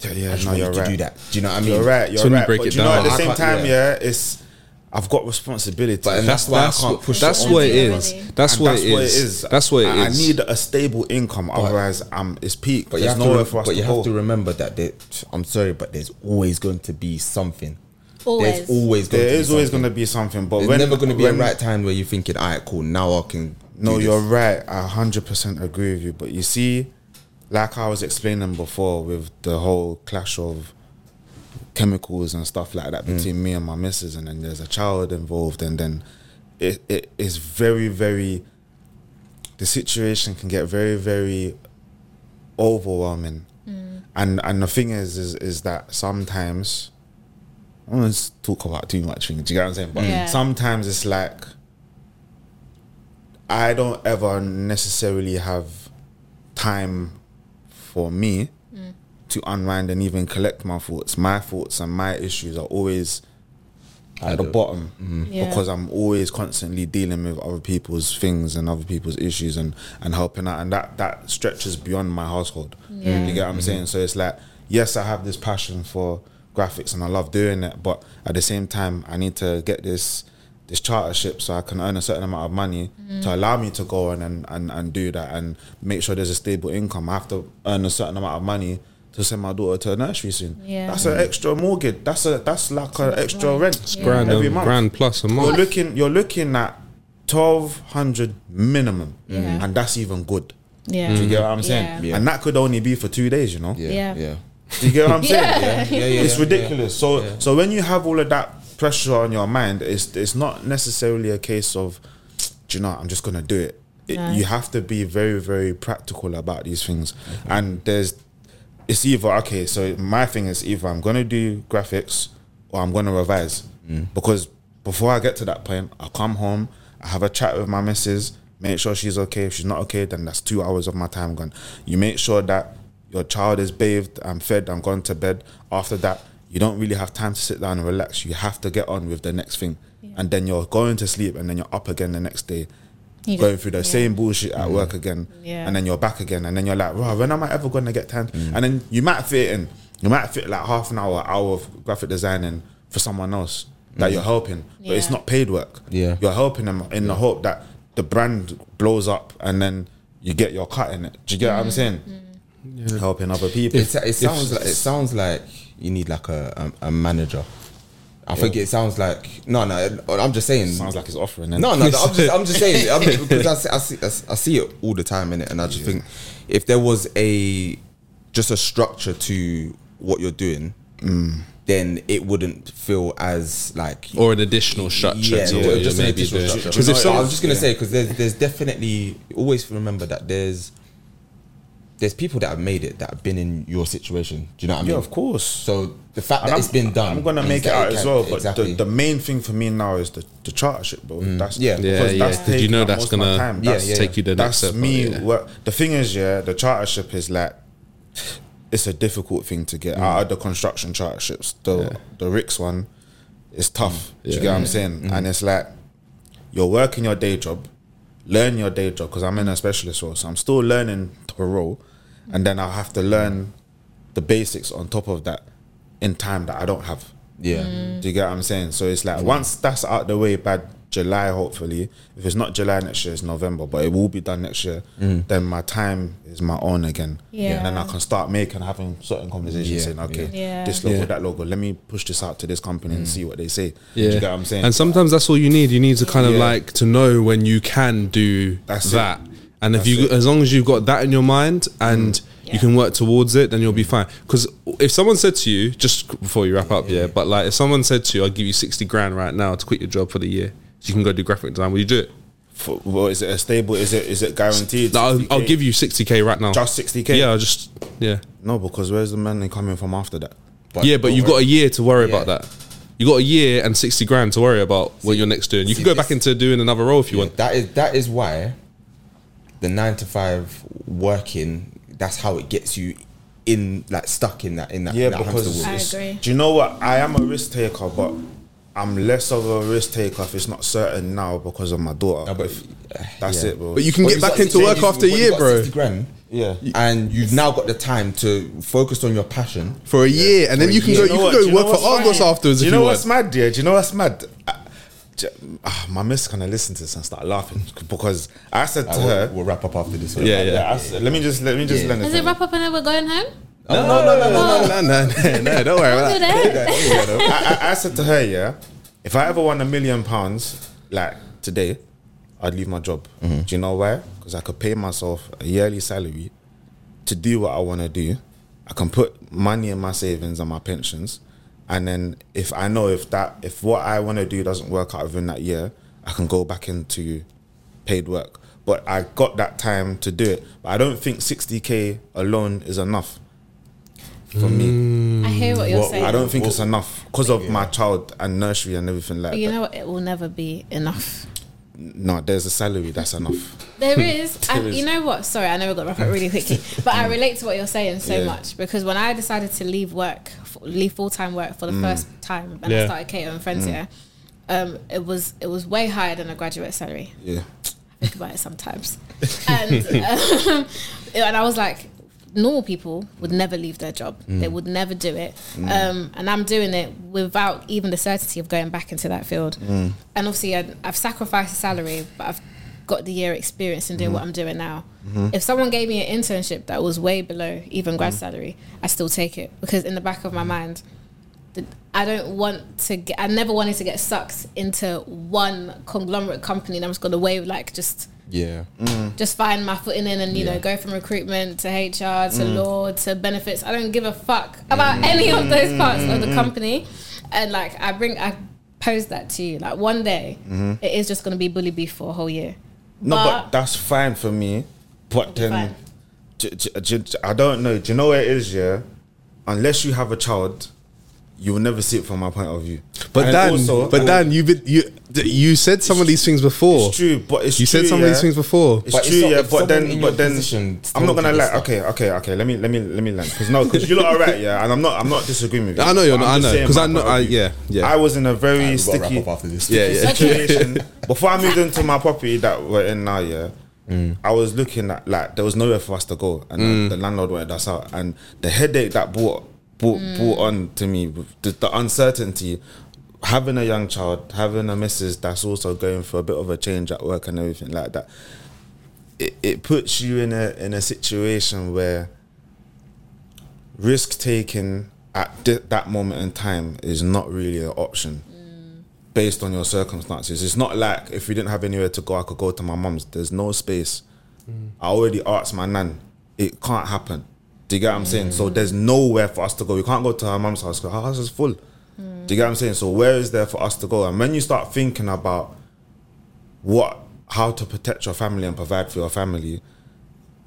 Speaker 4: Yeah,
Speaker 2: I just
Speaker 4: no,
Speaker 2: want you
Speaker 4: you're
Speaker 2: to
Speaker 4: right.
Speaker 2: do that. Do you know what I mean?
Speaker 4: You're right. You're
Speaker 1: So when you
Speaker 4: right.
Speaker 1: break
Speaker 4: but
Speaker 1: it
Speaker 4: do you know
Speaker 1: down-
Speaker 4: at the
Speaker 2: I
Speaker 4: same
Speaker 2: can't-
Speaker 4: time,
Speaker 2: yeah.
Speaker 4: yeah, it's I've got responsibility.
Speaker 2: But- and
Speaker 4: And
Speaker 2: that's why I can't
Speaker 1: what-
Speaker 2: push
Speaker 1: That's
Speaker 2: it
Speaker 1: what it
Speaker 3: onto
Speaker 1: is.
Speaker 3: everybody.
Speaker 1: That's what it is. That's what it
Speaker 4: I,
Speaker 1: is.
Speaker 4: I need a stable income, otherwise I'm it's peak.
Speaker 2: But you
Speaker 4: There's
Speaker 2: have,
Speaker 4: nowhere
Speaker 2: to,
Speaker 4: for us
Speaker 2: but
Speaker 4: to
Speaker 2: you have to
Speaker 4: go.
Speaker 2: remember that there, I'm sorry, but there's always going to be something.
Speaker 3: Always.
Speaker 2: There's always going
Speaker 4: There
Speaker 2: to
Speaker 4: is
Speaker 2: be
Speaker 4: always
Speaker 2: something.
Speaker 4: going to be something, but
Speaker 2: There's
Speaker 4: when
Speaker 2: never going to be
Speaker 4: when,
Speaker 2: a right time where you're thinking, all right, cool, now I can.
Speaker 4: No,
Speaker 2: do this."
Speaker 4: you're right. I hundred percent agree with you. But you see, like I was explaining before, with the whole clash of chemicals and stuff like
Speaker 2: Mm.
Speaker 4: that between me and my missus, and then there's a child involved, and then it it is very very. The situation can get very very overwhelming,
Speaker 3: Mm.
Speaker 4: and and the thing is is is that sometimes. I don't want to talk about too much things. Do you get what I'm saying? But
Speaker 3: Yeah.
Speaker 4: sometimes it's like I don't ever necessarily have time for me
Speaker 3: Mm.
Speaker 4: to unwind and even collect my thoughts. My thoughts and my issues are always at the Mm. bottom
Speaker 3: Yeah.
Speaker 4: because I'm always constantly dealing with other people's things and other people's issues and, and helping out. And that, that stretches beyond my household.
Speaker 3: Yeah.
Speaker 4: You get what I'm saying? So it's like, yes, I have this passion for graphics and I love doing it, but at the same time, I need to get this this chartership so I can earn a certain amount of money
Speaker 3: Mm-hmm.
Speaker 4: to allow me to go on and, and, and do that and make sure there's a stable income. I have to earn a certain amount of money to send my daughter to a nursery soon.
Speaker 3: Yeah.
Speaker 4: That's an extra mortgage. That's a that's like an extra
Speaker 3: grand.
Speaker 4: rent
Speaker 3: Yeah.
Speaker 1: Grand,
Speaker 4: every
Speaker 1: um,
Speaker 4: month.
Speaker 1: grand plus a
Speaker 4: You're
Speaker 1: month.
Speaker 4: looking you're looking at twelve hundred minimum.
Speaker 3: Yeah.
Speaker 4: And that's even good.
Speaker 3: Yeah.
Speaker 4: Do you get what I'm saying?
Speaker 3: Yeah.
Speaker 2: Yeah.
Speaker 4: And that could only be for two days, you know?
Speaker 3: Mm-hmm. Yeah.
Speaker 2: Yeah. Yeah.
Speaker 4: Do you get what I'm saying?
Speaker 3: Yeah. Yeah,
Speaker 4: it's ridiculous. So so when you have all of that pressure on your mind, it's it's not necessarily a case of, do you know, what, I'm just gonna do it. It-
Speaker 3: No.
Speaker 4: You have to be very very practical about these things, and there's it's either okay. So my thing is either I'm gonna do graphics or I'm gonna revise because before I get to that point, I come home, I have a chat with my missus, make sure she's okay. If she's not okay, then that's two hours of my time gone. You make sure that your child is bathed and fed and gone to bed. After that, you don't really have time to sit down and relax. You have to get on with the next thing, and then you're going to sleep, and then you're up again the next day
Speaker 3: You
Speaker 4: going
Speaker 3: just-
Speaker 4: through the
Speaker 3: yeah.
Speaker 4: same bullshit
Speaker 2: Mm.
Speaker 4: at work again,
Speaker 3: Yeah.
Speaker 4: and then you're back again, and then you're like, "Wow, when am I ever gonna get time?"
Speaker 2: Mm.
Speaker 4: And then you might fit in, you might fit like half an hour, hour of graphic designing for someone else that you're helping, but it's
Speaker 3: Yeah.
Speaker 4: not paid work.
Speaker 2: Mm. Yeah.
Speaker 4: you're helping them in the hope that the brand blows up, and then you get your cut in it. Do you get what I'm
Speaker 3: Mm.
Speaker 4: saying? Helping other people.
Speaker 2: It, it sounds like it sounds like you need like a a, a manager. I think it sounds like no, no. I'm just saying.
Speaker 4: sounds like it's offering. innit?
Speaker 2: No, no, I'm just, I'm just saying I'm, because I see, I, see, I see- I see it all the time in it, and I just think if there was a just a structure to what you're doing,
Speaker 4: Mm.
Speaker 2: then it wouldn't feel as like
Speaker 1: Or an additional structure
Speaker 2: yeah,
Speaker 1: to
Speaker 2: yeah,
Speaker 1: what you
Speaker 2: just an
Speaker 1: may be
Speaker 2: additional
Speaker 1: doing.
Speaker 2: structure.
Speaker 1: 'Cause if
Speaker 2: But
Speaker 1: some-
Speaker 2: I was just gonna say because there's there's definitely always remember that there's there's people that have made it that have been in your situation. Do you know what I mean?
Speaker 4: yeah, of course.
Speaker 2: So the fact
Speaker 4: And
Speaker 2: that it's been done,
Speaker 4: I'm gonna
Speaker 2: means
Speaker 4: make it
Speaker 2: that
Speaker 4: out
Speaker 2: can-
Speaker 4: as well. But
Speaker 2: exactly. Mm.
Speaker 4: the, the main thing for me now is the the chartership, bro. That's
Speaker 2: Yeah.
Speaker 4: because
Speaker 1: Yeah, yeah.
Speaker 4: that's
Speaker 1: 'cause you
Speaker 4: taking
Speaker 1: know
Speaker 4: up
Speaker 1: that's
Speaker 4: most of my
Speaker 1: gonna
Speaker 4: time.
Speaker 2: Yeah,
Speaker 1: that's
Speaker 2: yeah.
Speaker 1: take you the next
Speaker 4: that's
Speaker 1: step.
Speaker 4: me.
Speaker 1: yeah.
Speaker 4: What the thing is, yeah, the chartership is like it's a difficult thing to get
Speaker 1: Mm.
Speaker 4: out of the construction charterships. The the Ricks one is
Speaker 1: Mm.
Speaker 4: tough. Do you get what I'm saying?
Speaker 2: Mm.
Speaker 4: And it's like you're working your day job, learn your day job because I'm in a specialist role, so I'm still learning the role, and then I'll have to learn the basics on top of that in time that I don't have.
Speaker 2: yeah,
Speaker 4: Do you get what I'm saying? So it's like once that's out the way by July, hopefully. If it's not July next year, it's November, but it will be done next year.
Speaker 1: Mm.
Speaker 4: Then my time is my own again.
Speaker 3: Yeah.
Speaker 4: And then I can start making having certain conversations
Speaker 2: Yeah,
Speaker 4: saying, okay,
Speaker 3: yeah.
Speaker 4: this
Speaker 1: Yeah. Mm.
Speaker 4: logo, that logo, let me push this out to this company and see what they
Speaker 1: Yeah.
Speaker 4: say. Do you get what I'm saying?
Speaker 1: And sometimes that's all you need. You need to kind of
Speaker 4: Yeah.
Speaker 1: like to know when you can do
Speaker 4: That's it.
Speaker 1: that. And if
Speaker 4: That's
Speaker 1: you,
Speaker 4: it. Mm.
Speaker 1: as long as you've got that in your mind and you
Speaker 3: Yeah.
Speaker 1: can work towards it, then you'll be fine. Because if someone said to you, just before you wrap up, yeah, but like if someone said to you, I'll give you 60 grand right now to quit your job for the year, so you can go do graphic design, will you do it?
Speaker 4: For- well, is it a stable? Is it is it guaranteed?
Speaker 1: No, I'll, I'll give you 60K right now.
Speaker 4: just 60k.
Speaker 1: Yeah, I'll just, yeah.
Speaker 4: No, because where's the money coming from after that?
Speaker 2: But
Speaker 1: yeah, but
Speaker 2: don't
Speaker 1: you've got
Speaker 2: worry.
Speaker 1: a year to worry about
Speaker 2: Yeah.
Speaker 1: that. You got a year and sixty grand to worry about what you're next doing. You
Speaker 2: see,
Speaker 1: can go back
Speaker 2: this-
Speaker 1: into doing another role if you want.
Speaker 2: That is that is why
Speaker 5: why the nine to five working that's how it gets you in like stuck in that in that,
Speaker 4: Yeah,
Speaker 5: that hamster
Speaker 4: because
Speaker 5: wheel.
Speaker 3: I
Speaker 4: it's-
Speaker 3: agree.
Speaker 4: do you know what? I am a risk taker, but I'm less of a risk taker if it's not certain now because of my daughter.
Speaker 5: but-
Speaker 4: that's
Speaker 5: yeah.
Speaker 4: it, bro.
Speaker 1: But you can
Speaker 5: But
Speaker 1: get
Speaker 5: you've
Speaker 1: back
Speaker 5: got
Speaker 1: into
Speaker 5: 60
Speaker 1: work
Speaker 5: grand,
Speaker 1: after a
Speaker 5: you've
Speaker 1: year,
Speaker 5: got
Speaker 1: bro.
Speaker 5: 60 grand,
Speaker 4: yeah.
Speaker 5: and you've now got the time to focus on your passion
Speaker 1: For a year, and then you can go.
Speaker 4: Do
Speaker 1: You
Speaker 4: know
Speaker 1: can
Speaker 4: what- do
Speaker 1: go
Speaker 4: you know
Speaker 1: work for
Speaker 4: what's
Speaker 1: Argos
Speaker 4: mad?
Speaker 1: afterwards if
Speaker 4: Do you
Speaker 1: you
Speaker 4: know what's
Speaker 1: want.
Speaker 4: mad, yeah? Do you know what's mad? I, j- ah, my miss kind of listened to this and start laughing because I said to her,
Speaker 5: we'll, we'll wrap up after this one.
Speaker 1: Yeah,
Speaker 4: yeah,
Speaker 1: yeah.
Speaker 4: I said, let me just let me just let
Speaker 3: Does it wrap up and then we're going home?
Speaker 5: no no no no, no.
Speaker 1: No, no, no, no, no, Don't worry about
Speaker 3: Good,
Speaker 1: that.
Speaker 3: eh?
Speaker 4: I, I, I said to her, yeah, if I ever won a million pounds, like today, I'd leave my job. Do you know why? Because I could pay myself a yearly salary to do what I want to do. I can put money in my savings and my pensions, and then if I know if that if what I want to do doesn't work out within that year, I can go back into paid work. But I got that time to do it. But I don't think 60k alone is enough for me.
Speaker 3: I hear what you're saying.
Speaker 4: I don't think it's enough because of my child and nursery and everything like
Speaker 3: But you
Speaker 4: that.
Speaker 3: know what? It will never be enough.
Speaker 4: No, there's a salary that's enough.
Speaker 3: There is, and
Speaker 4: is.
Speaker 3: you know what? Sorry, I know we got wrap up really quickly, but I relate to what you're saying so
Speaker 4: Yeah.
Speaker 3: much because when I decided to leave work, f- leave full time work for the first time, and I
Speaker 1: Yeah.
Speaker 3: started catering friends here, um, it was it was way higher than a graduate salary.
Speaker 4: Yeah.
Speaker 3: think about it sometimes. And um, and I was like, normal people would never leave their job. They would never do it. Um, and I'm doing it without even the certainty of going back into that field. And obviously, I, I've sacrificed the salary, but I've got the year experience in doing what I'm doing now. If someone gave me an internship that was way below even grad salary, I still take it because in the back of my mind, the- I don't want to get, I never wanted to get sucked into one conglomerate company and I'm just going to wave like just
Speaker 5: yeah
Speaker 3: just find my footing in and you know go from recruitment to HR
Speaker 4: Mm.
Speaker 3: to law to benefits. I don't give a fuck about any of those parts of
Speaker 4: Mm-hmm.
Speaker 3: the company, and like I bring I pose that to you. Like one day it is just going to be bully beef for a whole year.
Speaker 4: Mm-hmm. No, but,
Speaker 3: But-
Speaker 4: that's fine for me. But
Speaker 3: It'll be
Speaker 4: then,
Speaker 3: fine.
Speaker 4: j- j- j- j- I don't know. Do you know what it is? Yeah. Unless you have a child, you will never see it from my point of view.
Speaker 1: But
Speaker 4: And
Speaker 1: Dan,
Speaker 4: also- uh,
Speaker 1: but Dan, you've been you you said some of these things before.
Speaker 4: it's true. But it's
Speaker 1: You said
Speaker 4: true,
Speaker 1: some of these
Speaker 4: yeah.
Speaker 1: things before.
Speaker 4: It's
Speaker 5: But it's
Speaker 4: true,
Speaker 5: not-
Speaker 4: yeah.
Speaker 5: if
Speaker 4: But
Speaker 5: someone
Speaker 4: then,
Speaker 5: in
Speaker 4: but
Speaker 5: your
Speaker 4: then,
Speaker 5: position still
Speaker 4: I'm not gonna
Speaker 5: did
Speaker 4: lie.
Speaker 5: this
Speaker 4: Okay, okay, okay. Let me, let me, let me learn. Because no, because you lot are right, yeah. And I'm not, I'm not disagreeing with you.
Speaker 1: I know you're
Speaker 4: But
Speaker 1: not, I
Speaker 4: I'm just
Speaker 1: know,
Speaker 4: saying
Speaker 1: 'cause
Speaker 4: my
Speaker 1: I know-
Speaker 4: point of
Speaker 1: I-
Speaker 4: view.
Speaker 1: yeah, yeah.
Speaker 4: I was in a very
Speaker 5: we've got to
Speaker 4: sticky
Speaker 5: wrap up after this
Speaker 1: Yeah, yeah.
Speaker 4: situation before I moved into my property that we're in now. Yeah,
Speaker 5: Mm.
Speaker 4: I was looking at like there was nowhere for us to go, and the, the landlord wanted us out, and the headache that brought brought, brought on to me with the, the uncertainty. Having a young child, having a missus that's also going for a bit of a change at work and everything like that it, it puts you in a in a situation where risk taking at thi- that moment in time is not really an option based on your circumstances. It's not like if we didn't have anywhere to go, I could go to my mum's. There's no space. I already asked my nan. It can't happen. Do you get what I'm saying? So there's nowhere for us to go. We can't go to her mum's house because her house is full. Do you get what I'm saying? So where is there for us to go? And when you start thinking about what how to protect your family and provide for your family,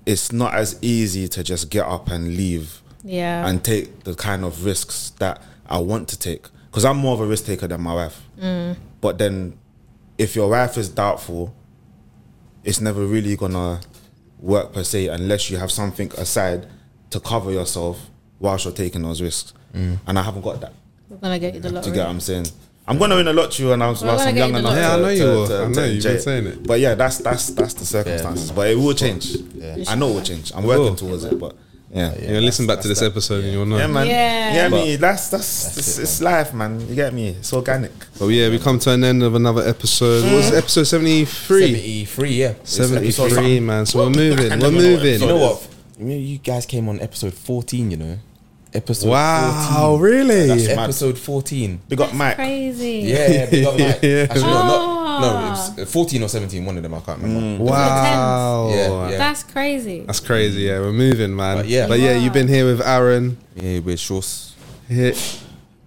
Speaker 4: it's not as easy to just get up and leave
Speaker 3: Yeah.
Speaker 4: and take the kind of risks that I want to take. Because I'm more of a risk taker than my wife.
Speaker 3: Mm.
Speaker 4: But then if your wife is doubtful, it's never really gonna work per se unless you have something aside to cover yourself whilst you're taking those risks.
Speaker 1: Mm.
Speaker 4: And I haven't got that.
Speaker 3: We're gonna get you the
Speaker 4: Do you get what
Speaker 3: lottery.
Speaker 4: I'm saying? I'm gonna win a lot you and I'm,
Speaker 3: Well,
Speaker 4: whilst
Speaker 3: I
Speaker 4: I'm
Speaker 3: get
Speaker 4: young
Speaker 3: you the
Speaker 4: enough.
Speaker 1: Yeah, I know
Speaker 4: to- to-
Speaker 3: lottery.
Speaker 1: you will.
Speaker 4: to-
Speaker 1: I
Speaker 4: to
Speaker 1: know, you've
Speaker 4: enjoy
Speaker 1: been saying it.
Speaker 4: But yeah, that's that's that's the circumstances. But it will change. I know it will change. I'm working
Speaker 1: will.
Speaker 4: towards it, but yeah.
Speaker 1: You know, listen back to this episode and you'll know.
Speaker 4: Yeah, man.
Speaker 3: Yeah.
Speaker 4: Yeah,
Speaker 1: But-
Speaker 4: me. That's that's, it's, it's life, man. You get me? It's organic.
Speaker 1: But yeah, we come to an end of another episode. What was it, episode 73?
Speaker 5: 73 yeah
Speaker 1: 73, man. So we're moving. We're
Speaker 5: you know
Speaker 1: moving.
Speaker 5: what you, know, you guys came on episode 14 you know episode
Speaker 1: Wow, really?
Speaker 5: 14. episode 14
Speaker 4: We got Mike.
Speaker 3: Crazy.
Speaker 5: Yeah, yeah, big up Mike.
Speaker 1: Yeah.
Speaker 5: Actually, no, not, no,
Speaker 3: Ah.
Speaker 5: it was 14 or 17, one of them, I can't remember.
Speaker 1: Mm. Wow.
Speaker 5: Yeah, yeah.
Speaker 3: That's crazy.
Speaker 1: That's crazy. Yeah, we're moving, man.
Speaker 5: But yeah.
Speaker 1: but yeah, you've been here with Aaron,
Speaker 5: Yeah, we're Shorts.
Speaker 1: here,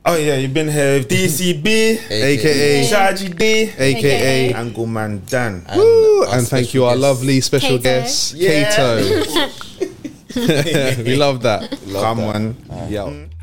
Speaker 4: Oh yeah, you've been here with DCB,
Speaker 1: aka,
Speaker 4: Shaji D,
Speaker 1: aka,
Speaker 3: AKA.
Speaker 4: and Man Dan.
Speaker 1: Woo! and thank you, our lovely special
Speaker 3: Kato.
Speaker 1: guest,
Speaker 4: Yeah.
Speaker 1: Kato. we love that.
Speaker 4: Come on.
Speaker 1: Yo.